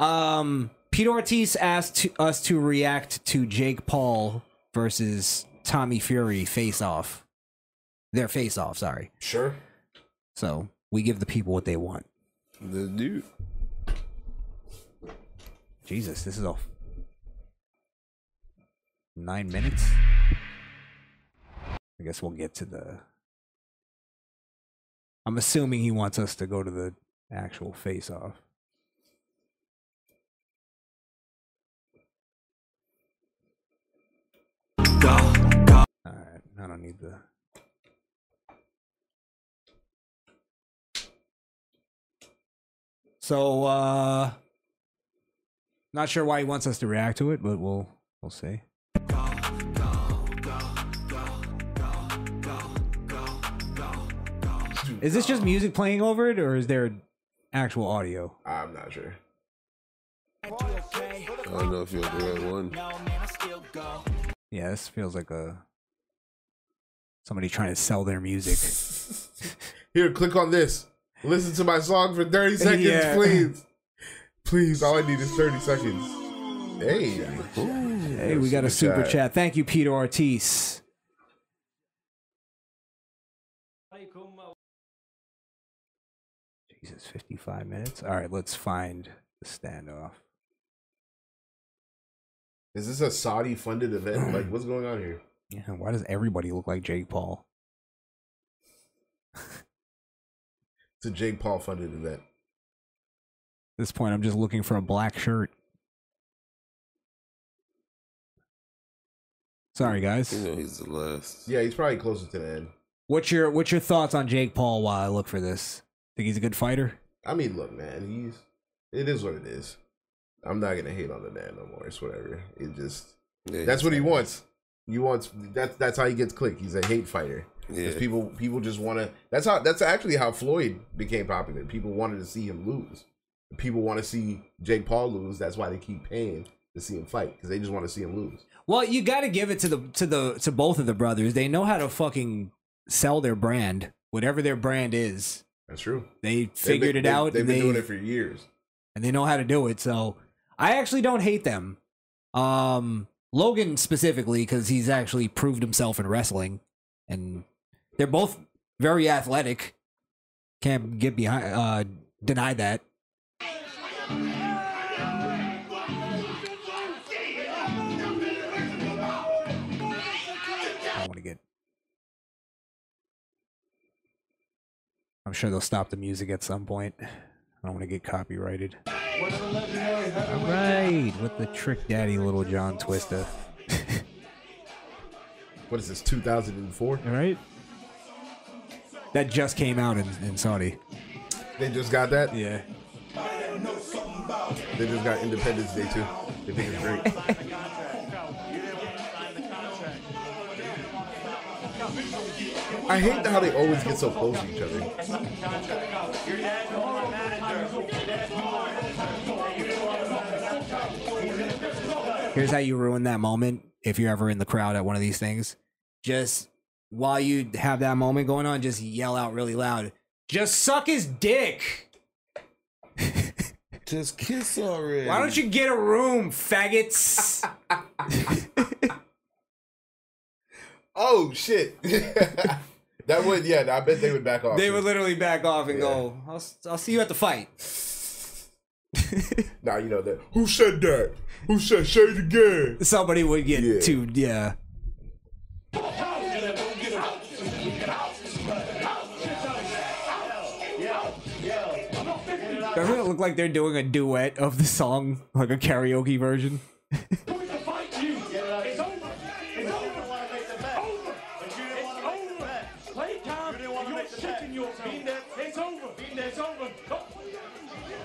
Speaker 4: Um, Pete Ortiz asked to, us to react to Jake Paul versus Tommy Fury face off. Their face off. Sorry.
Speaker 3: Sure.
Speaker 4: So we give the people what they want.
Speaker 5: The dude.
Speaker 4: Jesus, this is off. Nine minutes. I guess we'll get to the. I'm assuming he wants us to go to the actual face off. Alright, I don't need the. So, uh. Not sure why he wants us to react to it, but we'll we'll see. Is this just music playing over it, or is there actual audio?
Speaker 3: I'm not sure.
Speaker 5: I don't know if you're the right one.
Speaker 4: Yeah, this feels like a somebody trying to sell their music.
Speaker 3: Here, click on this. Listen to my song for 30 seconds,
Speaker 4: Yeah.
Speaker 3: please. Please, all I need is 30 seconds. Hey.
Speaker 4: Hey, we got a super chat. Thank you, Peter Ortiz. Jesus, fifty-five minutes. All right, let's find the standoff.
Speaker 3: Is this a Saudi funded event? Like, what's going on here?
Speaker 4: Yeah, why does everybody look like Jake Paul?
Speaker 3: It's a Jake Paul funded event.
Speaker 4: At this point, I'm just looking for a black shirt. Sorry, guys.
Speaker 5: You know he's the last.
Speaker 3: Yeah, he's probably closer to the end.
Speaker 4: What's your What's your thoughts on Jake Paul? While I look for this, think he's a good fighter?
Speaker 3: I mean, look, man, he's it is what it is. I'm not gonna hate on the man no more. It's whatever. It just
Speaker 5: Yeah,
Speaker 3: that's
Speaker 5: he's
Speaker 3: what he
Speaker 5: not-
Speaker 3: wants. He wants that's that's how he gets click. He's a hate fighter. 'Cause
Speaker 5: Yeah.
Speaker 3: people people just want to. That's how that's actually how Floyd became popular. People wanted to see him lose. People want to see Jake Paul lose. That's why they keep paying to see him fight because they just want to see him lose.
Speaker 4: Well, you got to give it to the to the to both of the brothers. They know how to fucking sell their brand, whatever their brand is.
Speaker 3: That's true.
Speaker 4: They
Speaker 3: They've
Speaker 4: figured
Speaker 3: been-
Speaker 4: it
Speaker 3: they-
Speaker 4: out.
Speaker 3: They've
Speaker 4: and
Speaker 3: been
Speaker 4: they-
Speaker 3: doing it for years.
Speaker 4: and they know how to do it. So I actually don't hate them. Um, Logan specifically because he's actually proved himself in wrestling, and they're both very athletic. Can't get behind, uh, deny that. I want to get. I'm sure they'll stop the music at some point. I don't want to get copyrighted. All right, with the Trick Daddy Little John Twista.
Speaker 3: What is this? 2004.
Speaker 4: All right. That just came out in, in Saudi.
Speaker 3: They just got that.
Speaker 4: Yeah.
Speaker 3: They just got Independence Day too. They think it's great. I hate how they always get so close to each other.
Speaker 4: Here's how you ruin that moment if you're ever in the crowd at one of these things. Just while you have that moment going on, just yell out really loud. Just suck his dick.
Speaker 5: Just kiss already.
Speaker 4: Why don't you get a room, faggots?
Speaker 3: Oh shit. that would yeah, I bet they would back off.
Speaker 4: they would literally back off and go, I'll, s- I'll see you at the fight.
Speaker 3: Nah, you know that. Who said that? Who said say it again?
Speaker 4: Somebody would get too, yeah. Doesn't it look like they're doing a duet of the song, like a karaoke version?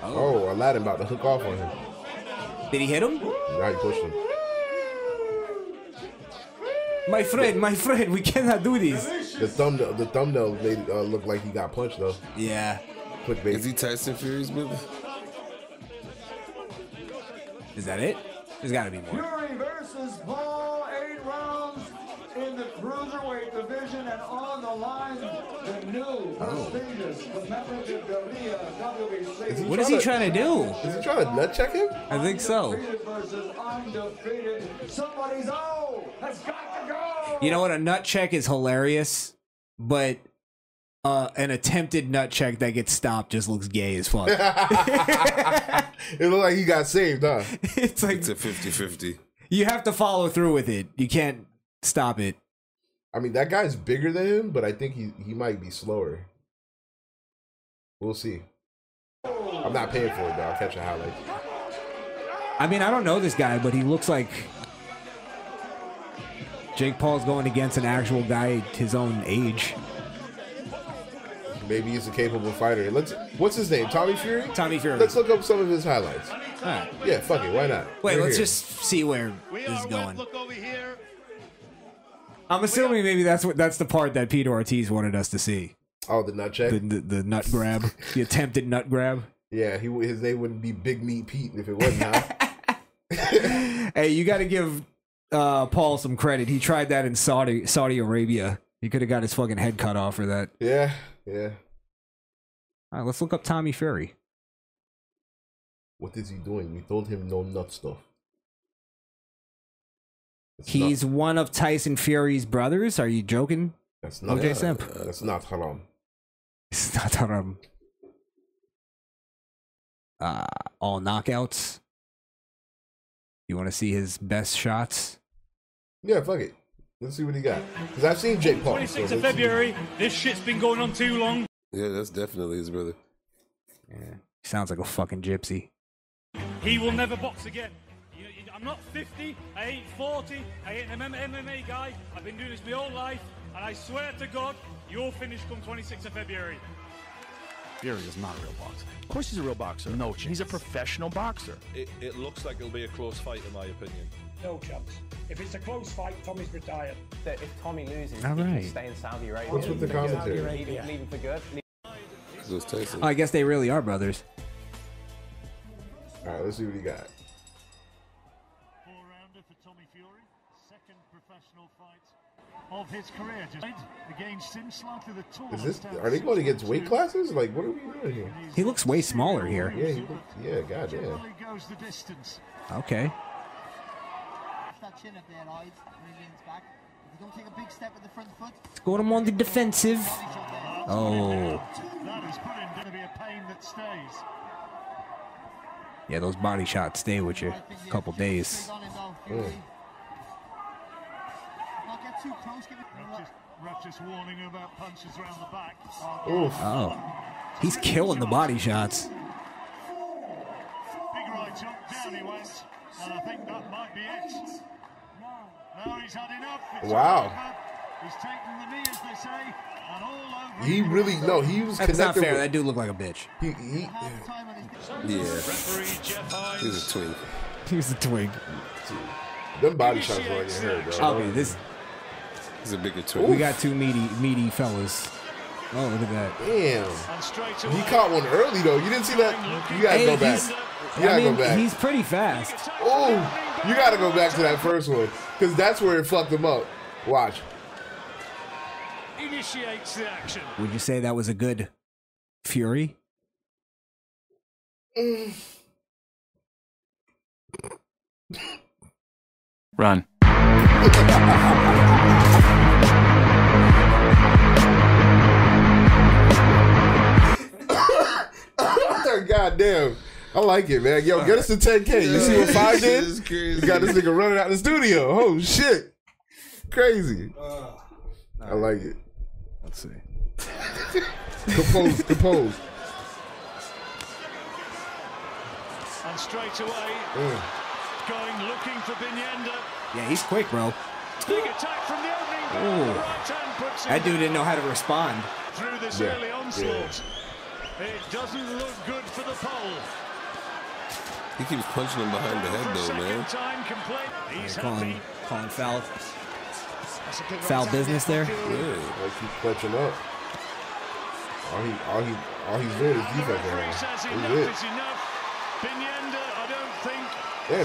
Speaker 3: Oh, Aladdin about to hook off on him.
Speaker 4: Did he hit him?
Speaker 3: Now he pushed him.
Speaker 4: My friend, my friend, we cannot do this.
Speaker 3: The thumbnail, the thumbnail made uh, look like he got punched though.
Speaker 4: Yeah.
Speaker 3: Clickbait.
Speaker 5: Is he Tyson Fury's brother?
Speaker 4: Is that it? There's gotta be more.
Speaker 17: Fury versus Paul, eight rounds in the cruiserweight division, and on the line, the new prestigious commemorative
Speaker 4: Is
Speaker 17: WBC.
Speaker 4: he What is he trying to do?
Speaker 3: Is he trying to nut check him?
Speaker 4: I think so.
Speaker 17: Undefeated versus undefeated. Somebody's O has got to go.
Speaker 4: You know what? A nut check is hilarious, but uh, an attempted nut check that gets stopped just looks gay as fuck.
Speaker 3: it looked like he got saved, huh?
Speaker 4: it's like
Speaker 5: It's a 50-50.
Speaker 4: you have to follow through with it. You can't stop it.
Speaker 3: I mean, that guy's bigger than him, but I think he he might be slower. We'll see. I'm not paying for it though. I'll catch a highlight.
Speaker 4: I mean, I don't know this guy, but he looks like Jake Paul's going against an actual guy his own age.
Speaker 3: Maybe he's a capable fighter. Let's. What's his name? Tommy Fury.
Speaker 4: Tommy Fury.
Speaker 3: Let's look up some of his highlights. Yeah, fuck it. Why not?
Speaker 4: Wait,
Speaker 3: They're
Speaker 4: let's
Speaker 3: here.
Speaker 4: just see where this is going. I'm assuming maybe that's what that's the part that Peter Ortiz wanted us to see.
Speaker 3: Oh, the nut check.
Speaker 4: The, the, the nut grab, the attempted nut grab.
Speaker 3: Yeah, he his name wouldn't be Big Meat Pete if it wasn't. Huh?
Speaker 4: Hey, you got to give uh, Paul some credit. He tried that in Saudi Saudi Arabia. He could have got his fucking head cut off for that.
Speaker 3: yeah, yeah.
Speaker 4: All right, let's look up Tommy Fury.
Speaker 3: What is he doing? We told him no nut stuff.
Speaker 4: He's one of Tyson Fury's brothers. Are you joking?
Speaker 3: That's not
Speaker 4: okay, Simp.
Speaker 3: That's not haram.
Speaker 4: It's not haram. Uh, all knockouts. You want to see his best shots?
Speaker 3: Yeah, fuck it. Let's see what he got. Because I've seen Jake Paul. so
Speaker 19: 26th of
Speaker 3: let's see.
Speaker 19: February. This shit's been going on too long.
Speaker 5: Yeah, that's definitely his brother.
Speaker 4: Yeah. Sounds like a fucking gypsy.
Speaker 19: He will never box again. You know, I'm not 50. I ain't 40. I ain't an MMA guy. I've been doing this my whole life, and I swear to God, you'll finish come 26th of February.
Speaker 27: Fury is not a real boxer. Of course he's a real boxer. No chance. He's a professional boxer.
Speaker 28: It, it looks like it'll be a close fight, in my opinion.
Speaker 19: No chance. If it's a close fight, Tommy's retired.
Speaker 29: that if Tommy loses,
Speaker 4: All
Speaker 29: he can
Speaker 4: right.
Speaker 29: stay in Saudi Arabia.
Speaker 3: What's with the
Speaker 29: Leave him for good.
Speaker 3: commentary?
Speaker 29: Leave, him- leave him for good. Leave-
Speaker 5: It was Tyson.
Speaker 4: Oh, I guess they really are brothers.
Speaker 3: All right, let's see what he got.
Speaker 19: Of his career, just against him, slightly the
Speaker 3: Is this? Are they going against weight classes? Like, what are we doing here?
Speaker 4: He looks way smaller here.
Speaker 3: Yeah, he, look- yeah, goddamn.
Speaker 19: goes the distance.
Speaker 4: Okay.
Speaker 30: that chin up there, Lloyd, when he leans back. If you don't take a big step with the front foot,
Speaker 4: Let's go to him on the defensive. Oh.
Speaker 19: That is put in going to be a pain that stays.
Speaker 4: Yeah, those body shots stay with you a couple days.
Speaker 30: not get too close, give it
Speaker 19: Ref just warning about punches around the back.
Speaker 4: Oof. Oh. He's killing the body shots.
Speaker 19: Big right jump down he went, and I think that might be it. Now he's had enough. It's
Speaker 3: Wow.
Speaker 19: all over. He's taken the knee, as they say, and all over.
Speaker 3: He really no. He was
Speaker 4: That's
Speaker 3: connected.
Speaker 4: not fair.
Speaker 3: With,
Speaker 4: That dude looked like a bitch.
Speaker 3: He, he,
Speaker 5: Yeah.
Speaker 19: Referee Jeff Hines.
Speaker 5: He's a twink.
Speaker 4: He was a twig.
Speaker 3: them body shots were in your hair, bro.
Speaker 4: Okay, this
Speaker 5: He's a bigger twin.
Speaker 31: We got two meaty meaty fellas. Oh, look at that.
Speaker 3: Damn. He caught one early though. You didn't see that? You gotta
Speaker 31: Hey,
Speaker 3: go back.
Speaker 31: he's-
Speaker 3: You gotta
Speaker 31: I mean,
Speaker 3: go back.
Speaker 31: He's pretty fast.
Speaker 3: Oh, you gotta go back to that first one because that's where it fucked him up. Watch.
Speaker 19: Initiates the action.
Speaker 4: Would you say that was a good Fury?
Speaker 19: Run.
Speaker 3: God damn. I like it, man. Yo, get us to 10K. You see what Five did? You got this nigga running out the studio. Oh shit. Crazy. I like it.
Speaker 31: Uh, Let's see.
Speaker 3: Compose, compose.
Speaker 19: And straight away, going looking for Binyanda.
Speaker 4: Yeah, he's quick, bro.
Speaker 19: Big attack from the opening.
Speaker 4: Ooh. That dude didn't know how to respond.
Speaker 19: Through this
Speaker 4: Yeah,
Speaker 19: early
Speaker 4: yeah.
Speaker 19: onslaught. It doesn't look good for the pole.
Speaker 5: He keeps punching him behind the head though, man.
Speaker 19: Time complete. He's
Speaker 4: Calling,
Speaker 19: happy.
Speaker 4: calling foul,
Speaker 19: That's a good
Speaker 4: foul
Speaker 19: one.
Speaker 4: business there.
Speaker 3: Like he's clutching up. All he, all he, all he's doing is defense right now. He's it.
Speaker 19: It's enough. Binyanda, I don't think.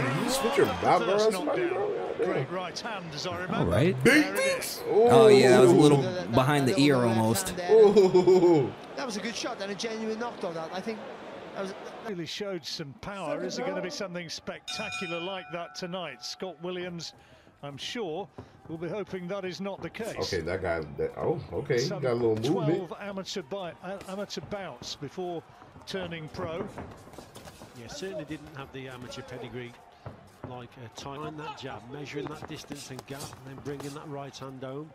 Speaker 3: Damn, did you switch your mouth
Speaker 19: First
Speaker 3: around somebody,
Speaker 19: knockdown.
Speaker 3: bro? God damn.
Speaker 19: Great right hand, as I
Speaker 4: All
Speaker 19: remember.
Speaker 4: right.
Speaker 19: There it is.
Speaker 4: Oh yeah, that was a little behind the ear almost.
Speaker 3: Ooh.
Speaker 32: That was a good shot and a genuine knockdown. That I think. That was,
Speaker 19: Really showed some power. Is it going to be something spectacular like that tonight? Scott Williams, I'm sure, will be hoping that is not the case.
Speaker 3: Okay, that guy. That, oh, okay. He got a little
Speaker 19: Some
Speaker 3: movement.
Speaker 19: 12 amateur, bi- uh, amateur bouts before turning pro.
Speaker 33: Yeah, certainly didn't have the amateur pedigree like uh, timing that jab, measuring that distance and gap, and then bringing that right hand home.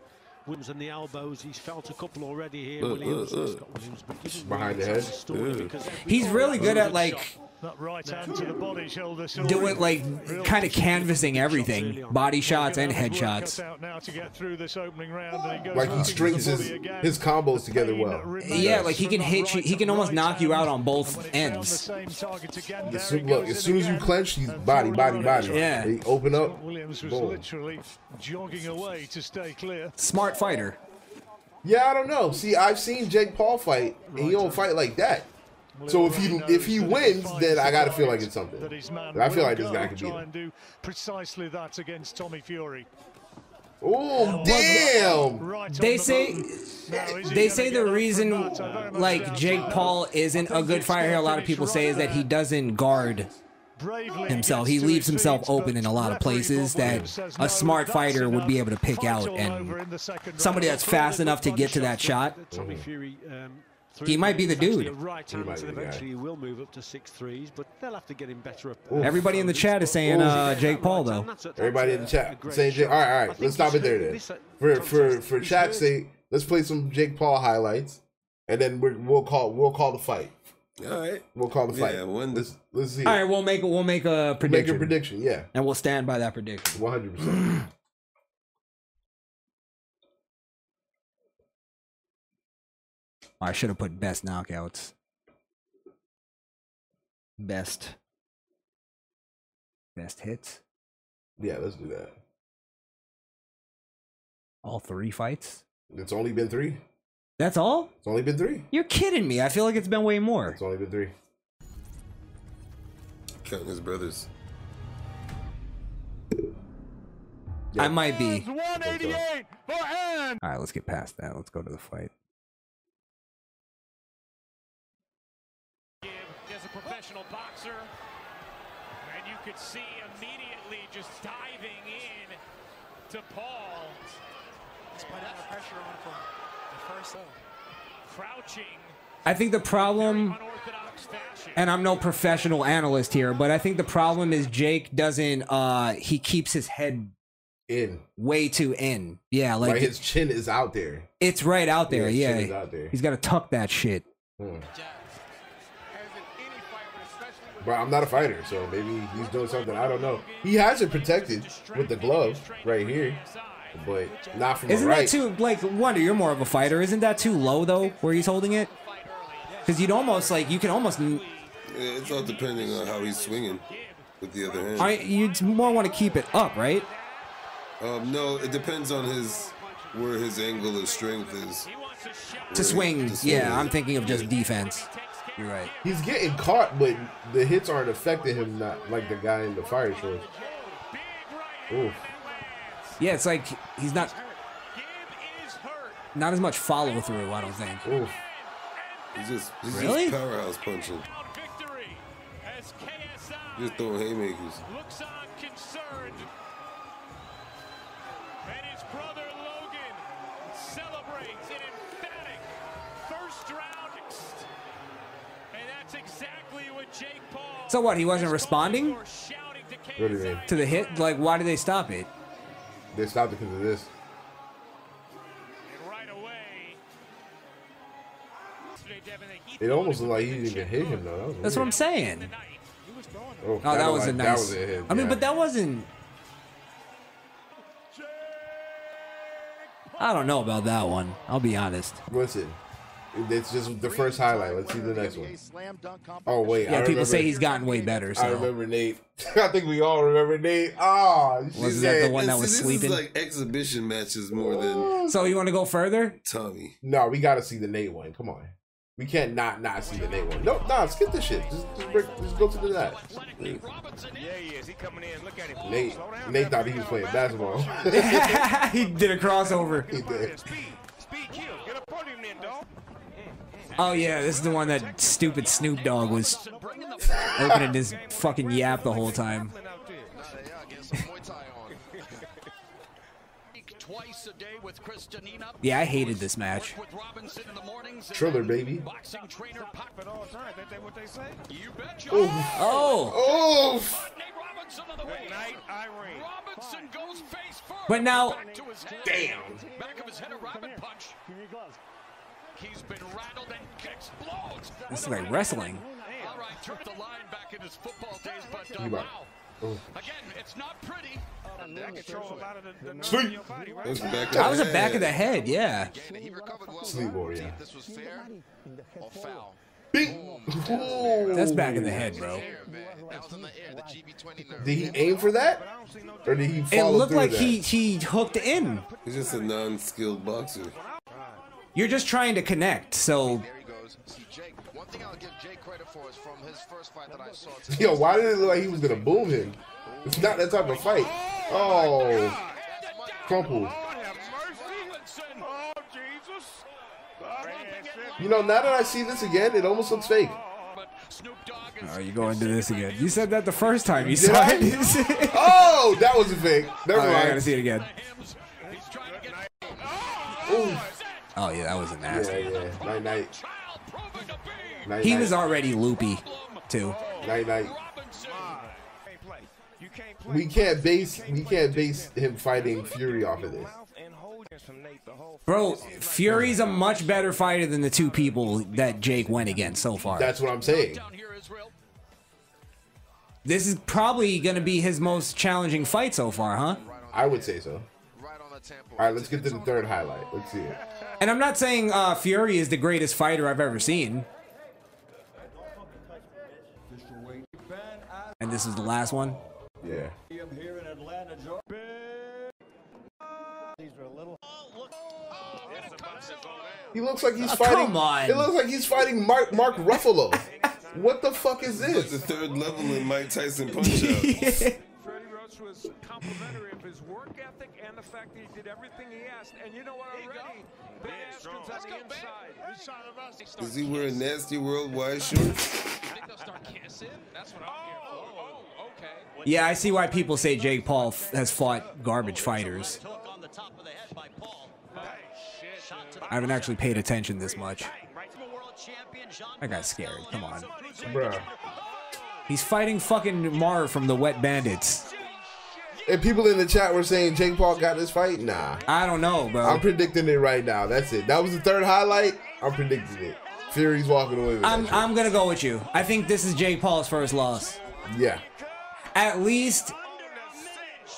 Speaker 33: Williams and the elbows, he's felt a couple already here.
Speaker 3: Look,
Speaker 33: Williams,
Speaker 3: look, look.
Speaker 33: Scott Williams, but he didn't
Speaker 3: Uh, Behind
Speaker 33: really
Speaker 3: the
Speaker 33: tell
Speaker 3: head. Uh.
Speaker 33: story
Speaker 3: Ew.
Speaker 33: because every
Speaker 4: He's
Speaker 33: time
Speaker 4: really
Speaker 33: that
Speaker 4: good at
Speaker 33: shot-
Speaker 4: like
Speaker 19: That right hand to the body shoulder.
Speaker 4: doing like kind of canvassing everything, body shots and headshots.
Speaker 19: out now to get through this opening round. And he goes
Speaker 3: Like
Speaker 19: right to
Speaker 3: he
Speaker 19: the
Speaker 3: strings his,
Speaker 19: body again.
Speaker 3: his combos together well.
Speaker 4: Yeah, like he can hit you. He can almost knock you out on both ends.
Speaker 3: As soon, look, as soon as you clench, he's body, body, body.
Speaker 4: Yeah.
Speaker 3: They open up.
Speaker 19: Williams was
Speaker 3: Boom.
Speaker 19: literally jogging away to stay clear.
Speaker 4: Smart fighter.
Speaker 3: Yeah, I don't know. See, I've seen Jake Paul fight, and he don't fight like that. So if he if he wins, then I gotta feel like it's something.
Speaker 19: That his man
Speaker 3: I feel
Speaker 19: will
Speaker 3: like this
Speaker 19: go
Speaker 3: guy
Speaker 19: and
Speaker 3: could
Speaker 19: try
Speaker 3: beat him.
Speaker 19: and do precisely that against Tommy Fury.
Speaker 3: Oh damn!
Speaker 4: They say they say the reason like Jake Paul isn't a good fighter. A lot of people say is that he doesn't guard himself. He leaves himself open in a lot of places that a smart fighter would be able to pick out, and somebody that's fast enough to get to that shot.
Speaker 33: Tommy Fury, um,
Speaker 4: He might be the
Speaker 33: it's actually a
Speaker 4: dude.
Speaker 33: Right
Speaker 4: He
Speaker 33: hand,
Speaker 4: might be
Speaker 33: and
Speaker 4: the guy.
Speaker 33: eventually he will move up to six threes, but they'll have to get him better. Up.
Speaker 4: Everybody in the chat is saying uh, Jake Paul though.
Speaker 3: Everybody in the chat saying Jake. All right, all right. Let's stop it there
Speaker 19: uh,
Speaker 3: then. For for for chat's sake, let's play some Jake Paul highlights, and then we're, we'll call we'll call the fight.
Speaker 5: All right.
Speaker 3: We'll call the fight.
Speaker 5: Yeah, when
Speaker 3: let's, let's see.
Speaker 4: All right, we'll make we'll make a
Speaker 3: Make
Speaker 4: prediction.
Speaker 3: a prediction. Yeah,
Speaker 4: and we'll stand by that prediction.
Speaker 3: one hundred percent.
Speaker 4: I should have put best knockouts. Best. Best hits.
Speaker 3: Yeah, let's do that.
Speaker 4: All three fights.
Speaker 3: It's only been three.
Speaker 4: That's all?
Speaker 3: It's only been three.
Speaker 4: You're kidding me. I feel like it's been way more. It's
Speaker 3: only been three.
Speaker 5: Counting his brothers.
Speaker 4: I might be.
Speaker 19: 188 for Aaron.
Speaker 4: All right, let's get past that. Let's go to the fight.
Speaker 2: as a professional boxer. And you could see immediately just diving in to Paul. He's putting a lot of pressure on from the first though. Crouching.
Speaker 4: I think the problem, and I'm no professional analyst here, but I think the problem is Jake doesn't. uh He keeps his head
Speaker 3: in
Speaker 4: way too in. Yeah, like
Speaker 3: Like, his chin is out there.
Speaker 4: it's right out there.
Speaker 3: Yeah,
Speaker 4: Yeah,
Speaker 3: his chin is out there.
Speaker 4: he's got to tuck that shit.
Speaker 3: Hmm. But I'm not a fighter, so maybe he's doing something. I don't know. He has it protected with the glove right here, but not from
Speaker 4: Isn't
Speaker 3: the
Speaker 4: that
Speaker 3: right.
Speaker 4: too like Wonder? You're more of a fighter. Isn't that too low though, where he's holding it? Because you'd almost like you can almost. n-
Speaker 5: Yeah, it's all depending on how he's swinging with the other hand.
Speaker 4: I, you'd more want to keep it up, right?
Speaker 5: Um, no, it depends on his where his angle of strength is.
Speaker 4: To swing, yeah, I'm thinking of just defense. You're right.
Speaker 3: He's getting caught, but the hits aren't affecting him. Not like the guy in the fire shorts. Oof.
Speaker 4: Yeah, it's like he's not not as much follow through. I don't think.
Speaker 5: He's just he's
Speaker 4: Really?
Speaker 5: just powerhouse punching. Just throwing haymakers.
Speaker 13: Looks on concerned. And his brother Logan celebrates an emphatic first round. And that's exactly what Jake Paul
Speaker 4: So what? He wasn't responding
Speaker 3: What do you mean?
Speaker 4: to the hit. Like, why did they stop it?
Speaker 3: They stopped because of this. It almost looked like he didn't even hit him though. That was
Speaker 4: That's what I'm
Speaker 3: weird.
Speaker 4: saying.
Speaker 3: Oh,
Speaker 4: Oh, that was a
Speaker 3: like-
Speaker 4: nice.
Speaker 3: That was a hit.
Speaker 4: I mean,
Speaker 3: yeah.
Speaker 4: but that wasn't. I don't know about that one. I'll be honest.
Speaker 3: Listen, it's just the first highlight. Let's see the next one. Oh wait, I
Speaker 4: yeah, people say
Speaker 3: remember-
Speaker 4: he's gotten way better. So
Speaker 3: I remember Nate. I think we all remember Nate. Ah, oh,
Speaker 4: Was that the one that was
Speaker 5: this
Speaker 4: sleeping?
Speaker 5: is like exhibition matches more than
Speaker 4: So you want to go further?
Speaker 5: Tommy.
Speaker 3: No, we gotta see the Nate one. Come on, we can't not not see the Nate one. No, no, skip this shit. Just, just, break, just go to the that. Nate, Nate thought he was playing basketball.
Speaker 4: he did a crossover.
Speaker 3: He did.
Speaker 4: Oh yeah, this is the one that stupid Snoop Dogg was opening his fucking yap the whole time. Yeah, I hated this match.
Speaker 3: Triller, baby.
Speaker 4: Oh.
Speaker 3: Oh.
Speaker 4: But now,
Speaker 3: damn.
Speaker 4: This is like wrestling.
Speaker 3: You about- oh.
Speaker 5: Sweet. That's the back of
Speaker 4: That was
Speaker 5: the
Speaker 4: a back of the head,
Speaker 5: head.
Speaker 4: yeah.
Speaker 3: Sleep warrior.
Speaker 4: That's back of the head, bro.
Speaker 3: Did he aim for that, or did he?
Speaker 4: It
Speaker 3: Follow
Speaker 4: looked
Speaker 3: through
Speaker 4: like
Speaker 3: that?
Speaker 4: he he hooked in.
Speaker 5: He's just a non-skilled boxer.
Speaker 4: You're just trying to connect, so
Speaker 3: Yo, why did it look like he was gonna boom him? It's not that type of fight. Oh, crumple. You know, now that I see this again, it almost looks fake.
Speaker 4: Oh, you go into this again. You said that the first time you
Speaker 3: Did
Speaker 4: saw
Speaker 3: I?
Speaker 4: it.
Speaker 3: Oh, that was a fake. Never
Speaker 4: All right,
Speaker 3: mind.
Speaker 4: I gotta see it again. Oh yeah, that was a
Speaker 3: Yeah,
Speaker 4: nasty.
Speaker 3: yeah. Night, night. Night,
Speaker 4: He
Speaker 3: night.
Speaker 4: was already loopy, too.
Speaker 3: Night, night. We can't base we can't base him fighting Fury off of this.
Speaker 4: Bro, Fury's a much better fighter than the two people that Jake went against so far.
Speaker 3: That's what I'm saying.
Speaker 4: This is probably gonna be his most challenging fight so far, huh?
Speaker 3: I would say so. All right, let's get to the third highlight. Let's see it.
Speaker 4: And I'm not saying uh, Fury is the greatest fighter I've ever seen. And this is the last one.
Speaker 3: Yeah. He looks like he's
Speaker 4: Oh,
Speaker 3: fighting.
Speaker 4: come on.
Speaker 3: It looks like he's fighting Mark Mark Ruffalo. what the fuck is
Speaker 5: That's the
Speaker 3: this?
Speaker 5: third level in Mike Tyson punch out. Is he wearing nasty worldwide shorts?
Speaker 4: Yeah, I see why people say Jake Paul f- has fought garbage fighters. I haven't actually paid attention this much. I got scared. Come on.
Speaker 3: Bruh.
Speaker 4: He's fighting fucking Mar from the Wet Bandits.
Speaker 3: And people in the chat were saying Jake Paul got this fight. Nah.
Speaker 4: I don't know, bro.
Speaker 3: I'm predicting it right now. That's it. That was the third highlight. I'm predicting it. Fury's walking away with
Speaker 4: I'm
Speaker 3: that
Speaker 4: I'm gonna go with you. I think this is Jake Paul's first loss.
Speaker 3: shit. Yeah.
Speaker 4: At least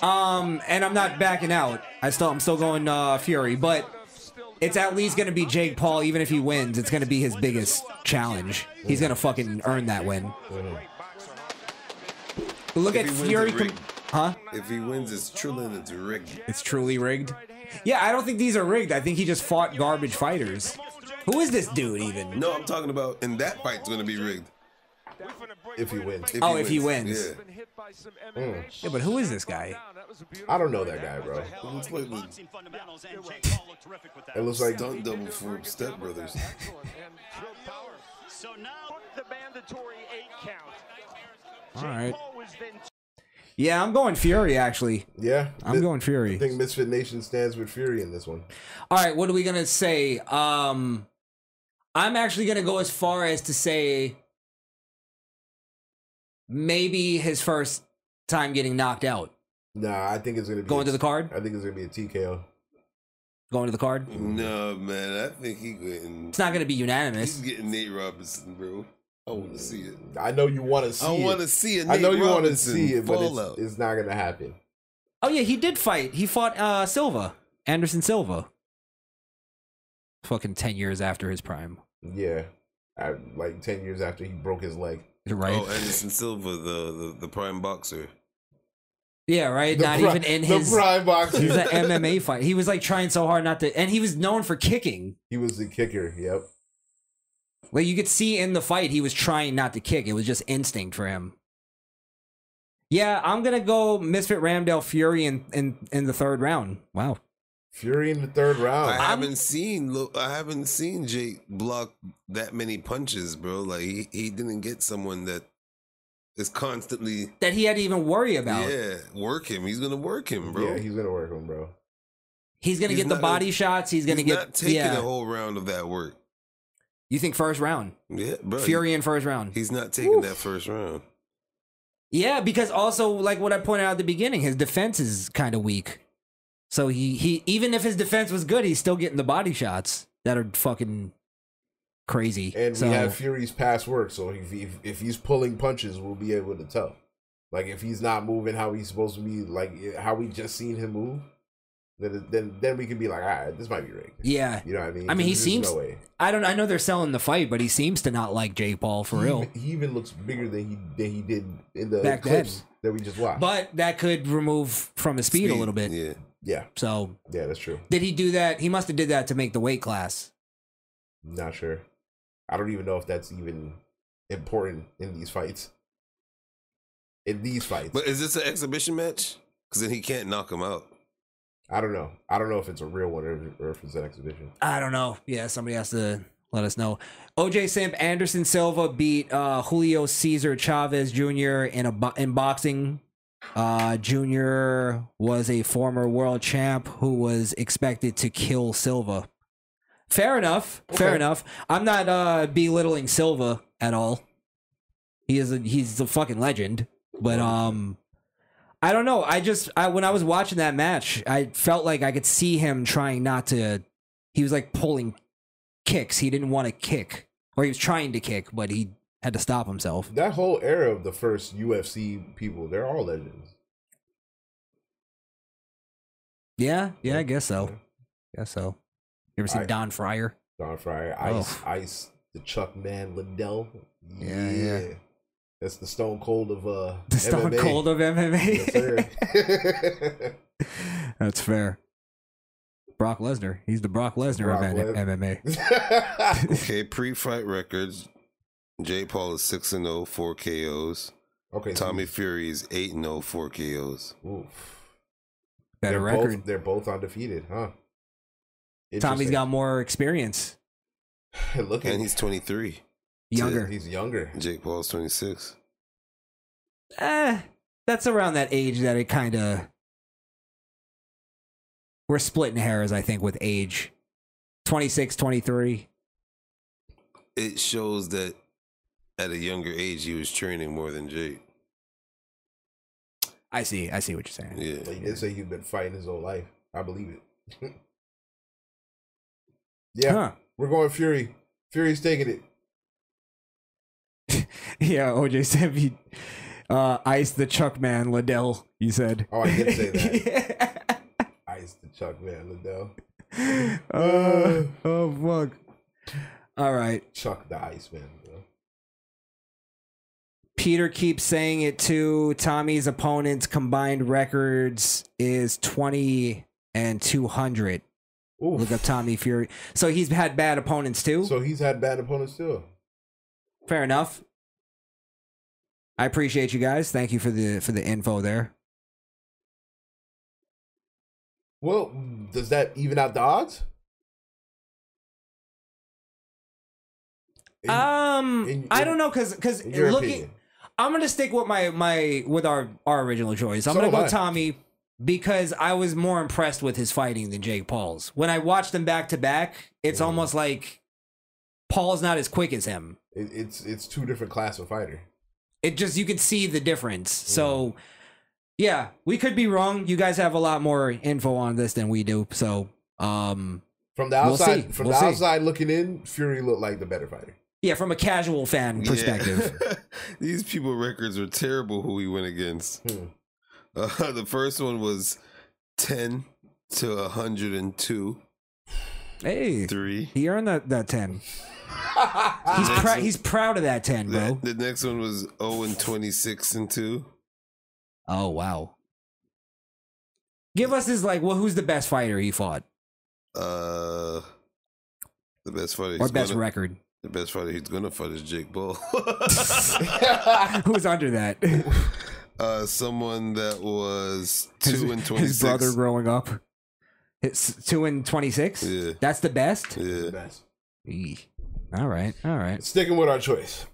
Speaker 4: um and I'm not backing out. I still I'm still going uh Fury, but it's at least gonna be Jake Paul, even if he wins, it's gonna be his biggest challenge. He's gonna fucking earn that win. Look
Speaker 5: If
Speaker 4: at
Speaker 5: he wins
Speaker 4: Fury
Speaker 5: it, Rick-
Speaker 4: com- Huh?
Speaker 5: If he wins, it's truly it's rigged.
Speaker 4: It's truly rigged. Yeah, I don't think these are rigged. I think he just fought garbage fighters. Who is this dude even?
Speaker 5: No, I'm talking about, and that fight's gonna be rigged.
Speaker 3: If he wins.
Speaker 4: oh, if he wins. Yeah.
Speaker 3: Mm.
Speaker 4: but who is this guy?
Speaker 3: I don't know that guy, bro.
Speaker 5: It looks like the,
Speaker 3: It looks like
Speaker 5: stunt double for Step Brothers.
Speaker 1: So now the mandatory eight count.
Speaker 4: All right. Yeah, I'm going Fury actually.
Speaker 3: Yeah,
Speaker 4: I'm going Fury.
Speaker 3: I think Misfit Nation stands with Fury in this one.
Speaker 4: All right, what are we gonna say? Um, I'm actually gonna go as far as to say maybe his first time getting knocked out.
Speaker 3: Nah, I think it's gonna be
Speaker 4: Going to the card.
Speaker 3: I think it's gonna be a TKO.
Speaker 4: Going to the card.
Speaker 5: No, man, I think he getting.
Speaker 4: It's not gonna be unanimous.
Speaker 5: He's getting Nate Robinson, bro. I want to see it.
Speaker 3: I know you want to see.
Speaker 5: I
Speaker 3: it.
Speaker 5: wanna see a
Speaker 3: I know
Speaker 5: Nate
Speaker 3: you wanna
Speaker 5: Robinson
Speaker 3: see it, but
Speaker 5: fallout.
Speaker 3: it's, it's not gonna happen.
Speaker 4: Oh yeah, he did fight. He fought uh Silva, Anderson Silva. Fucking ten years after his prime,
Speaker 3: Yeah, I, like ten years after he broke his leg.
Speaker 4: right?
Speaker 5: Oh, Anderson Silva, the, the the prime boxer.
Speaker 4: Yeah, right.
Speaker 3: The
Speaker 4: not
Speaker 3: pri-
Speaker 4: even in
Speaker 3: the
Speaker 4: his
Speaker 3: prime boxer.
Speaker 4: He was an MMA fight. He was like trying so hard not to, and he was known for kicking.
Speaker 3: He was the kicker. Yep.
Speaker 4: Like you could see in the fight, he was trying not to kick. It was just instinct for him. Yeah, I'm gonna go Misfit Ramdale Fury in in, in the third round. Wow.
Speaker 3: Fury in the third round.
Speaker 5: I haven't seen lo- I haven't seen Jake block that many punches, bro. Like he, he didn't get someone that is constantly
Speaker 4: That he had to even worry about.
Speaker 5: yeah work him. He's gonna work him, bro.
Speaker 3: Yeah, he's gonna work him, bro.
Speaker 4: He's gonna
Speaker 5: He's
Speaker 4: get the
Speaker 5: not-
Speaker 4: body shots. He's gonna
Speaker 5: He's
Speaker 4: get
Speaker 5: not taking
Speaker 4: yeah.
Speaker 5: a whole round of that work.
Speaker 4: you think first round?
Speaker 5: Yeah, bro.
Speaker 4: Fury in first round.
Speaker 5: He's not taking that first round.
Speaker 4: Yeah, because also like what I pointed out at the beginning, his defense is kind of weak. So he he even if his defense was good, he's still getting the body shots that are fucking crazy.
Speaker 3: And
Speaker 4: so,
Speaker 3: we have Fury's past work, so if, if if he's pulling punches, we'll be able to tell. Like if he's not moving how he's supposed to be, like eh, how we just seen him move, then it- then then we can be like, all right, this might be rigged.
Speaker 4: yeah,
Speaker 3: You know what I mean?
Speaker 4: I mean, he
Speaker 3: There's
Speaker 4: seems.
Speaker 3: no way.
Speaker 4: I don't. I know they're selling the fight, but he seems to not like Jake Paul for
Speaker 3: He
Speaker 4: real.
Speaker 3: even- He, even looks bigger than he than he did in the
Speaker 4: Back
Speaker 3: clips that we just watched.
Speaker 4: But that could remove from his speed, a little bit.
Speaker 5: Yeah.
Speaker 3: yeah,
Speaker 4: So
Speaker 3: yeah, that's true.
Speaker 4: did he do that? He must have did that to make the weight class.
Speaker 3: Not sure. I don't even know if that's even important in these fights. In these fights,
Speaker 5: But is this an exhibition match? Because then he can't knock him out.
Speaker 3: I don't know. I don't know if it's a real one or- or if it's an exhibition.
Speaker 4: I don't know. Yeah, somebody has to let us know. OJ Simp, Anderson Silva beat uh, Julio Cesar Chavez Jr. in a bo- in boxing. Uh, Jr. was a former world champ who was expected to kill Silva. Fair enough. Fair
Speaker 21: Okay.
Speaker 4: enough. I'm not uh, belittling Silva at all. He is a, he's a fucking legend. But um, I don't know. I just I when I was watching that match, I felt like I could see him trying not to. He was like pulling kicks. He didn't want to kick, or he was trying to kick, but he had to stop himself.
Speaker 3: That whole era of the first UFC people, they're all legends.
Speaker 4: Yeah, yeah, I guess so. Guess so. You ever seen
Speaker 3: I-
Speaker 4: Don Fryer?
Speaker 3: Don Fryer, Ice,
Speaker 4: Oh.
Speaker 3: Ice, the Chuck Man Liddell.
Speaker 4: Yeah, yeah.
Speaker 3: That's the Stone Cold of uh
Speaker 4: The Stone
Speaker 3: MMA.
Speaker 4: Cold of
Speaker 3: Yes, sir.
Speaker 4: MMA. That's fair. Brock Lesnar. He's the Brock Lesnar
Speaker 5: Brock
Speaker 4: of
Speaker 5: Les-
Speaker 4: MMA.
Speaker 5: okay, pre-fight records. Jay Paul is 6 and oh, 0, 4 KOs.
Speaker 3: Okay, so-
Speaker 5: Tommy Fury is 8 and oh, 0, 4 KOs.
Speaker 3: Oof.
Speaker 4: Better
Speaker 3: they're
Speaker 4: record.
Speaker 3: Both, they're both undefeated, huh?
Speaker 4: Tommy's
Speaker 3: Interesting.
Speaker 4: got more experience.
Speaker 3: Look at
Speaker 5: And he's 23.
Speaker 4: Younger.
Speaker 3: He's younger.
Speaker 5: Jake Paul's 26.
Speaker 4: eh, that's around that age that it kind of we're splitting hairs i think with age 26 23
Speaker 5: It shows that at a younger age he was training more than Jake.
Speaker 4: i see i see what you're saying
Speaker 5: Yeah.
Speaker 3: But he did say he's been fighting his whole life. I believe it. yeah. We're going Fury. Fury's taking it.
Speaker 4: yeah oj said he uh ice the chuck man liddell you said
Speaker 3: Oh, I did say that. Ice the Chuck Man Liddell.
Speaker 4: Uh, oh fuck all right
Speaker 3: Chuck the Iceman, bro.
Speaker 4: Peter keeps saying it too. Tommy's opponents' combined records is 20 and 200. Look up Tommy Fury. So he's had bad opponents too.
Speaker 3: So he's had bad opponents too.
Speaker 4: Fair enough. I appreciate you guys. Thank you for the for the info there.
Speaker 3: Well, does that even out the odds?
Speaker 4: Um, I don't know because
Speaker 3: in your
Speaker 4: looking,
Speaker 3: opinion.
Speaker 4: I'm gonna stick with my my with our our original choice. I'm
Speaker 3: So
Speaker 4: gonna
Speaker 3: am
Speaker 4: go
Speaker 3: I.
Speaker 4: Tommy because I was more impressed with his fighting than Jake Paul's. When I watched them back to back,
Speaker 3: Mm-hmm.
Speaker 4: it's almost like Paul's not as quick as him.
Speaker 3: It, it's it's two different class of fighter.
Speaker 4: It just you can see the difference.
Speaker 3: Mm-hmm.
Speaker 4: So yeah, we could be wrong. You guys have a lot more info on this than we do. So um
Speaker 3: From the
Speaker 4: we'll
Speaker 3: outside,
Speaker 4: see.
Speaker 3: from
Speaker 4: We'll
Speaker 3: the
Speaker 4: see.
Speaker 3: outside looking in, Fury looked like the better fighter.
Speaker 4: Yeah, from a casual fan perspective.
Speaker 5: These people records are terrible who he went against.
Speaker 3: Hmm.
Speaker 5: Uh, the first one was 10 to 102.
Speaker 4: Hey.
Speaker 5: 3.
Speaker 4: He earned that, that 10. he's prou- he's proud of that 10, bro.
Speaker 5: The next one was 0 and 26 and 2.
Speaker 4: Oh wow. Give us his like, well, who's the best fighter he fought?
Speaker 5: Uh the best fighter
Speaker 4: Or
Speaker 5: he's
Speaker 4: best record.
Speaker 5: The best fighter he's gonna fight is Jake Paul.
Speaker 4: Who's under that?
Speaker 5: uh someone that was two
Speaker 4: His-
Speaker 5: and twenty
Speaker 4: His
Speaker 5: six.
Speaker 4: brother growing up. It's two and twenty six.
Speaker 5: Yeah.
Speaker 4: That's the best.
Speaker 5: Yeah.
Speaker 4: All right. All right.
Speaker 3: Sticking with our choice.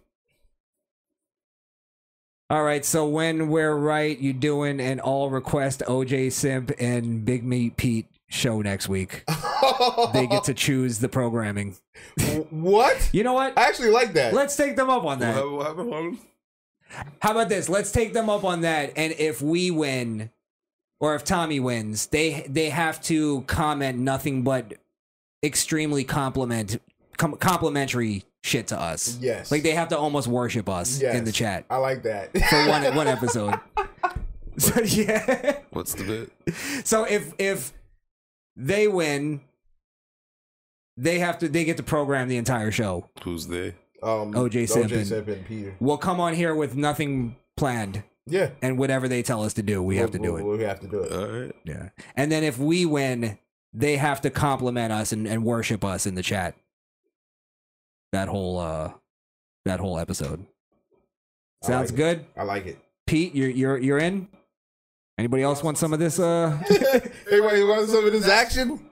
Speaker 4: All right. So when we're right, you doing an all request OJ Simp and Big Meat Pete show next week. they get to choose the programming.
Speaker 3: What?
Speaker 4: You know what?
Speaker 3: I actually like that.
Speaker 4: Let's take them up on that.
Speaker 5: What happened, what happened?
Speaker 4: How about this? Let's take them up on that, and if we win, or if Tommy wins, they they have to comment nothing but extremely compliment com- complimentary shit to us.
Speaker 3: Yes.
Speaker 4: like they have to almost worship us in the
Speaker 3: Yes.
Speaker 4: chat
Speaker 3: I like that.
Speaker 4: for one one episode. so yeah,
Speaker 5: What's the bit?
Speaker 4: so if if they win, they have to they get to program the entire show.
Speaker 5: Who's they?
Speaker 3: Um,
Speaker 4: OJ
Speaker 3: OJ
Speaker 4: Simpson.
Speaker 3: Simpson, Peter.
Speaker 4: We'll come on here with nothing planned.
Speaker 3: Yeah.
Speaker 4: And whatever they tell us to do, we have to do it.
Speaker 3: We have to do it.
Speaker 5: All right.
Speaker 4: Yeah. And then if we win, they have to compliment us and, and worship us in the chat. That whole uh that whole episode.
Speaker 3: I
Speaker 4: Sounds
Speaker 3: like it.
Speaker 4: good?
Speaker 3: I like it.
Speaker 4: Pete, you're you're you're in? Anybody else want some of this uh
Speaker 3: Anybody want some of this action?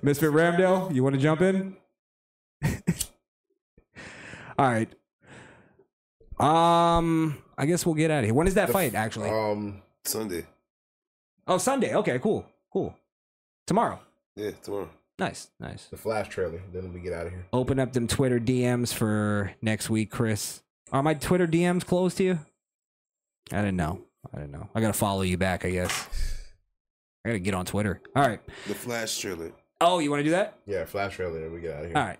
Speaker 4: Misfit Ramdale, you want to jump in? All right. Um, I guess we'll get out of here. When is that
Speaker 5: The f-
Speaker 4: fight actually?
Speaker 3: Um,
Speaker 5: Sunday.
Speaker 4: Oh, Sunday. Okay, cool. Cool. Tomorrow.
Speaker 5: Yeah, tomorrow.
Speaker 4: Nice. Nice.
Speaker 3: The Flash trailer. Then we get out of here.
Speaker 4: Open up them Twitter DMs for next week, Chris. Are my Twitter DMs closed to you? I didn't know. I didn't know. I got to follow you back, I guess. I got to get on Twitter. All right.
Speaker 5: The Flash trailer.
Speaker 4: Oh, you want to do that?
Speaker 3: Yeah, Flash trailer. Then we get out of here.
Speaker 4: All right.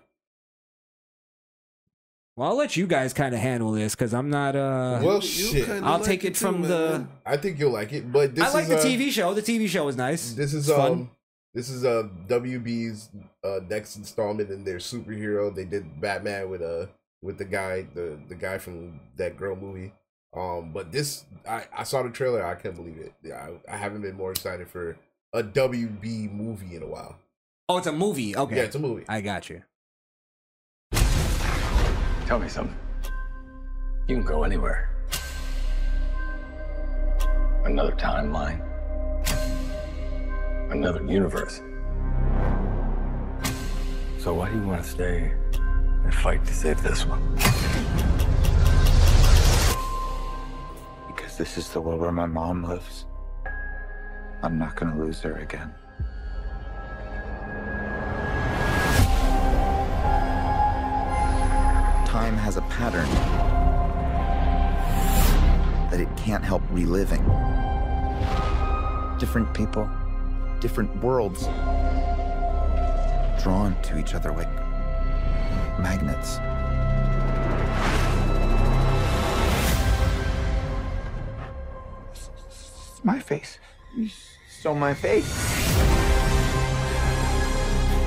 Speaker 4: Well, I'll let you guys kind of handle this because I'm not. uh
Speaker 3: well, shit.
Speaker 4: I'll take it from the.
Speaker 3: I think you'll like it, but this
Speaker 4: I like
Speaker 3: is,
Speaker 4: the
Speaker 3: uh,
Speaker 4: TV show. The TV show is nice.
Speaker 3: This is
Speaker 4: It's fun.
Speaker 3: um, this is uh WB's uh next installment in their superhero. They did Batman with uh with the guy the the guy from that girl movie. Um, but this I I saw the trailer. I can't believe it. Yeah, I I haven't been more excited for a WB movie in a while.
Speaker 4: Oh, it's a movie. Okay.
Speaker 3: Yeah, it's a movie.
Speaker 4: I got you.
Speaker 21: Tell me something. You can go anywhere. Another timeline. Another universe. So why do you want to stay and fight to save this one?
Speaker 9: Because this is the world where my mom lives. I'm not gonna lose her again. Time has a pattern that it can't help reliving. Different people, different worlds, drawn to each other like magnets. My face. So my face.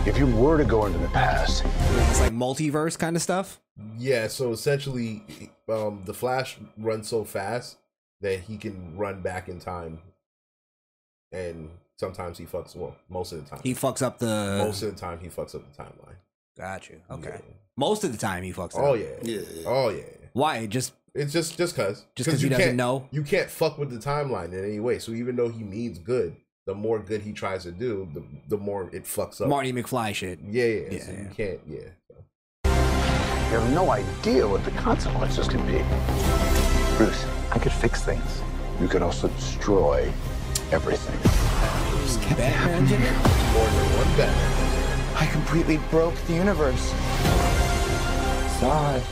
Speaker 21: If you were to go into the past,
Speaker 4: It's like multiverse kind of stuff.
Speaker 3: Yeah, so essentially, um, the Flash runs so fast that he can run back in time, and sometimes he fucks. Well, most of the time
Speaker 4: He fucks up the-
Speaker 3: Most of the time he fucks up the timeline.
Speaker 4: Got you. Okay. Most of the time he fucks.
Speaker 3: Oh
Speaker 4: up.
Speaker 3: yeah. Oh yeah.
Speaker 4: Why? Just
Speaker 3: it's just just cause
Speaker 4: Just 'cause he doesn't know?
Speaker 3: You can't fuck with the timeline in any way. So even though he means good, the more good he tries to do, the the more it fucks up.
Speaker 4: Marty McFly shit.
Speaker 3: Yeah, yeah. so you can't. Yeah.
Speaker 2: You have no idea what the consequences can be. Bruce, I could fix things. You could also destroy everything.
Speaker 4: Batman did it?
Speaker 3: More than one Batman.
Speaker 2: I completely broke the universe. Zod.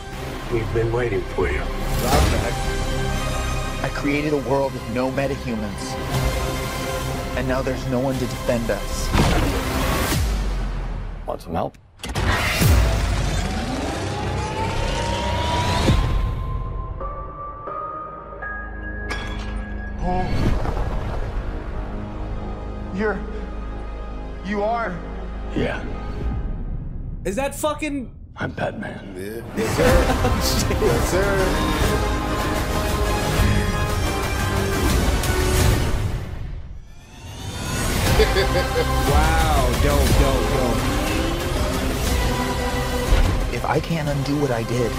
Speaker 2: We've been waiting for you. I created a world with no metahumans. And now there's no one to defend us.
Speaker 13: Want some help?
Speaker 34: Paul. You're. You are.
Speaker 13: Yeah,
Speaker 4: Is that fucking?
Speaker 13: I'm Batman.
Speaker 3: Yes, sir. yes, sir.
Speaker 4: wow, dope, dope, dope.
Speaker 2: If I can't undo what I did,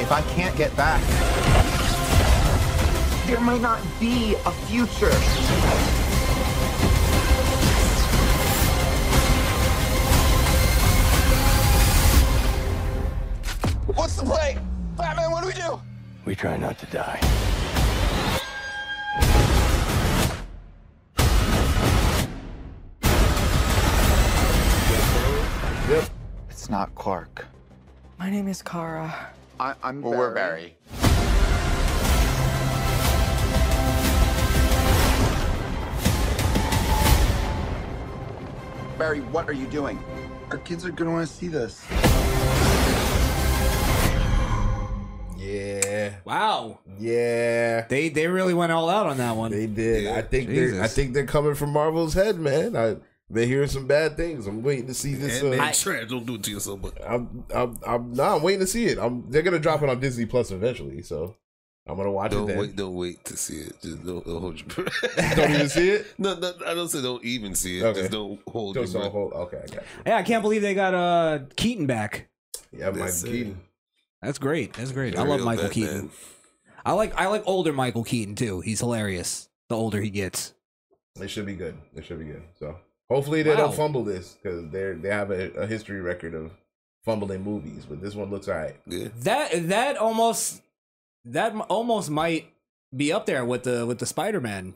Speaker 2: if I can't get back, there might not be a future. What's the play? Batman, what do we do?
Speaker 13: We try not to die.
Speaker 3: Yep.
Speaker 2: It's not Clark.
Speaker 35: My name is Kara.
Speaker 2: I, I'm well, we're Barry. Barry, what are you doing? Our kids are gonna want to see this.
Speaker 3: Yeah.
Speaker 4: Wow.
Speaker 3: Yeah.
Speaker 4: They they really went all out on that one.
Speaker 3: They did. I think
Speaker 4: Jesus.
Speaker 3: they're I think they're coming from Marvel's head, man. I they're hearing some bad things. I'm waiting to see this.
Speaker 5: and
Speaker 3: uh,
Speaker 5: then trash. Don't do it to yourself, but
Speaker 3: I'm I'm I'm nah, I'm waiting to see it. I'm they're gonna drop it on Disney Plus eventually, so I'm gonna watch
Speaker 5: don't
Speaker 3: it then.
Speaker 5: wait. Don't wait to see it. Just don't, don't hold your breath.
Speaker 3: Don't even see it.
Speaker 5: No, no, I don't say don't even see it.
Speaker 3: Okay.
Speaker 5: Just don't hold
Speaker 3: Just
Speaker 5: your
Speaker 3: don't hold.
Speaker 5: breath.
Speaker 3: Okay, I got you.
Speaker 4: Yeah, I can't believe they got uh Keaton back.
Speaker 3: Yeah, Mike
Speaker 5: That's it.
Speaker 3: Keaton.
Speaker 4: That's great. That's great. I
Speaker 5: The
Speaker 4: love
Speaker 5: real
Speaker 4: Michael
Speaker 5: Batman.
Speaker 4: Keaton. I like I like older Michael Keaton too. He's hilarious. The older he gets.
Speaker 3: It should be good. It should be good. So hopefully they
Speaker 4: Wow.
Speaker 3: don't fumble this because they're they have a, a history record of fumbling movies, but this one looks alright.
Speaker 5: Yeah.
Speaker 4: That that almost that m- almost might be up there with the with the Spider Man.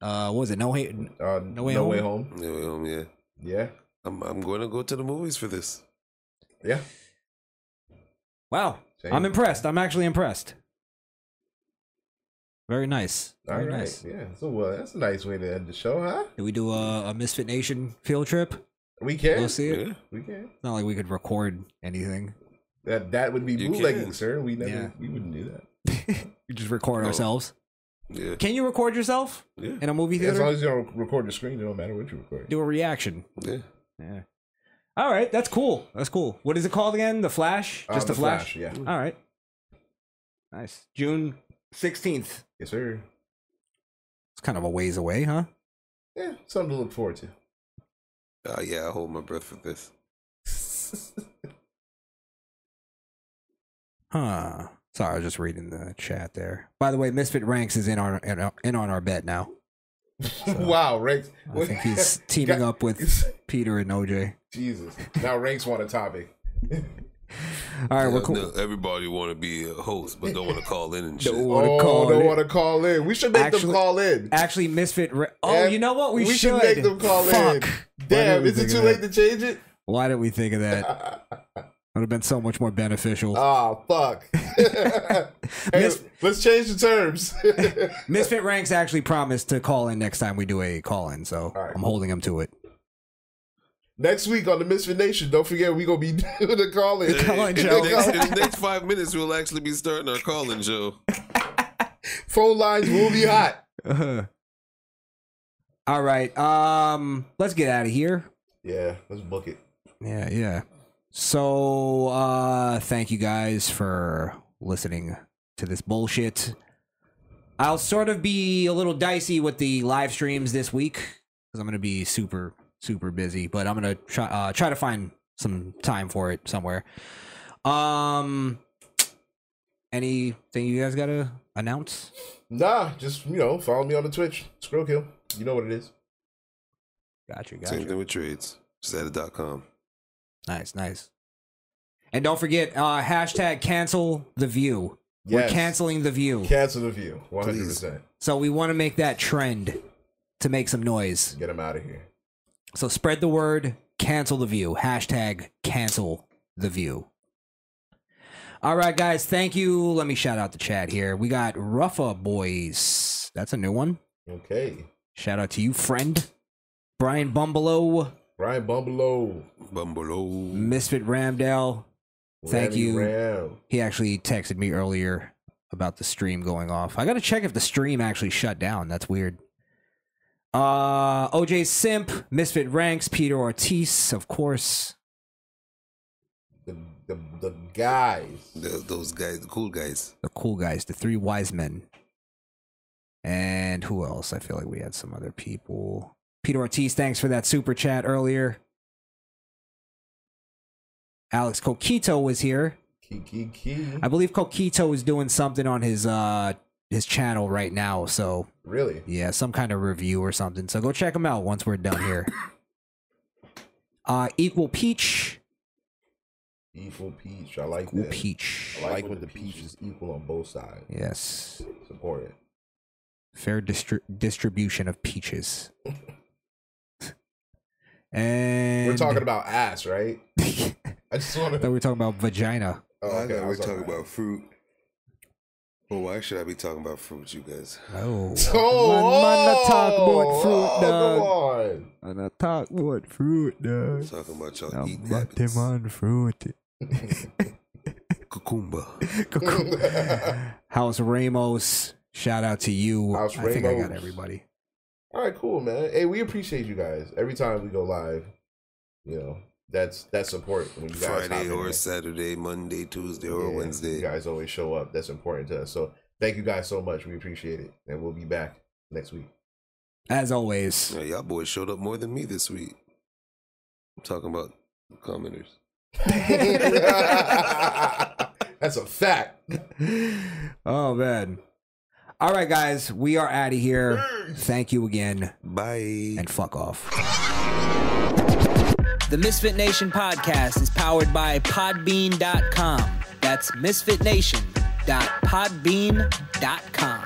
Speaker 4: Uh, what was it No Way
Speaker 3: uh,
Speaker 4: No Way
Speaker 3: No
Speaker 4: Home?
Speaker 3: Way Home.
Speaker 5: Yeah, wait, home, yeah.
Speaker 3: Yeah.
Speaker 5: I'm I'm going to go to the movies for this.
Speaker 3: Yeah.
Speaker 4: Wow,
Speaker 5: Same.
Speaker 4: I'm impressed. I'm actually impressed. Very nice.
Speaker 3: All
Speaker 4: Very
Speaker 3: right.
Speaker 4: nice.
Speaker 3: Yeah. So well, that's a nice way to end the show, huh?
Speaker 4: Can we do a, a Misfit Nation field trip?
Speaker 3: We can.
Speaker 4: We'll see it.
Speaker 3: We can.
Speaker 4: It's not like we could record anything.
Speaker 3: That that would be
Speaker 4: You
Speaker 3: bootlegging,
Speaker 4: can.
Speaker 3: sir. We never
Speaker 4: Yeah.
Speaker 3: we wouldn't do that.
Speaker 4: We just record
Speaker 3: No.
Speaker 4: ourselves.
Speaker 5: Yeah.
Speaker 4: Can you record yourself
Speaker 5: Yeah.
Speaker 4: in a movie
Speaker 3: As
Speaker 4: theater?
Speaker 3: long as you don't record the screen, it don't matter what you record.
Speaker 4: do a reaction.
Speaker 5: Yeah.
Speaker 4: Yeah. All right, that's cool. That's cool. What is it called again? The Flash?
Speaker 3: Uh,
Speaker 4: Just
Speaker 3: The
Speaker 4: the, Flash?
Speaker 3: Flash, yeah.
Speaker 4: All right. Nice. June 16th.
Speaker 3: Yes, sir.
Speaker 4: It's kind of a ways away, huh?
Speaker 3: Yeah, something to look forward to.
Speaker 5: Uh, yeah, I hold my breath for this.
Speaker 4: Huh. Sorry, I was just reading the chat there. By the way, Misfit Ranks is in our in, our- in on our bet now.
Speaker 3: wow, Rex.
Speaker 4: I think he's teaming up with Peter and OJ.
Speaker 3: Jesus. Now ranks want a topic.
Speaker 4: All right,
Speaker 5: Yeah,
Speaker 4: we're cool.
Speaker 5: no, everybody want to be a host, but don't want to call in and shit.
Speaker 4: Don't wanna Oh, call
Speaker 3: don't
Speaker 4: in.
Speaker 3: want to call in. We should make them
Speaker 4: Actually-
Speaker 3: call in.
Speaker 4: Actually, Misfit. Ra- oh, you know what? We,
Speaker 3: should make them call
Speaker 4: Fuck.
Speaker 3: in.
Speaker 4: Why
Speaker 3: Damn,
Speaker 4: didn't we
Speaker 3: is it
Speaker 4: think
Speaker 3: too
Speaker 4: of
Speaker 3: late
Speaker 4: that?
Speaker 3: to change it?
Speaker 4: Why did we think of that? Would have been so much more beneficial.
Speaker 3: Ah, fuck. Hey, let's change the terms.
Speaker 4: Misfit Ranks actually promised to call in next time we do a call in, so I'm holding him to it.
Speaker 3: Next week on the Misfit Nation, don't forget we gonna be doing the call in.
Speaker 5: in, the next, in the next five minutes, we'll actually be starting our calling show.
Speaker 3: Phone lines will be hot.
Speaker 4: All right, um, let's get out of here.
Speaker 3: Yeah, let's book it.
Speaker 4: Yeah, yeah. So, uh, thank you guys for listening to this bullshit. I'll sort of be a little dicey with the live streams this week because I'm going to be super, super busy, but I'm going to try, uh, try to find some time for it somewhere. Um, anything you guys got to announce?
Speaker 3: Nah, just you know, follow me on the Twitch. Scrollkill. You know what it is.
Speaker 4: Gotcha, gotcha.
Speaker 5: Same thing with trades. Zeta.com.
Speaker 4: Nice, nice. And don't forget, uh, hashtag cancel the view. We're
Speaker 3: Yes.
Speaker 4: canceling the view.
Speaker 3: Cancel the view. One hundred percent.
Speaker 4: So we want to make that trend to make some noise.
Speaker 3: Get them out of here.
Speaker 4: So spread the word, cancel the view. Hashtag cancel the view. All right, guys, thank you. Let me shout out the chat here. We got Ruffa Boys. That's a new one.
Speaker 3: Okay.
Speaker 4: Shout out to you, friend. Brian Bumbelow.
Speaker 3: Brian Bumbelow.
Speaker 5: Bumbelow.
Speaker 4: Misfit Ramdell. Thank
Speaker 3: Rammy
Speaker 4: you.
Speaker 3: Ram.
Speaker 4: He actually texted me earlier about the stream going off. I got to check if the stream actually shut down. That's weird. Uh, OJ Simp, Misfit Ranks, Peter Ortiz, of course.
Speaker 3: The the guys.
Speaker 5: those guys, the cool guys.
Speaker 4: The cool guys, the three wise men. And who else? I feel like we had some other people. Peter Ortiz, thanks for that super chat earlier. Alex Coquito was here.
Speaker 3: Key key.
Speaker 4: I believe Coquito is doing something on his uh his channel right now. So
Speaker 3: Really?
Speaker 4: yeah, some kind of review or something. So go check him out once we're done here. Uh, equal peach.
Speaker 3: Equal peach. I like
Speaker 4: Equal
Speaker 3: that.
Speaker 4: peach.
Speaker 3: I like, when the peach is equal on both sides.
Speaker 4: Yes.
Speaker 3: Support it.
Speaker 4: Fair distri- distribution of peaches. and
Speaker 3: We're talking about ass, right? I just want
Speaker 4: I
Speaker 3: to.
Speaker 4: thought we were talking about vagina.
Speaker 3: Oh,
Speaker 5: I
Speaker 3: okay.
Speaker 5: thought
Speaker 3: I
Speaker 5: we were
Speaker 3: was
Speaker 5: talking
Speaker 3: alright.
Speaker 5: about fruit. Well, why should I be talking about fruit, you guys?
Speaker 4: Oh.
Speaker 3: Oh,
Speaker 5: oh, oh,
Speaker 3: come
Speaker 4: I'm not talk about fruit, dog.
Speaker 5: Talking about y'all
Speaker 4: I'm
Speaker 5: eating
Speaker 4: not them on fruit.
Speaker 5: Cucumba.
Speaker 4: House Ramos, shout out to you.
Speaker 3: House
Speaker 4: I think I got
Speaker 3: Ramos.
Speaker 4: everybody.
Speaker 3: All right, cool, man. Hey, we appreciate you guys every time we go live. You know, that's that's support when you guys hop
Speaker 5: Friday
Speaker 3: in
Speaker 5: or
Speaker 3: there.
Speaker 5: Saturday, Monday, Tuesday or
Speaker 3: Yeah,
Speaker 5: Wednesday.
Speaker 3: You guys always show up. That's important to us. So thank you guys so much. We appreciate it, and we'll be back next week.
Speaker 4: As always.
Speaker 5: Yeah, y'all boys showed up more than me this week. I'm talking about commenters.
Speaker 3: That's a fact.
Speaker 4: Oh man. All right, guys, we are out of here. Thank you again.
Speaker 5: Bye.
Speaker 4: And fuck off.
Speaker 10: The Misfit Nation podcast is powered by Podbean.com. That's misfitnation.podbean.com.